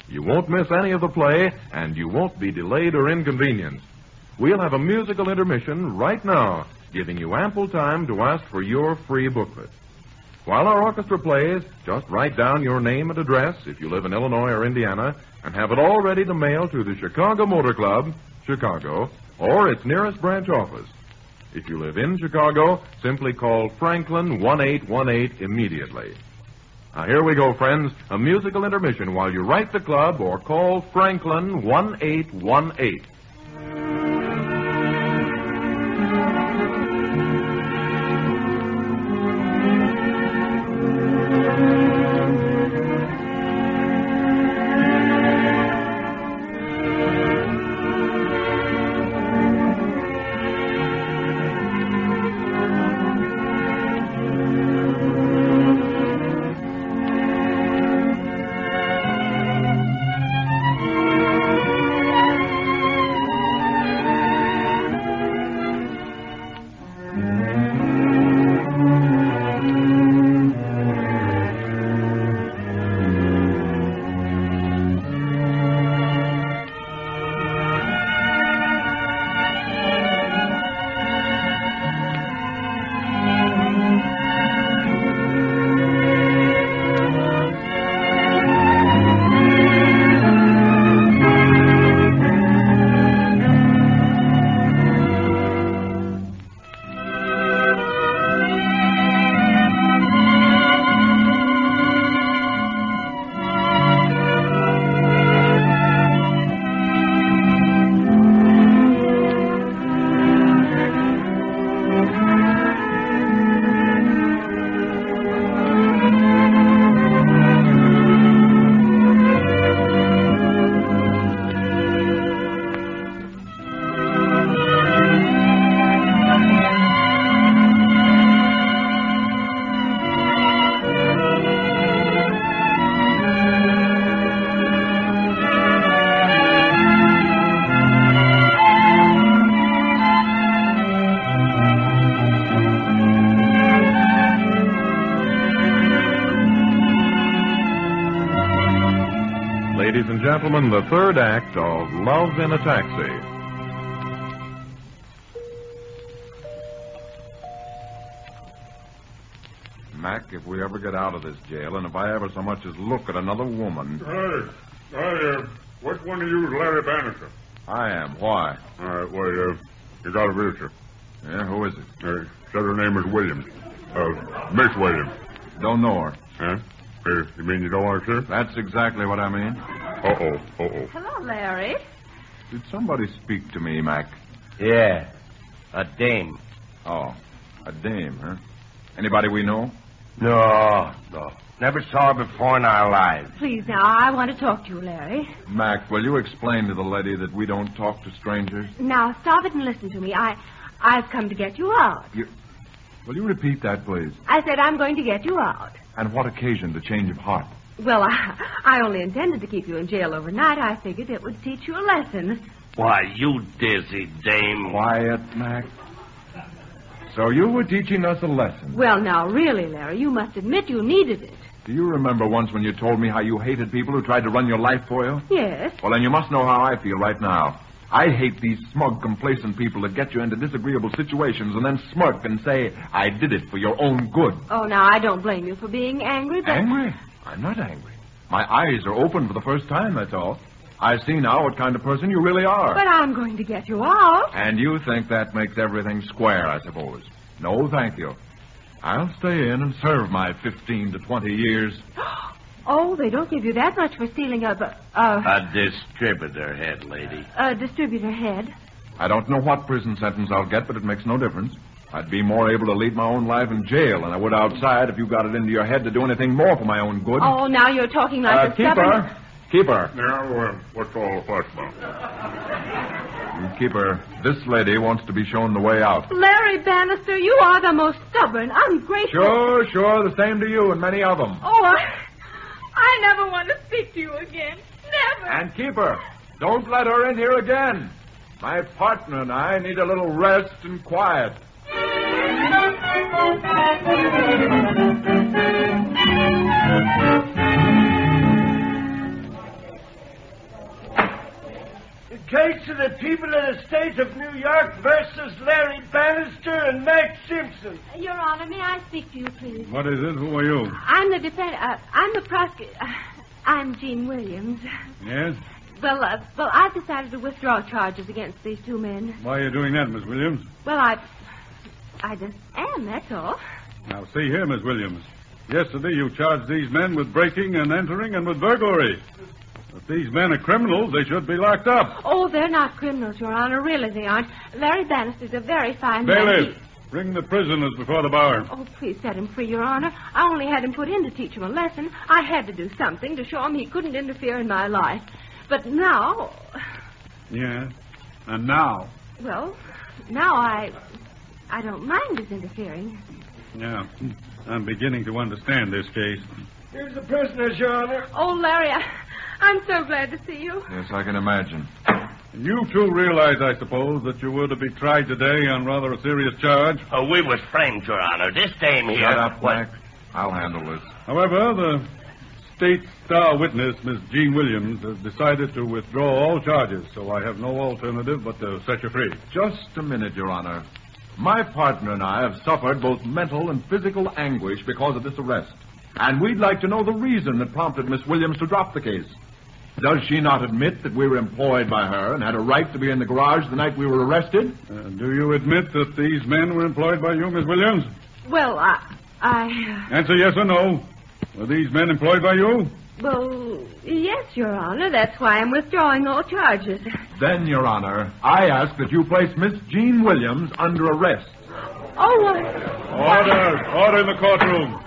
Speaker 35: You won't miss any of the play, and you won't be delayed or inconvenienced. We'll have a musical intermission right now, giving you ample time to ask for your free booklet. While our orchestra plays, just write down your name and address if you live in Illinois or Indiana and have it all ready to mail to the Chicago Motor Club, Chicago, or its nearest branch office. If you live in Chicago, simply call Franklin 1818 immediately. Now, here we go, friends. A musical intermission while you write the club or call Franklin 1818. gentlemen, the third act of Love in a Taxi.
Speaker 36: Mac, if we ever get out of this jail, and if I ever so much as look at another woman.
Speaker 13: Hey, hey, uh, which one of you is Larry Bannister?
Speaker 36: I am. Why?
Speaker 13: All right, well, uh, you got a visitor.
Speaker 36: Yeah, who is it?
Speaker 13: Uh, said her name is Williams. Uh, Miss Williams.
Speaker 36: Don't know her.
Speaker 13: Huh? Uh, you mean you don't want to see her?
Speaker 36: That's exactly what I mean.
Speaker 13: Uh-oh, uh-oh.
Speaker 37: Hello, Larry.
Speaker 36: Did somebody speak to me, Mac?
Speaker 40: Yeah. A dame.
Speaker 36: Oh, a dame, huh? Anybody we know?
Speaker 40: No, no. Never saw her before in our lives.
Speaker 37: Please, now, I want to talk to you, Larry.
Speaker 36: Mac, will you explain to the lady that we don't talk to strangers?
Speaker 37: Now, stop it and listen to me. I, I've come to get you out.
Speaker 36: You, will you repeat that, please?
Speaker 37: I said I'm going to get you out.
Speaker 36: And what occasioned the change of heart?
Speaker 37: Well, I, I only intended to keep you in jail overnight. I figured it would teach you a lesson.
Speaker 40: Why, you dizzy dame.
Speaker 36: Quiet, Mac. So you were teaching us a lesson.
Speaker 37: Well, now, really, Larry, you must admit you needed it.
Speaker 36: Do you remember once when you told me how you hated people who tried to run your life for you?
Speaker 37: Yes.
Speaker 36: Well, then you must know how I feel right now. I hate these smug, complacent people that get you into disagreeable situations and then smirk and say, I did it for your own good.
Speaker 37: Oh, now, I don't blame you for being angry, but.
Speaker 36: Angry? I'm not angry. My eyes are open for the first time, that's all. I see now what kind of person you really are.
Speaker 37: But I'm going to get you out.
Speaker 36: And you think that makes everything square, I suppose. No, thank you. I'll stay in and serve my 15 to 20 years.
Speaker 37: oh, they don't give you that much for stealing a. A,
Speaker 40: a distributor head, lady.
Speaker 37: A distributor head?
Speaker 36: I don't know what prison sentence I'll get, but it makes no difference. I'd be more able to lead my own life in jail than I would outside if you got it into your head to do anything more for my own good.
Speaker 37: Oh, now you're talking like
Speaker 36: uh,
Speaker 37: a stubborn...
Speaker 36: Keeper. Keeper.
Speaker 13: Now, uh, what's all the fuss about?
Speaker 36: Keeper, this lady wants to be shown the way out.
Speaker 37: Larry Bannister, you are the most stubborn, ungrateful.
Speaker 36: Sure, sure, the same to you and many of them.
Speaker 37: Oh, I, I never want to speak to you again. Never.
Speaker 36: And Keeper, don't let her in here again. My partner and I need a little rest and quiet.
Speaker 16: case of the people of the state of New York versus Larry Bannister and Max Simpson.
Speaker 37: Uh, Your Honor, may I speak to you, please?
Speaker 13: What is it? Who are you?
Speaker 37: I'm the defendant. Uh, I'm the prosecutor. Uh, I'm Jean Williams.
Speaker 13: Yes?
Speaker 37: Well, uh, well, I've decided to withdraw charges against these two men.
Speaker 13: Why are you doing that, Miss Williams?
Speaker 37: Well, I, I just am. That's all.
Speaker 13: Now see here, Miss Williams. Yesterday you charged these men with breaking and entering and with burglary. If these men are criminals, they should be locked up.
Speaker 37: Oh, they're not criminals, Your Honor. Really, they aren't. Larry Bannister's a very fine
Speaker 13: Bailiff,
Speaker 37: man.
Speaker 13: He... bring the prisoners before the bar.
Speaker 37: Oh, please set him free, Your Honor. I only had him put in to teach him a lesson. I had to do something to show him he couldn't interfere in my life. But now.
Speaker 13: Yeah. And now?
Speaker 37: Well, now I. I don't mind his interfering.
Speaker 13: Yeah. I'm beginning to understand this case.
Speaker 16: Here's the prisoners, Your Honor.
Speaker 37: Oh, Larry, I, I'm so glad to see you.
Speaker 36: Yes, I can imagine.
Speaker 13: And you two realize, I suppose, that you were to be tried today on rather a serious charge.
Speaker 40: Oh, we was framed, Your Honor. This dame here.
Speaker 36: Shut up, Mac. I'll handle this.
Speaker 13: However, the state's star witness, Miss Jean Williams, has decided to withdraw all charges, so I have no alternative but to set you free.
Speaker 36: Just a minute, Your Honor. My partner and I have suffered both mental and physical anguish because of this arrest. And we'd like to know the reason that prompted Miss Williams to drop the case. Does she not admit that we were employed by her and had a right to be in the garage the night we were arrested?
Speaker 13: Uh, do you admit that these men were employed by you, Miss Williams?
Speaker 37: Well, I, I.
Speaker 13: Answer yes or no. Were these men employed by you?
Speaker 37: Well, yes, Your Honor. That's why I'm withdrawing all charges.
Speaker 36: Then, Your Honor, I ask that you place Miss Jean Williams under arrest.
Speaker 37: Oh, uh...
Speaker 13: Order! Order in the courtroom.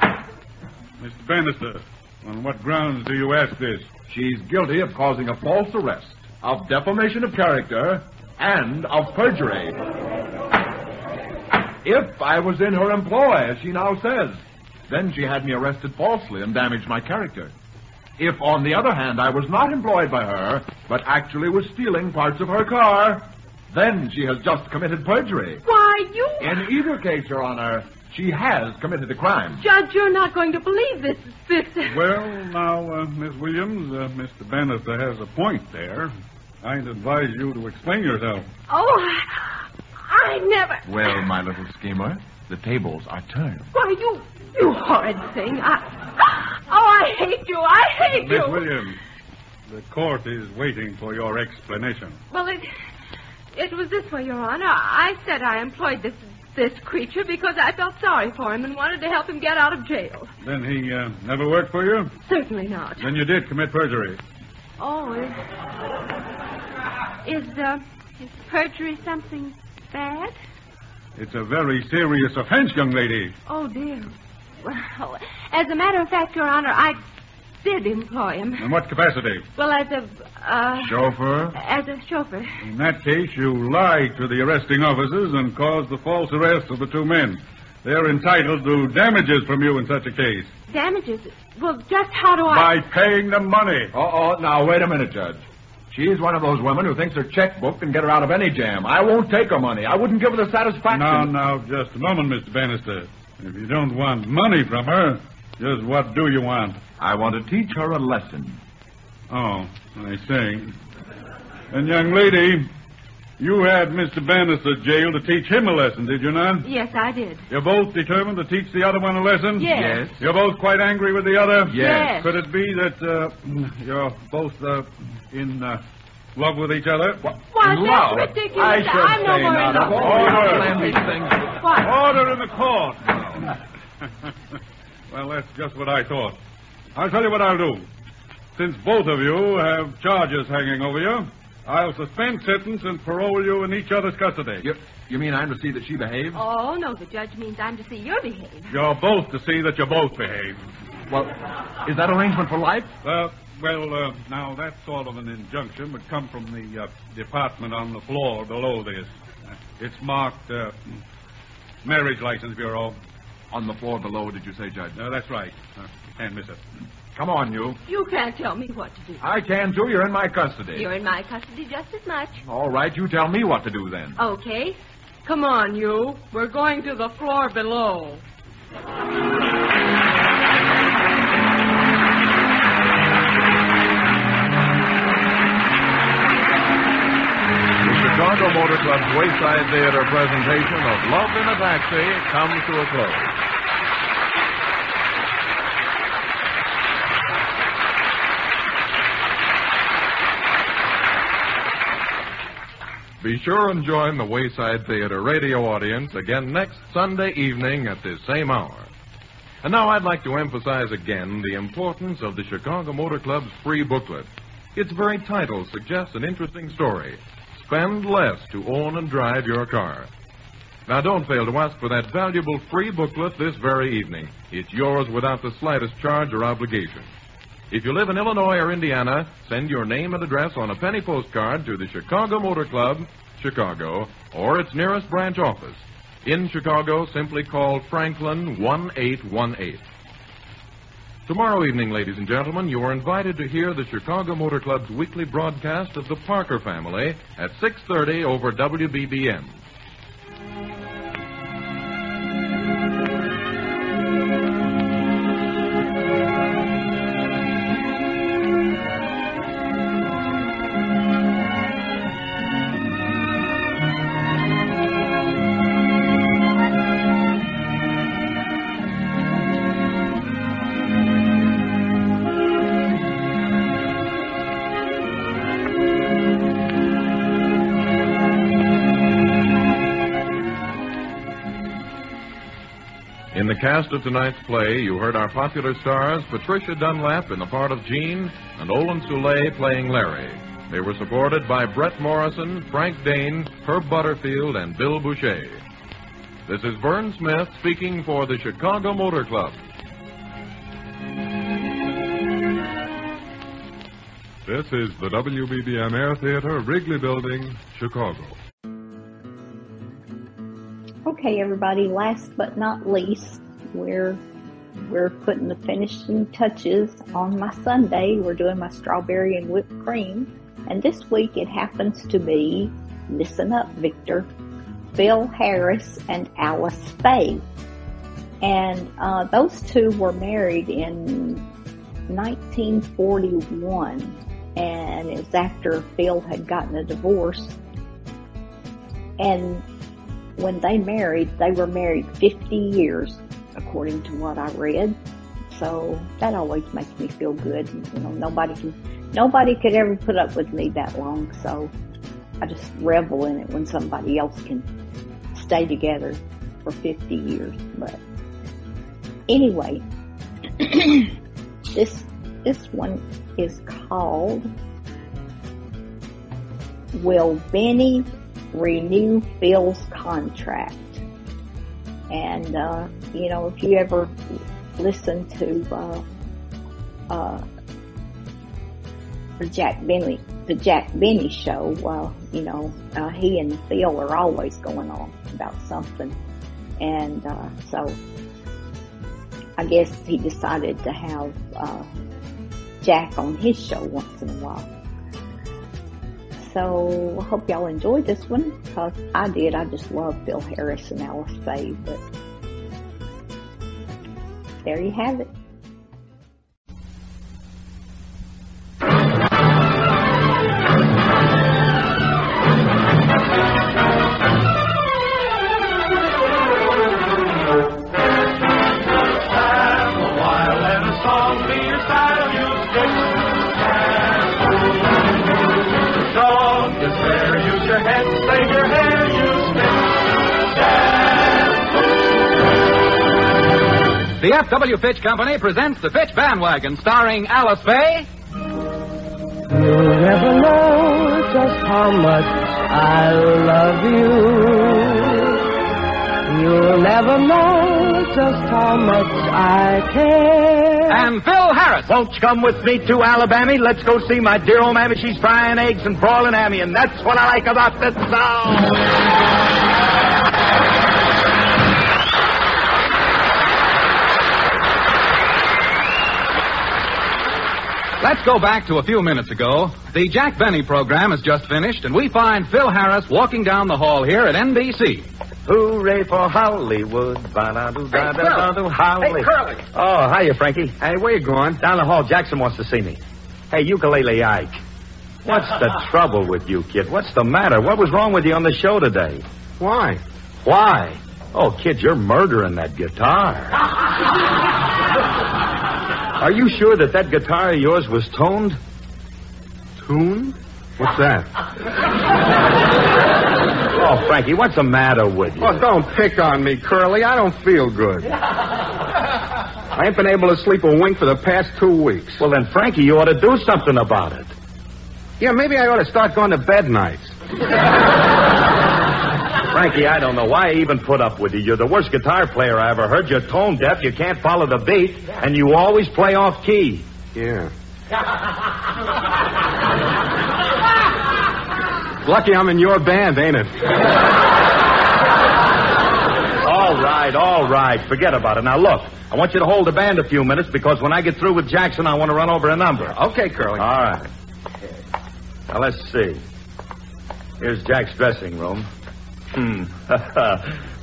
Speaker 13: Mr. Bannister, on what grounds do you ask this?
Speaker 36: She's guilty of causing a false arrest, of defamation of character, and of perjury. If I was in her employ, as she now says, then she had me arrested falsely and damaged my character. If, on the other hand, I was not employed by her, but actually was stealing parts of her car, then she has just committed perjury.
Speaker 37: Why, you.
Speaker 36: In either case, Your Honor, She has committed a crime.
Speaker 37: Judge, you're not going to believe this, this.
Speaker 13: Well, now, uh, Miss Williams, uh, Mr. Bannister has a point there. I'd advise you to explain yourself.
Speaker 37: Oh, I, I never.
Speaker 36: Well, my little schemer, the tables are turned.
Speaker 37: Why, you, you horrid thing! I, oh, I hate you! I hate
Speaker 13: Miss
Speaker 37: you!
Speaker 13: Williams, the court is waiting for your explanation.
Speaker 37: Well, it, it was this way, Your Honor. I said I employed this this creature because I felt sorry for him and wanted to help him get out of jail.
Speaker 13: Then he uh, never worked for you?
Speaker 37: Certainly not.
Speaker 13: Then you did commit perjury.
Speaker 37: Oh, is is, uh, is perjury something bad?
Speaker 13: It's a very serious offense, young lady.
Speaker 37: Oh dear. Well, as a matter of fact, Your Honor, I did employ him.
Speaker 13: In what capacity?
Speaker 37: Well, as a uh,
Speaker 13: Chauffeur?
Speaker 37: as a chauffeur.
Speaker 13: In that case, you lied to the arresting officers and caused the false arrest of the two men. They're entitled to damages from you in such a case
Speaker 37: Damages? Well, just how do I?
Speaker 13: by paying them money.
Speaker 36: Uh-oh, now, wait a minute, Judge. She's one of those women who thinks her checkbook can get her out of any jam. I won't take her money. I wouldn't give her the satisfaction.
Speaker 13: Now, now, just a moment, Mr. Bannister. If you don't want money from her, just what do you want?
Speaker 36: I want to teach her a lesson.
Speaker 13: Oh, I see. And, young lady, you had Mr. Bannister jailed to teach him a lesson, did you not?
Speaker 37: Yes, I did.
Speaker 13: You're both determined to teach the other one a lesson?
Speaker 37: Yes. Yes.
Speaker 13: You're both quite angry with the other?
Speaker 37: Yes. Yes.
Speaker 13: Could it be that uh, you're both uh, in uh, love with each other?
Speaker 37: Why,
Speaker 36: In
Speaker 37: that's
Speaker 36: love?
Speaker 37: ridiculous.
Speaker 36: I should
Speaker 37: I'm no
Speaker 36: say
Speaker 37: more
Speaker 36: not.
Speaker 37: in love.
Speaker 36: Of all
Speaker 37: with
Speaker 36: the
Speaker 37: you.
Speaker 36: things-
Speaker 37: Why?
Speaker 13: Order in the court. well, that's just what I thought. I'll tell you what I'll do. Since both of you have charges hanging over you, I'll suspend sentence and parole you in each other's custody.
Speaker 36: You, you mean I'm to see that she behaves?
Speaker 37: Oh, no, the judge means I'm to see your behavior.
Speaker 13: You're both to see that you both behave.
Speaker 36: Well, is that arrangement for life?
Speaker 13: Uh, well, uh, now that sort of an injunction would come from the uh, department on the floor below this. Uh, It's marked uh, Marriage License Bureau.
Speaker 36: On the floor below, did you say, Judge?
Speaker 13: Uh, that's right. Uh, can't miss it.
Speaker 36: Come on, you.
Speaker 37: You can't tell me what to do.
Speaker 36: I can too. You're in my custody.
Speaker 37: You're in my custody just as much.
Speaker 36: All right, you tell me what to do then.
Speaker 37: Okay. Come on, you. We're going to the floor below.
Speaker 41: The Chicago Motor Club's Wayside Theater presentation of Love in a Taxi comes to a close.
Speaker 35: Be sure and join the Wayside Theater radio audience again next Sunday evening at this same hour. And now I'd like to emphasize again the importance of the Chicago Motor Club's free booklet. Its very title suggests an interesting story Spend Less to Own and Drive Your Car. Now, don't fail to ask for that valuable free booklet this very evening. It's yours without the slightest charge or obligation. If you live in Illinois or Indiana, send your name and address on a penny postcard to the Chicago Motor Club, Chicago, or its nearest branch office. In Chicago, simply call Franklin 1818. Tomorrow evening, ladies and gentlemen, you are invited to hear the Chicago Motor Club's weekly broadcast of the Parker Family at 6:30 over WBBM. In the cast of tonight's play, you heard our popular stars Patricia Dunlap in the part of Jean and Olin Soule playing Larry. They were supported by Brett Morrison, Frank Dane, Herb Butterfield, and Bill Boucher. This is Vern Smith speaking for the Chicago Motor Club. This is the WBBM Air Theater, Wrigley Building, Chicago.
Speaker 1: Okay, everybody, last but not least, we're we're putting the finishing touches on my Sunday. We're doing my strawberry and whipped cream. And this week it happens to be, listen up, Victor, Bill Harris and Alice Faye. And uh, those two were married in 1941, and it was after Phil had gotten a divorce. And when they married, they were married 50 years, according to what I read. So that always makes me feel good. You know, nobody can, nobody could ever put up with me that long. So I just revel in it when somebody else can stay together for 50 years. But anyway, this, this one is called Will Benny Renew Phil's Contract? And, uh, you know, if you ever listen to, uh, uh, the Jack Benny, the Jack Benny show, well, you know, uh, he and Phil are always going on about something. And, uh, so I guess he decided to have, uh, Jack on his show once in a while. So I hope y'all enjoyed this one because I did. I just love Bill Harris and Alice Faye, but there you have it.
Speaker 23: The F.W. Fitch Company presents The Fitch Bandwagon, starring Alice Faye.
Speaker 17: You'll never know
Speaker 30: Oh,
Speaker 17: just how much I love you. You'll never know just how much I care.
Speaker 23: And Phil Harris.
Speaker 25: Won't you come with me to Alabama? Let's go see my dear old mammy. She's frying eggs and broiling ammy, and that's what I like about this song.
Speaker 23: Let's go back to a few minutes ago. The Jack Benny program has just finished, and we find Phil Harris walking down the hall here at NBC.
Speaker 25: Hooray for Hollywood. Ba-da-do-da-da-da-do, Holly.
Speaker 24: Hey, Curly.
Speaker 25: Oh, hiya, Frankie.
Speaker 24: Hey, where you going?
Speaker 25: Down the hall, Jackson wants to see me. Hey, ukulele Ike. What's the trouble with you, kid? What's the matter? What was wrong with you on the show today?
Speaker 24: Why?
Speaker 25: Why? Oh, kid, you're murdering that guitar. Are you sure that that guitar of yours was toned?
Speaker 24: Tuned? What's that?
Speaker 25: oh, Frankie, what's the matter with you?
Speaker 24: Oh, don't pick on me, Curly. I don't feel good. I ain't been able to sleep a wink for the past two weeks.
Speaker 25: Well, then, Frankie, you ought to do something about it.
Speaker 24: Yeah, maybe I ought to start going to bed nights.
Speaker 25: Frankie, I don't know why I even put up with you. You're the worst guitar player I ever heard. You're tone deaf, you can't follow the beat, and you always play off key.
Speaker 24: Yeah. Lucky I'm in your band, ain't it?
Speaker 25: all right, all right. Forget about it. Now, look, I want you to hold the band a few minutes because when I get through with Jackson, I want to run over a number.
Speaker 24: Okay, Curly.
Speaker 25: All right. Now, let's see. Here's Jack's dressing room. Hmm.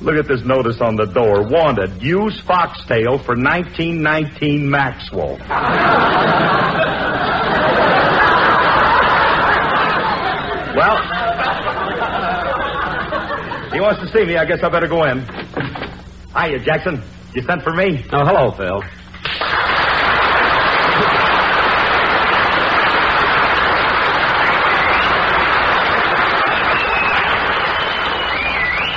Speaker 25: Look at this notice on the door. Wanted. Use Foxtail for 1919 Maxwell. well, he wants to see me. I guess I better go in. Hiya, Jackson. You sent for me?
Speaker 39: Oh, hello, Phil.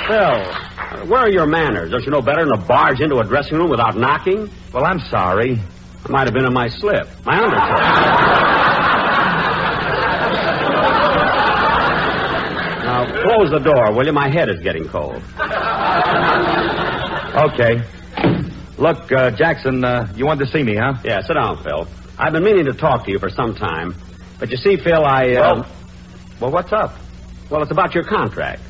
Speaker 39: Phil, where are your manners? Don't you know better than to barge into a dressing room without knocking?
Speaker 25: Well, I'm sorry.
Speaker 39: It might have been in my slip, my undercoat. now, close the door, will you? My head is getting cold.
Speaker 25: Okay. Look, uh, Jackson, uh, you wanted to see me, huh?
Speaker 39: Yeah, sit down, Phil. I've been meaning to talk to you for some time. But you see, Phil, I.
Speaker 25: Uh... Well, well, what's up?
Speaker 39: Well, it's about your contract.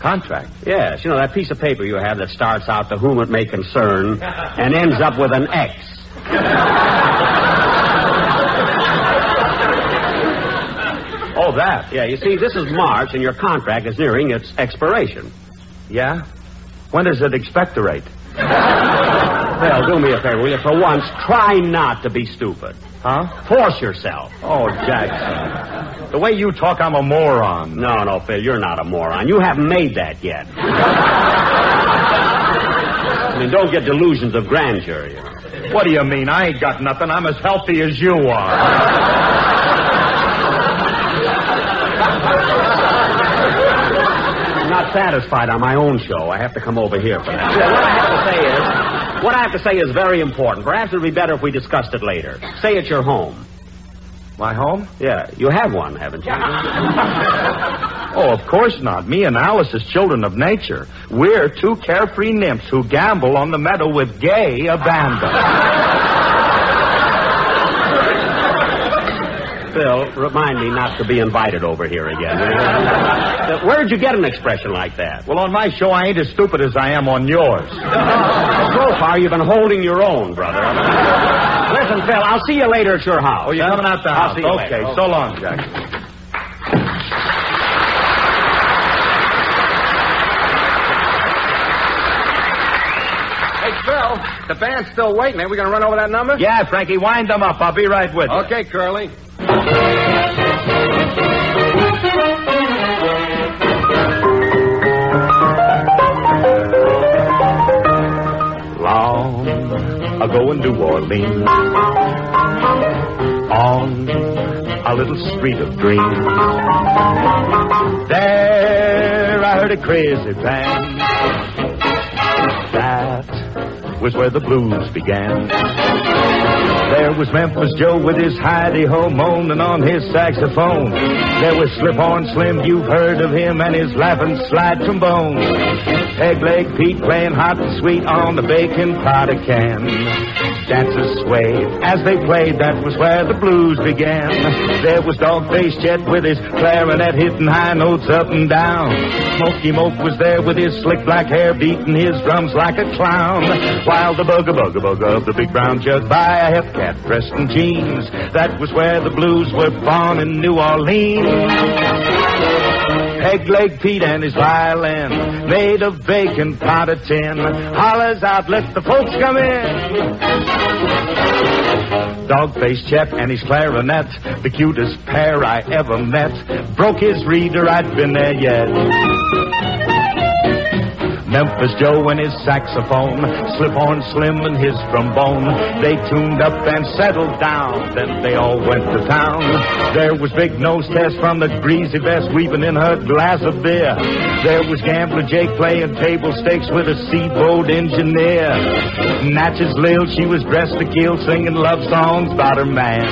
Speaker 25: Contract?
Speaker 39: Yes. You know, that piece of paper you have that starts out to whom it may concern and ends up with an X.
Speaker 25: oh, that.
Speaker 39: Yeah, you see, this is March, and your contract is nearing its expiration.
Speaker 25: Yeah? When does it expectorate?
Speaker 39: Phil, do me a favor, will you? For once, try not to be stupid.
Speaker 25: Huh?
Speaker 39: Force yourself.
Speaker 25: Oh, Jackson.
Speaker 39: The way you talk, I'm a moron. No, no, Phil, you're not a moron. You haven't made that yet. I mean, don't get delusions of grandeur, you know.
Speaker 25: What do you mean? I ain't got nothing. I'm as healthy as you are.
Speaker 39: I'm not satisfied on my own show. I have to come over here for that. What I have to say is, what I have to say is very important. Perhaps it'd be better if we discussed it later. Say at your home.
Speaker 25: My home?
Speaker 39: Yeah, you have one, haven't you?
Speaker 25: Oh, of course not. Me and Alice is children of nature. We're two carefree nymphs who gamble on the meadow with gay abandon.
Speaker 39: Phil, remind me not to be invited over here again. Uh, Where'd you get an expression like that?
Speaker 25: well, on my show, I ain't as stupid as I am on yours.
Speaker 39: So far, you've been holding your own, brother. Listen, Phil, I'll see you later at your house.
Speaker 25: Oh, you're coming out the
Speaker 39: I'll
Speaker 25: house.
Speaker 39: see you
Speaker 25: okay,
Speaker 39: later.
Speaker 25: so long, Jack.
Speaker 23: Hey, Phil, the band's still waiting. Ain't we going to run over that number?
Speaker 25: Yeah, Frankie, wind them up. I'll be right with you.
Speaker 23: Okay, Curly.
Speaker 25: Long ago in New Orleans, on a little street of dreams, there I heard a crazy band. That was where the blues began. There was Memphis Joe with his hidey ho moaning on his saxophone. There was Slip On Slim, you've heard of him, and his laughing slide trombone. Peg Leg Pete playing hot and sweet on the baking powder can. Dancers swayed as they played, that was where the blues began. There was Dogface Jet with his clarinet hitting high notes up and down. Smoky Moke was there with his slick black hair beating his drums like a clown. While the bugger bugger bugger of the big brown jug by a hep cat dressed in jeans. That was where the blues were born in New Orleans. Peg Leg Pete and his violin, made of bacon powder tin, hollers out, let the folks come in. Dog-faced chap and his clarinet, the cutest pair I ever met, broke his reader, I'd been there yet. Memphis Joe and his saxophone, Slip on Slim and his trombone. They tuned up and settled down, then they all went to town. There was Big Nose Tess from the Greasy Vest weeping in her glass of beer. There was Gambler Jake playing table stakes with a seaboat engineer. Natchez Lil, she was dressed to kill, singing love songs about her man.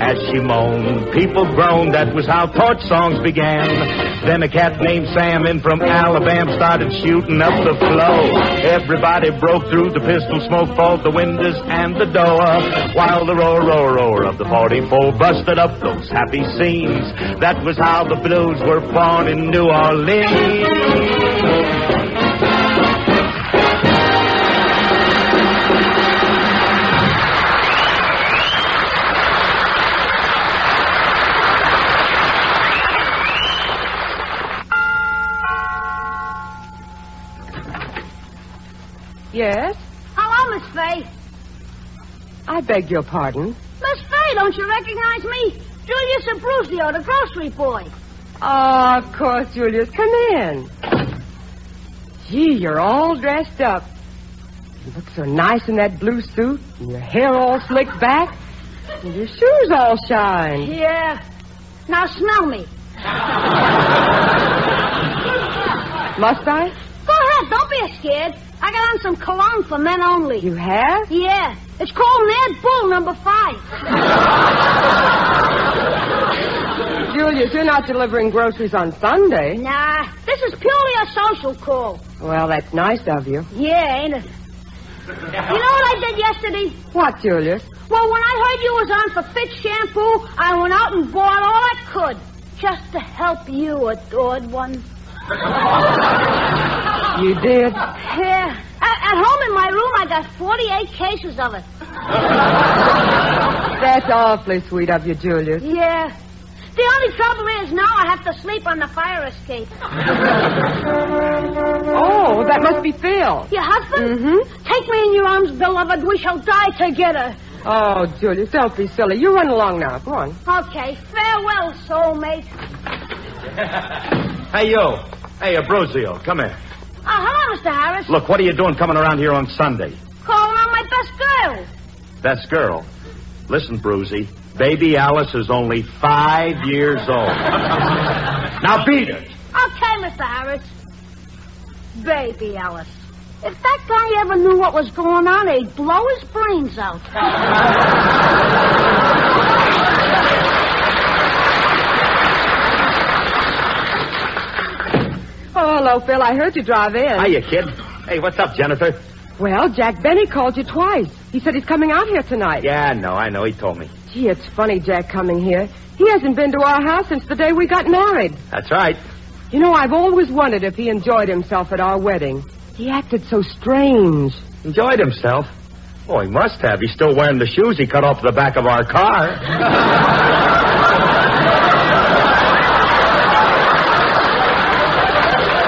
Speaker 25: As she moaned, people groaned. That was how torch songs began. Then a cat named Sam in from Alabama started shooting up the flow. Everybody broke through. The pistol smoke filled the windows and the door. While the roar, roar, roar of the 44 busted up those happy scenes. That was how the blues were born in New Orleans.
Speaker 30: Yes?
Speaker 14: Hello, Miss Fay.
Speaker 30: I beg your pardon.
Speaker 14: Miss Fay, don't you recognize me? Julius Abruzio, the grocery boy.
Speaker 30: Oh, of course, Julius. Come in. Gee, you're all dressed up. You look so nice in that blue suit, and your hair all slicked back, and your shoes all shine.
Speaker 14: Yeah. Now smell me.
Speaker 30: Must I?
Speaker 14: Go ahead, don't be scared. I got on some cologne for men only.
Speaker 30: You have?
Speaker 14: Yeah. It's called Mad Bull number five.
Speaker 30: Julius, you're not delivering groceries on Sunday.
Speaker 14: nah, this is purely a social call.
Speaker 30: Well, that's nice of you.
Speaker 14: Yeah, ain't it? You know what I did yesterday?
Speaker 30: What, Julius?
Speaker 14: Well, when I heard you was on for Fit Shampoo, I went out and bought all I could. Just to help you, adored one.
Speaker 30: You did?
Speaker 14: Yeah. At, at home in my room, I got 48 cases of it.
Speaker 30: That's awfully sweet of you, Julius.
Speaker 14: Yeah. The only trouble is now I have to sleep on the fire escape.
Speaker 30: Oh, that must be Phil.
Speaker 14: Your husband? Mm-hmm. Take me in your arms, beloved. We shall die together.
Speaker 30: Oh, Julius, don't be silly. You run along now. Go on.
Speaker 14: Okay. Farewell, soulmate.
Speaker 25: Hey, you. Hey, Abruzio, come here.
Speaker 14: Oh, hello, Mr. Harris.
Speaker 25: Look, what are you doing coming around here on Sunday?
Speaker 14: Calling on my best girl.
Speaker 25: Best girl. Listen, Bruzy, baby Alice is only five years old. now beat it.
Speaker 14: Okay, Mr. Harris. Baby Alice. If that guy ever knew what was going on, he'd blow his brains out.
Speaker 30: Oh, hello, Phil. I heard you drive in.
Speaker 25: Hiya, kid. Hey, what's up, Jennifer?
Speaker 30: Well, Jack Benny called you twice. He said he's coming out here tonight.
Speaker 25: Yeah, I know, I know. He told me.
Speaker 30: Gee, it's funny Jack coming here. He hasn't been to our house since the day we got married.
Speaker 25: That's right.
Speaker 30: You know, I've always wondered if he enjoyed himself at our wedding. He acted so strange.
Speaker 25: Enjoyed himself? Oh, he must have. He's still wearing the shoes he cut off the back of our car.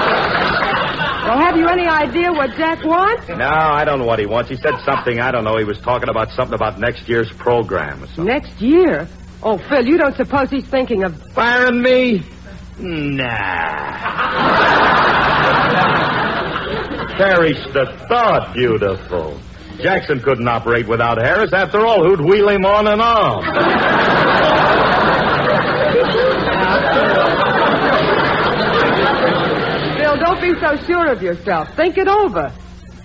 Speaker 30: Well, have you any idea what Jack wants?
Speaker 25: No, I don't know what he wants. He said something, I don't know. He was talking about something about next year's program or something.
Speaker 30: Next year? Oh, Phil, you don't suppose he's thinking of Hmm.
Speaker 25: firing me? Nah. Perish the thought, beautiful. Jackson couldn't operate without Harris. After all, who'd wheel him on and off?
Speaker 30: Phil, don't be so sure of yourself. Think it over.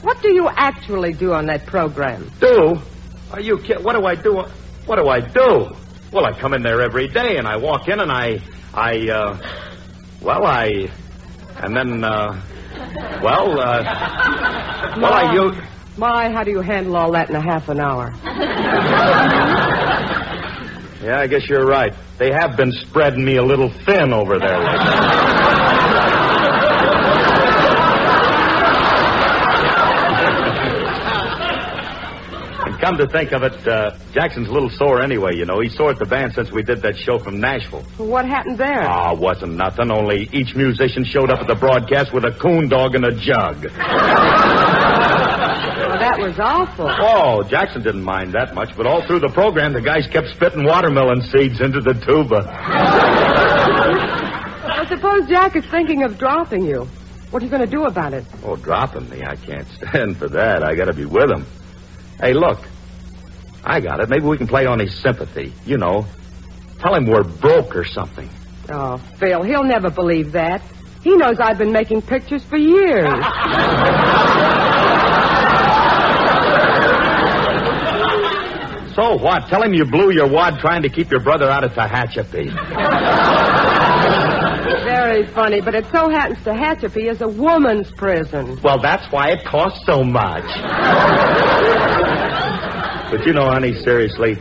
Speaker 30: What do you actually do on that program?
Speaker 25: Do? Are you kidding? What do I do? What do I do? Well, I come in there every day and I walk in and I, I, uh, well, I, and then, uh, well, uh, well, I
Speaker 30: you. My, how do you handle all that in a half an hour?
Speaker 25: yeah, I guess you're right. They have been spreading me a little thin over there. Lately. come to think of it, uh, Jackson's a little sore anyway, you know. He's sore at the band since we did that show from Nashville.
Speaker 30: What happened there?
Speaker 25: Ah, wasn't nothing, only each musician showed up at the broadcast with a coon dog and a jug.
Speaker 30: well, that was awful.
Speaker 25: Oh, Jackson didn't mind that much, but all through the program, the guys kept spitting watermelon seeds into the tuba.
Speaker 30: I suppose Jack is thinking of dropping you. What are you going to do about it?
Speaker 25: Oh, dropping me? I can't stand for that. I got to be with him. Hey, look. I got it. Maybe we can play on his sympathy. You know, tell him we're broke or something.
Speaker 30: Oh, Phil, he'll never believe that. He knows I've been making pictures for years.
Speaker 25: so what? Tell him you blew your wad trying to keep your brother out of Tehachapi.
Speaker 30: Very funny, but it so happens Tehachapi is a woman's prison.
Speaker 25: Well, that's why it costs so much. But you know, honey, seriously,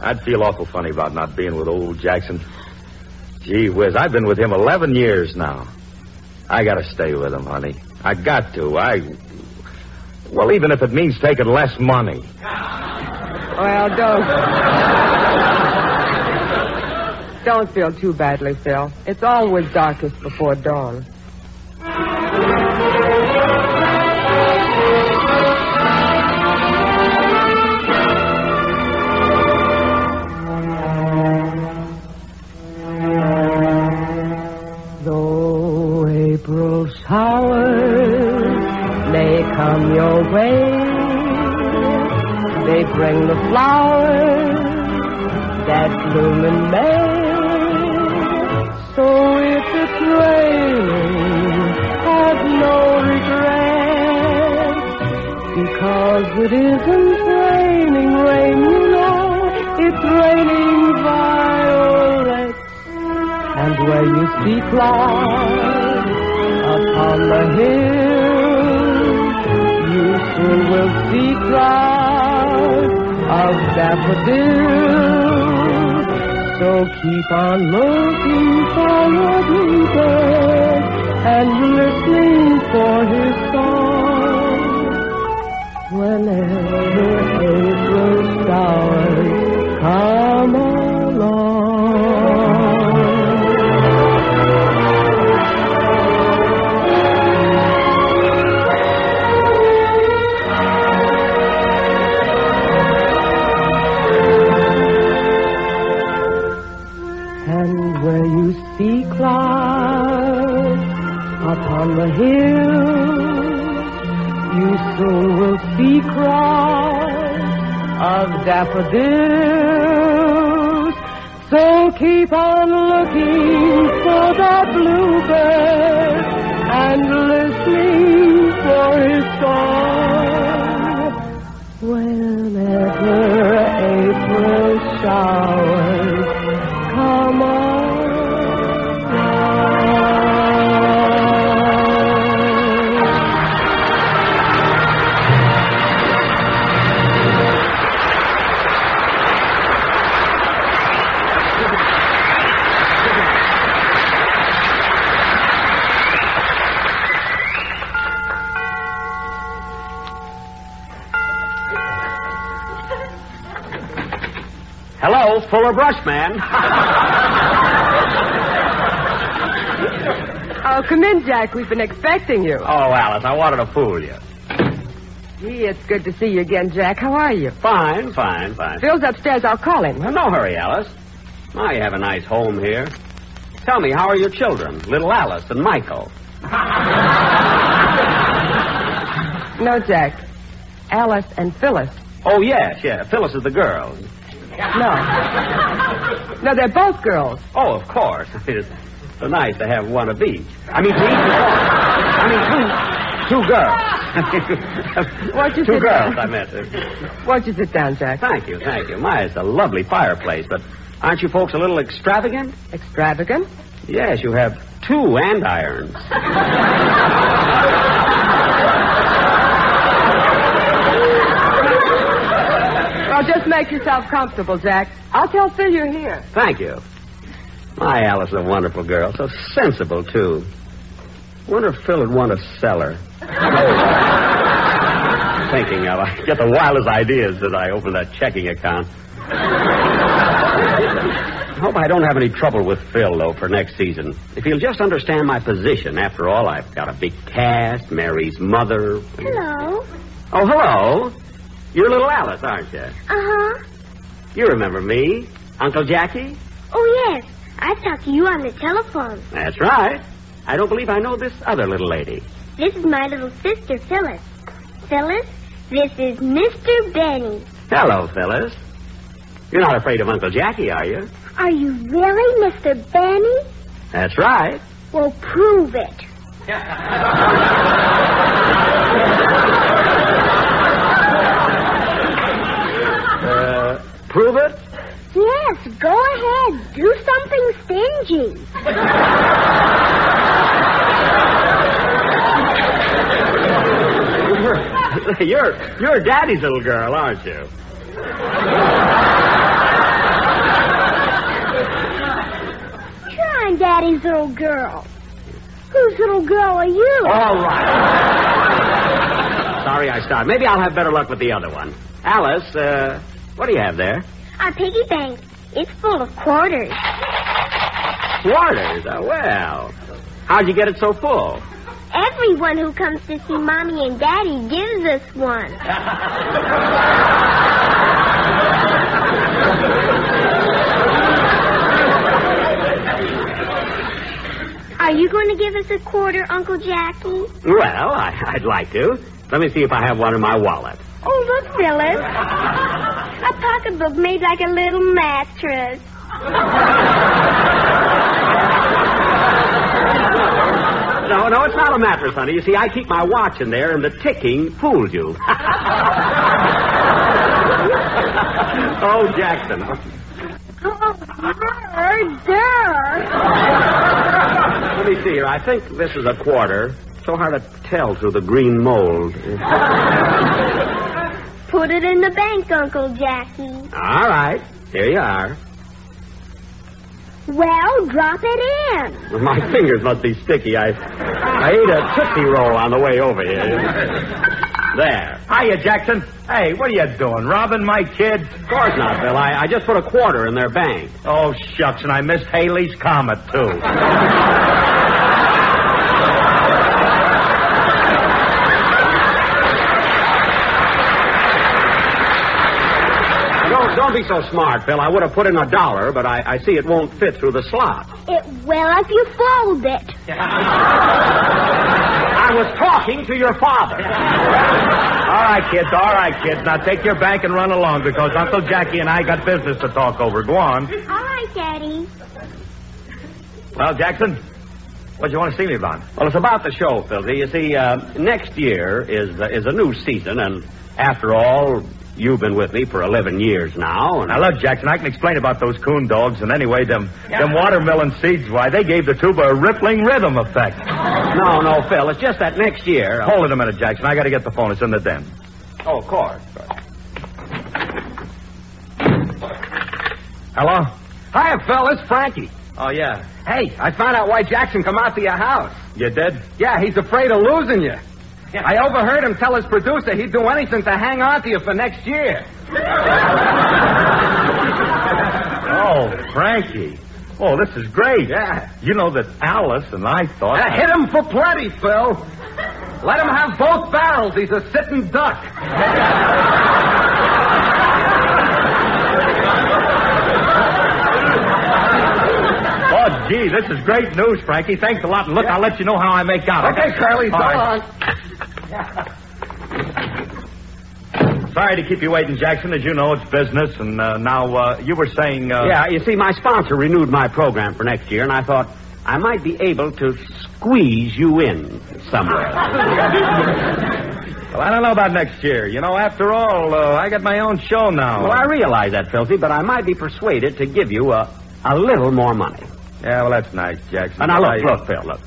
Speaker 25: I'd feel awful funny about not being with old Jackson. Gee whiz, I've been with him 11 years now. I gotta stay with him, honey. I got to. I. Well, even if it means taking less money.
Speaker 30: Well, don't. don't feel too badly, Phil. It's always darkest before dawn. come your way. They bring the flowers that bloom in May. So if it's raining, have no regret, because it isn't raining rain, you know, it's raining violets. And where you see clouds upon the hill soon will see clouds of daffodils. So keep on looking for your bluebird and listening for his song. Whenever April showers come along.
Speaker 14: little wilty crowd of daffodils. So keep on looking for that bluebird and listening for his song. Whenever April showers come
Speaker 39: Hello, Fuller Brush Man.
Speaker 30: Oh, come in, Jack. We've been expecting you.
Speaker 39: Oh, Alice, I wanted to fool you.
Speaker 30: Gee, it's good to see you again, Jack. How are you?
Speaker 39: Fine, fine, fine.
Speaker 30: Phil's upstairs. I'll call him.
Speaker 39: Well, no hurry, Alice. Now you have a nice home here. Tell me, how are your children, little Alice and Michael?
Speaker 30: No, Jack. Alice and Phyllis.
Speaker 39: Oh, yes, yeah. Phyllis is the girl.
Speaker 30: No. No, they're both girls.
Speaker 39: Oh, of course. It's so nice to have one of each. I mean, to each I mean, two, two girls.
Speaker 30: Won't you
Speaker 39: two
Speaker 30: sit
Speaker 39: girls,
Speaker 30: down?
Speaker 39: I meant.
Speaker 30: Won't you sit down, Jack?
Speaker 39: Thank you, thank you. My, it's a lovely fireplace, but aren't you folks a little extravagant?
Speaker 30: Extravagant?
Speaker 39: Yes, you have two andirons.
Speaker 30: Well, just make yourself comfortable, Jack. I'll tell Phil you're here.
Speaker 39: Thank you. My Alice is a wonderful girl, so sensible, too. Wonder if Phil would want to sell her. Thinking of, I get the wildest ideas as I open that checking account. Hope I don't have any trouble with Phil, though, for next season. If he'll just understand my position, after all, I've got a big cast, Mary's mother.
Speaker 42: Hello.
Speaker 39: Oh, hello. You're little Alice, aren't you?
Speaker 42: Uh huh.
Speaker 39: You remember me, Uncle Jackie?
Speaker 42: Oh, yes. I've talked to you on the telephone.
Speaker 39: That's right. I don't believe I know this other little lady.
Speaker 42: This is my little sister, Phyllis. Phyllis, this is Mr. Benny.
Speaker 39: Hello, Phyllis. You're not afraid of Uncle Jackie, are you?
Speaker 42: Are you really Mr. Benny?
Speaker 39: That's right.
Speaker 42: Well, prove it.
Speaker 39: Uh, prove it?
Speaker 42: Yes, go ahead. Do something stingy.
Speaker 39: you're you're Daddy's little girl, aren't you?
Speaker 42: You're on Daddy's little girl. Whose little girl are you?
Speaker 39: All right. Sorry I started. Maybe I'll have better luck with the other one. Alice, uh, what do you have there?
Speaker 42: Our piggy bank. It's full of quarters.
Speaker 39: Quarters. Oh, well. How'd you get it so full?
Speaker 42: Everyone who comes to see Mommy and Daddy gives us one. Are you going to give us a quarter, Uncle Jackie?
Speaker 39: Well, I, I'd like to. Let me see if I have one in my wallet.
Speaker 42: Oh, look, Phyllis. A pocketbook made like a little mattress.
Speaker 39: No, no, it's not a mattress, honey. You see, I keep my watch in there, and the ticking fooled you. oh, Jackson.
Speaker 42: Oh, dear, dear.
Speaker 39: Let me see here. I think this is a quarter. So hard to tell through the green mold.
Speaker 42: Put it in the bank, Uncle Jackie.
Speaker 39: All right. Here you are.
Speaker 42: Well, drop it in.
Speaker 39: My fingers must be sticky. I, I ate a Tootsie Roll on the way over here. There.
Speaker 43: Hiya, Jackson. Hey, what are you doing? Robbing my kid? Of
Speaker 39: course not, Bill. I, I just put a quarter in their bank.
Speaker 43: Oh, shucks, and I missed Haley's comet, too.
Speaker 39: Don't, don't be so smart, Bill. I would have put in a dollar, but I, I see it won't fit through the slot.
Speaker 42: It will if you fold it.
Speaker 39: I I was talking to your father.
Speaker 25: All right, kids. All right, kids. Now take your bank and run along because Uncle Jackie and I got business to talk over. Go on.
Speaker 9: All right, Daddy.
Speaker 25: Well, Jackson, what do you want to see me about?
Speaker 39: Well, it's about the show, Filthy. You see, uh, next year is uh, is a new season, and after all, you've been with me for 11 years now. And
Speaker 25: Now look, Jackson, I can explain about those coon dogs, and anyway, them them watermelon seeds. Why, they gave the tuba a rippling rhythm effect.
Speaker 39: no, no, Phil, it's just that next year.
Speaker 25: Hold it a minute, Jackson. I got to get the phone. It's in the den.
Speaker 39: Oh, of course.
Speaker 25: Hello.
Speaker 24: Hiya, Phil. It's Frankie.
Speaker 25: Oh yeah.
Speaker 24: Hey, I found out why Jackson come out to your house.
Speaker 25: You did?
Speaker 24: Yeah, he's afraid of losing you. I overheard him tell his producer he'd do anything to hang on to you for next year.
Speaker 25: Oh, Frankie. Oh, this is great.
Speaker 24: Yeah.
Speaker 25: You know that Alice and I thought.
Speaker 24: Uh, hit him for plenty, Phil. Let him have both barrels. He's a sitting duck.
Speaker 25: Oh, gee, this is great news, Frankie. Thanks a lot. And look, I'll let you know how I make out. I
Speaker 24: Okay,
Speaker 25: got-
Speaker 24: Curly, so
Speaker 25: All right.
Speaker 24: long.
Speaker 25: Sorry to keep you waiting, Jackson. As you know, it's business. And uh, now uh, you were saying. Uh,
Speaker 39: yeah, you see, my sponsor renewed my program for next year, and I thought I might be able to squeeze you in somewhere.
Speaker 25: Well, I don't know about next year. You know, after all, uh, I got my own show now.
Speaker 39: Well, I realize that, Filthy, but I might be persuaded to give you a, a little more money.
Speaker 25: Yeah, well, that's nice, Jackson.
Speaker 39: Uh, now,
Speaker 25: But
Speaker 39: look,
Speaker 25: I-
Speaker 39: look, Phil, look.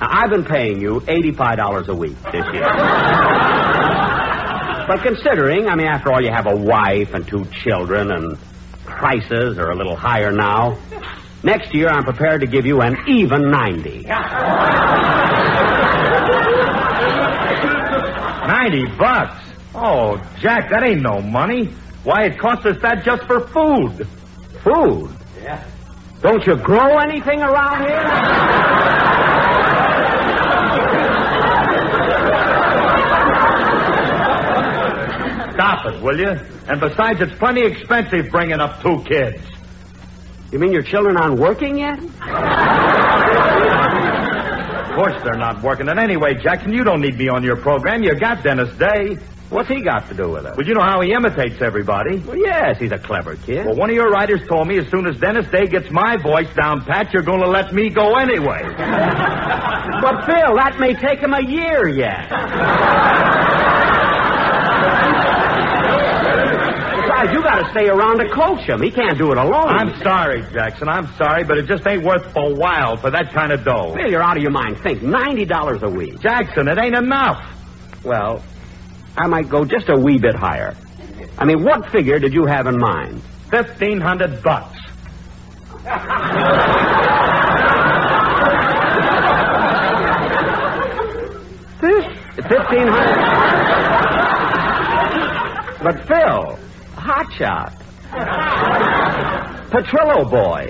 Speaker 39: Now, I've been paying you $85 a week this year. but considering, I mean, after all, you have a wife and two children, and prices are a little higher now. Next year, I'm prepared to give you an even 90.
Speaker 25: 90 bucks. Oh, Jack, that ain't no money. Why, it cost us that just for food.
Speaker 39: Food?
Speaker 25: Yeah.
Speaker 39: Don't you grow anything around here?
Speaker 25: Stop it, will you? And besides, it's plenty expensive bringing up two kids.
Speaker 39: You mean your children aren't working yet?
Speaker 25: Of course they're not working. And anyway, Jackson, you don't need me on your program. You got Dennis Day.
Speaker 39: What's he got to do with it?
Speaker 25: Well, you know how he imitates everybody.
Speaker 39: Well, yes, he's a clever kid.
Speaker 25: Well, one of your writers told me as soon as Dennis Day gets my voice down pat, you're going to let me go anyway.
Speaker 39: But, Phil, that may take him a year yet. Besides, you got to stay around to coach him. He can't do it alone.
Speaker 25: I'm sorry, Jackson. I'm sorry, but it just ain't worth a while for that kind of dough.
Speaker 39: Phil, you're out of your mind. Think, $90 a week.
Speaker 25: Jackson, it ain't enough.
Speaker 39: Well, I might go just a wee bit higher. I mean, what figure did you have in mind?
Speaker 25: Fifteen hundred bucks.
Speaker 39: Fifteen hundred. but Phil, hotshot, Patrillo boy,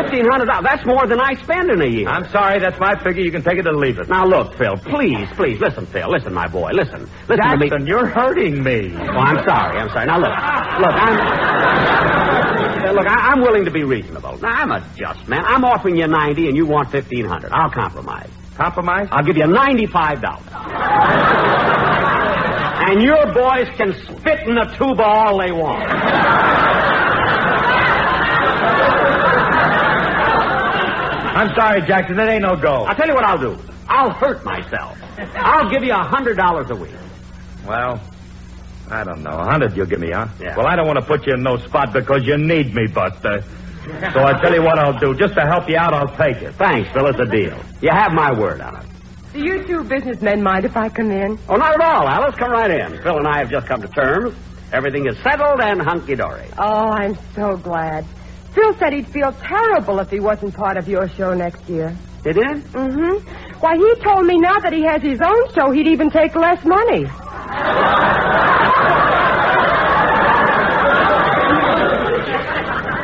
Speaker 39: fifteen hundred dollars. That's more than I spend in a year.
Speaker 25: I'm sorry, that's my figure. You can take it or leave it.
Speaker 39: Now look, Phil, please, please listen, Phil, listen, my boy, listen, listen to me.
Speaker 25: Jackson, you're hurting me.
Speaker 39: Oh, I'm sorry, I'm sorry. Now look, look, I'm. Uh, Look, I, I'm willing to be reasonable. Now, I'm a just man. I'm offering you 90 and you want 1500 I'll compromise.
Speaker 25: Compromise?
Speaker 39: I'll give you $95. and your boys can spit in the tuba all they want.
Speaker 25: I'm sorry, Jackson. It ain't no go.
Speaker 39: I'll tell you what I'll do. I'll hurt myself. I'll give you $100 a week.
Speaker 25: Well, I don't know. A hundred you'll give me, huh?
Speaker 39: Yeah.
Speaker 25: Well, I don't want to put you in no spot because you need me, Buster. So I tell you what I'll do. Just to help you out, I'll take it.
Speaker 39: Thanks, Phil. It's a deal. You have my word on it.
Speaker 30: Do you two businessmen mind if I come in?
Speaker 39: Oh, not at all, Alice. Come right in. Phil and I have just come to terms. Everything is settled and hunky dory.
Speaker 30: Oh, I'm so glad. Phil said he'd feel terrible if he wasn't part of your show next year.
Speaker 39: It is?
Speaker 30: Mm-hmm. Why, he told me now that he has his own show, he'd even take less money.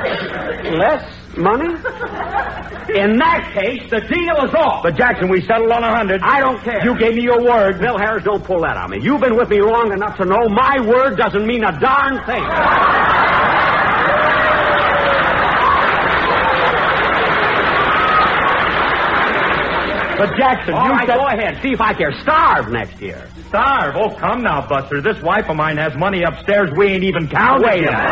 Speaker 39: Less money? In that case, the deal is off.
Speaker 25: But Jackson, we settled on a hundred.
Speaker 39: I don't care.
Speaker 25: You gave me your word.
Speaker 39: Bill Harris, don't pull that on me. You've been with me long enough to know my word doesn't mean a darn thing. But Jackson,
Speaker 25: All
Speaker 39: you
Speaker 25: right,
Speaker 39: said...
Speaker 25: go
Speaker 39: ahead. See if I care. Starve next year.
Speaker 25: Starve? Oh, come now, Buster. This wife of mine has money upstairs we ain't even counted.
Speaker 39: Wait a
Speaker 25: yet.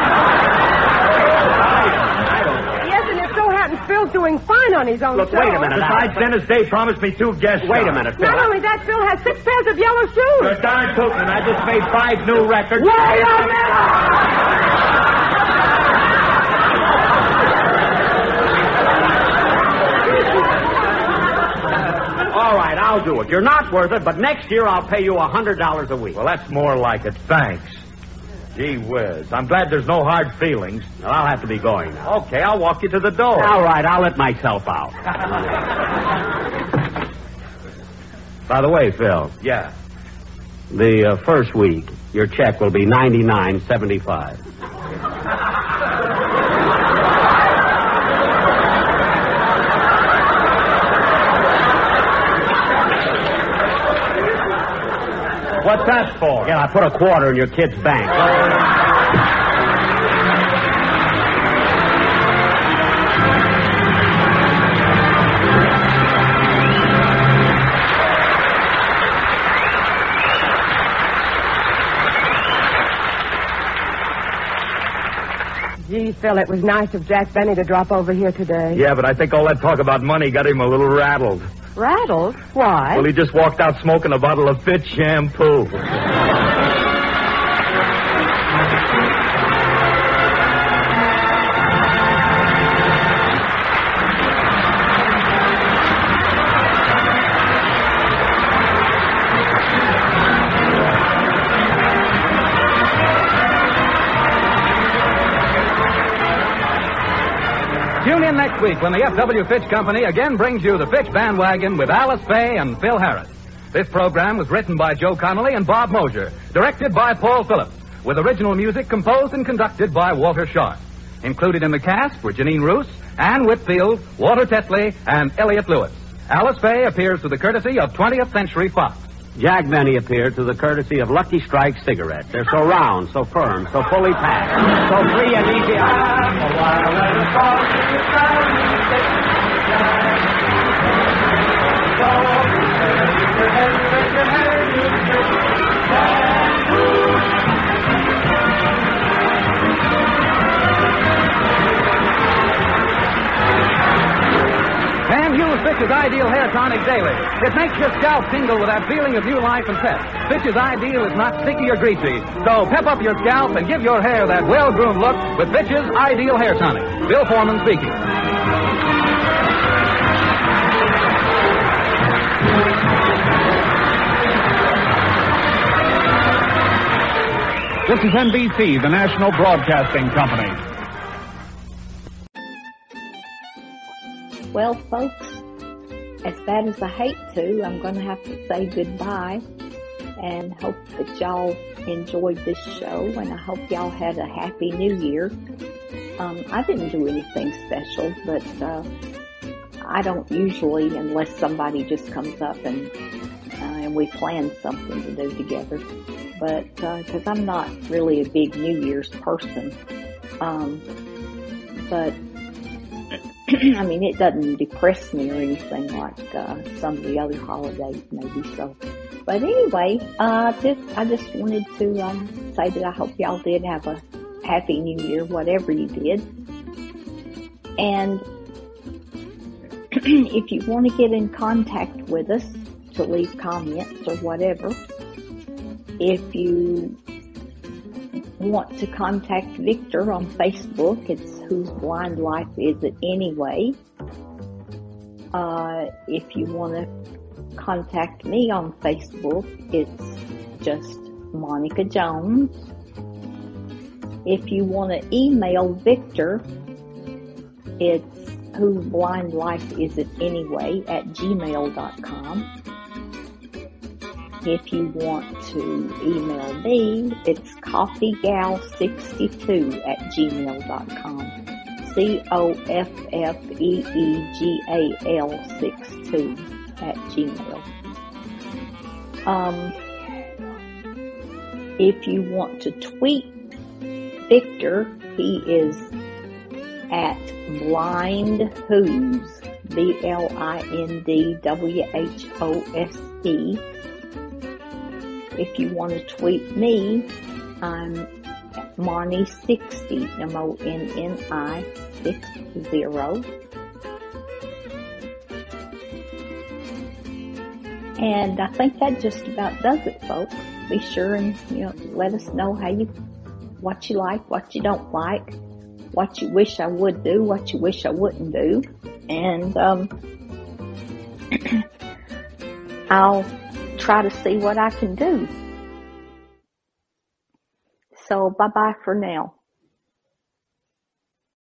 Speaker 30: Yes, and it so happens Phil's doing fine on his own
Speaker 25: Look,
Speaker 30: show.
Speaker 25: wait a minute. Besides, Dennis Day promised me two guests.
Speaker 39: Wait a minute, Phil.
Speaker 30: Not only that, Phil has six pairs of yellow shoes.
Speaker 25: You're darn tootin'. I just made five new records.
Speaker 30: Wait a minute!
Speaker 39: All right, I'll do it. You're not worth it, but next year I'll pay you a $100 a week.
Speaker 25: Well, that's more like it. Thanks. Gee whiz. I'm glad there's no hard feelings.
Speaker 39: I'll have to be going now.
Speaker 25: Okay, I'll walk you to the door.
Speaker 39: All right, I'll let myself out.
Speaker 25: By the way, Phil. Yeah.
Speaker 39: The uh, first week, your check will be ninety nine seventy five.
Speaker 25: What's that for?
Speaker 39: Yeah, I put a quarter in your kid's bank.
Speaker 30: Gee, Phil, it was nice of Jack Benny to drop over here today.
Speaker 25: Yeah, but I think all that talk about money got him a little rattled.
Speaker 30: Rattled? Why?
Speaker 25: Well, he just walked out smoking a bottle of Fit shampoo.
Speaker 18: Tune in next week when the F.W. Fitch Company again brings you the Fitch Bandwagon with Alice Faye and Phil Harris. This program was written by Joe Connolly and Bob Mosier, directed by Paul Phillips, with original music composed and conducted by Walter Sharp. Included in the cast were Janine Roos, Ann Whitfield, Walter Tetley, and Elliot Lewis. Alice Faye appears through the courtesy of 20th Century Fox.
Speaker 39: Jack Benny appeared through the courtesy of Lucky Strike cigarettes. They're so round, so firm, so fully packed, so free and easy.
Speaker 25: Ah,
Speaker 18: Van Hughes Fitch's Ideal Hair Tonic Daily. It makes your scalp tingle with that feeling of new life and pep. Fitch's Ideal is not sticky or greasy, so pep up your scalp and give your hair that well-groomed look with Fitch's Ideal Hair Tonic. Bill Foreman speaking.
Speaker 36: This is NBC, the national broadcasting company.
Speaker 1: Well, folks, as bad as I hate to, I'm going to have to say goodbye and hope that y'all enjoyed this show and I hope y'all had a happy new year. Um, I didn't do anything special, but uh, I don't usually unless somebody just comes up and uh, and we plan something to do together. But because I'm not really a big New Year's person, um, but I mean, it doesn't depress me or anything like uh, some of the other holidays maybe. So, but anyway, uh, this I just wanted to um, say that I hope y'all did have a happy New Year, whatever you did. And if you want to get in contact with us to leave comments or whatever, if you want to contact Victor on Facebook, it's Whose Blind Life Is It Anyway? Uh, if you want to contact me on Facebook, it's just Monica Jones. If you want to email Victor, it's Whose Blind Life Is It Anyway at gmail.com. If you want to email me, it's coffeegal62 at gmail.com. E C-O-F-F-E-E-G-A-L 62 at gmail. Um, if you want to tweet Victor, he is at blind who's B L I N D W H O S E. If you want to tweet me, I'm Monty60, M O N N I 60. And I think that just about does it, folks. Be sure and you know let us know how you, what you like, what you don't like, what you wish I would do, what you wish I wouldn't do, and um, I'll try to see what I can do. So bye bye for now.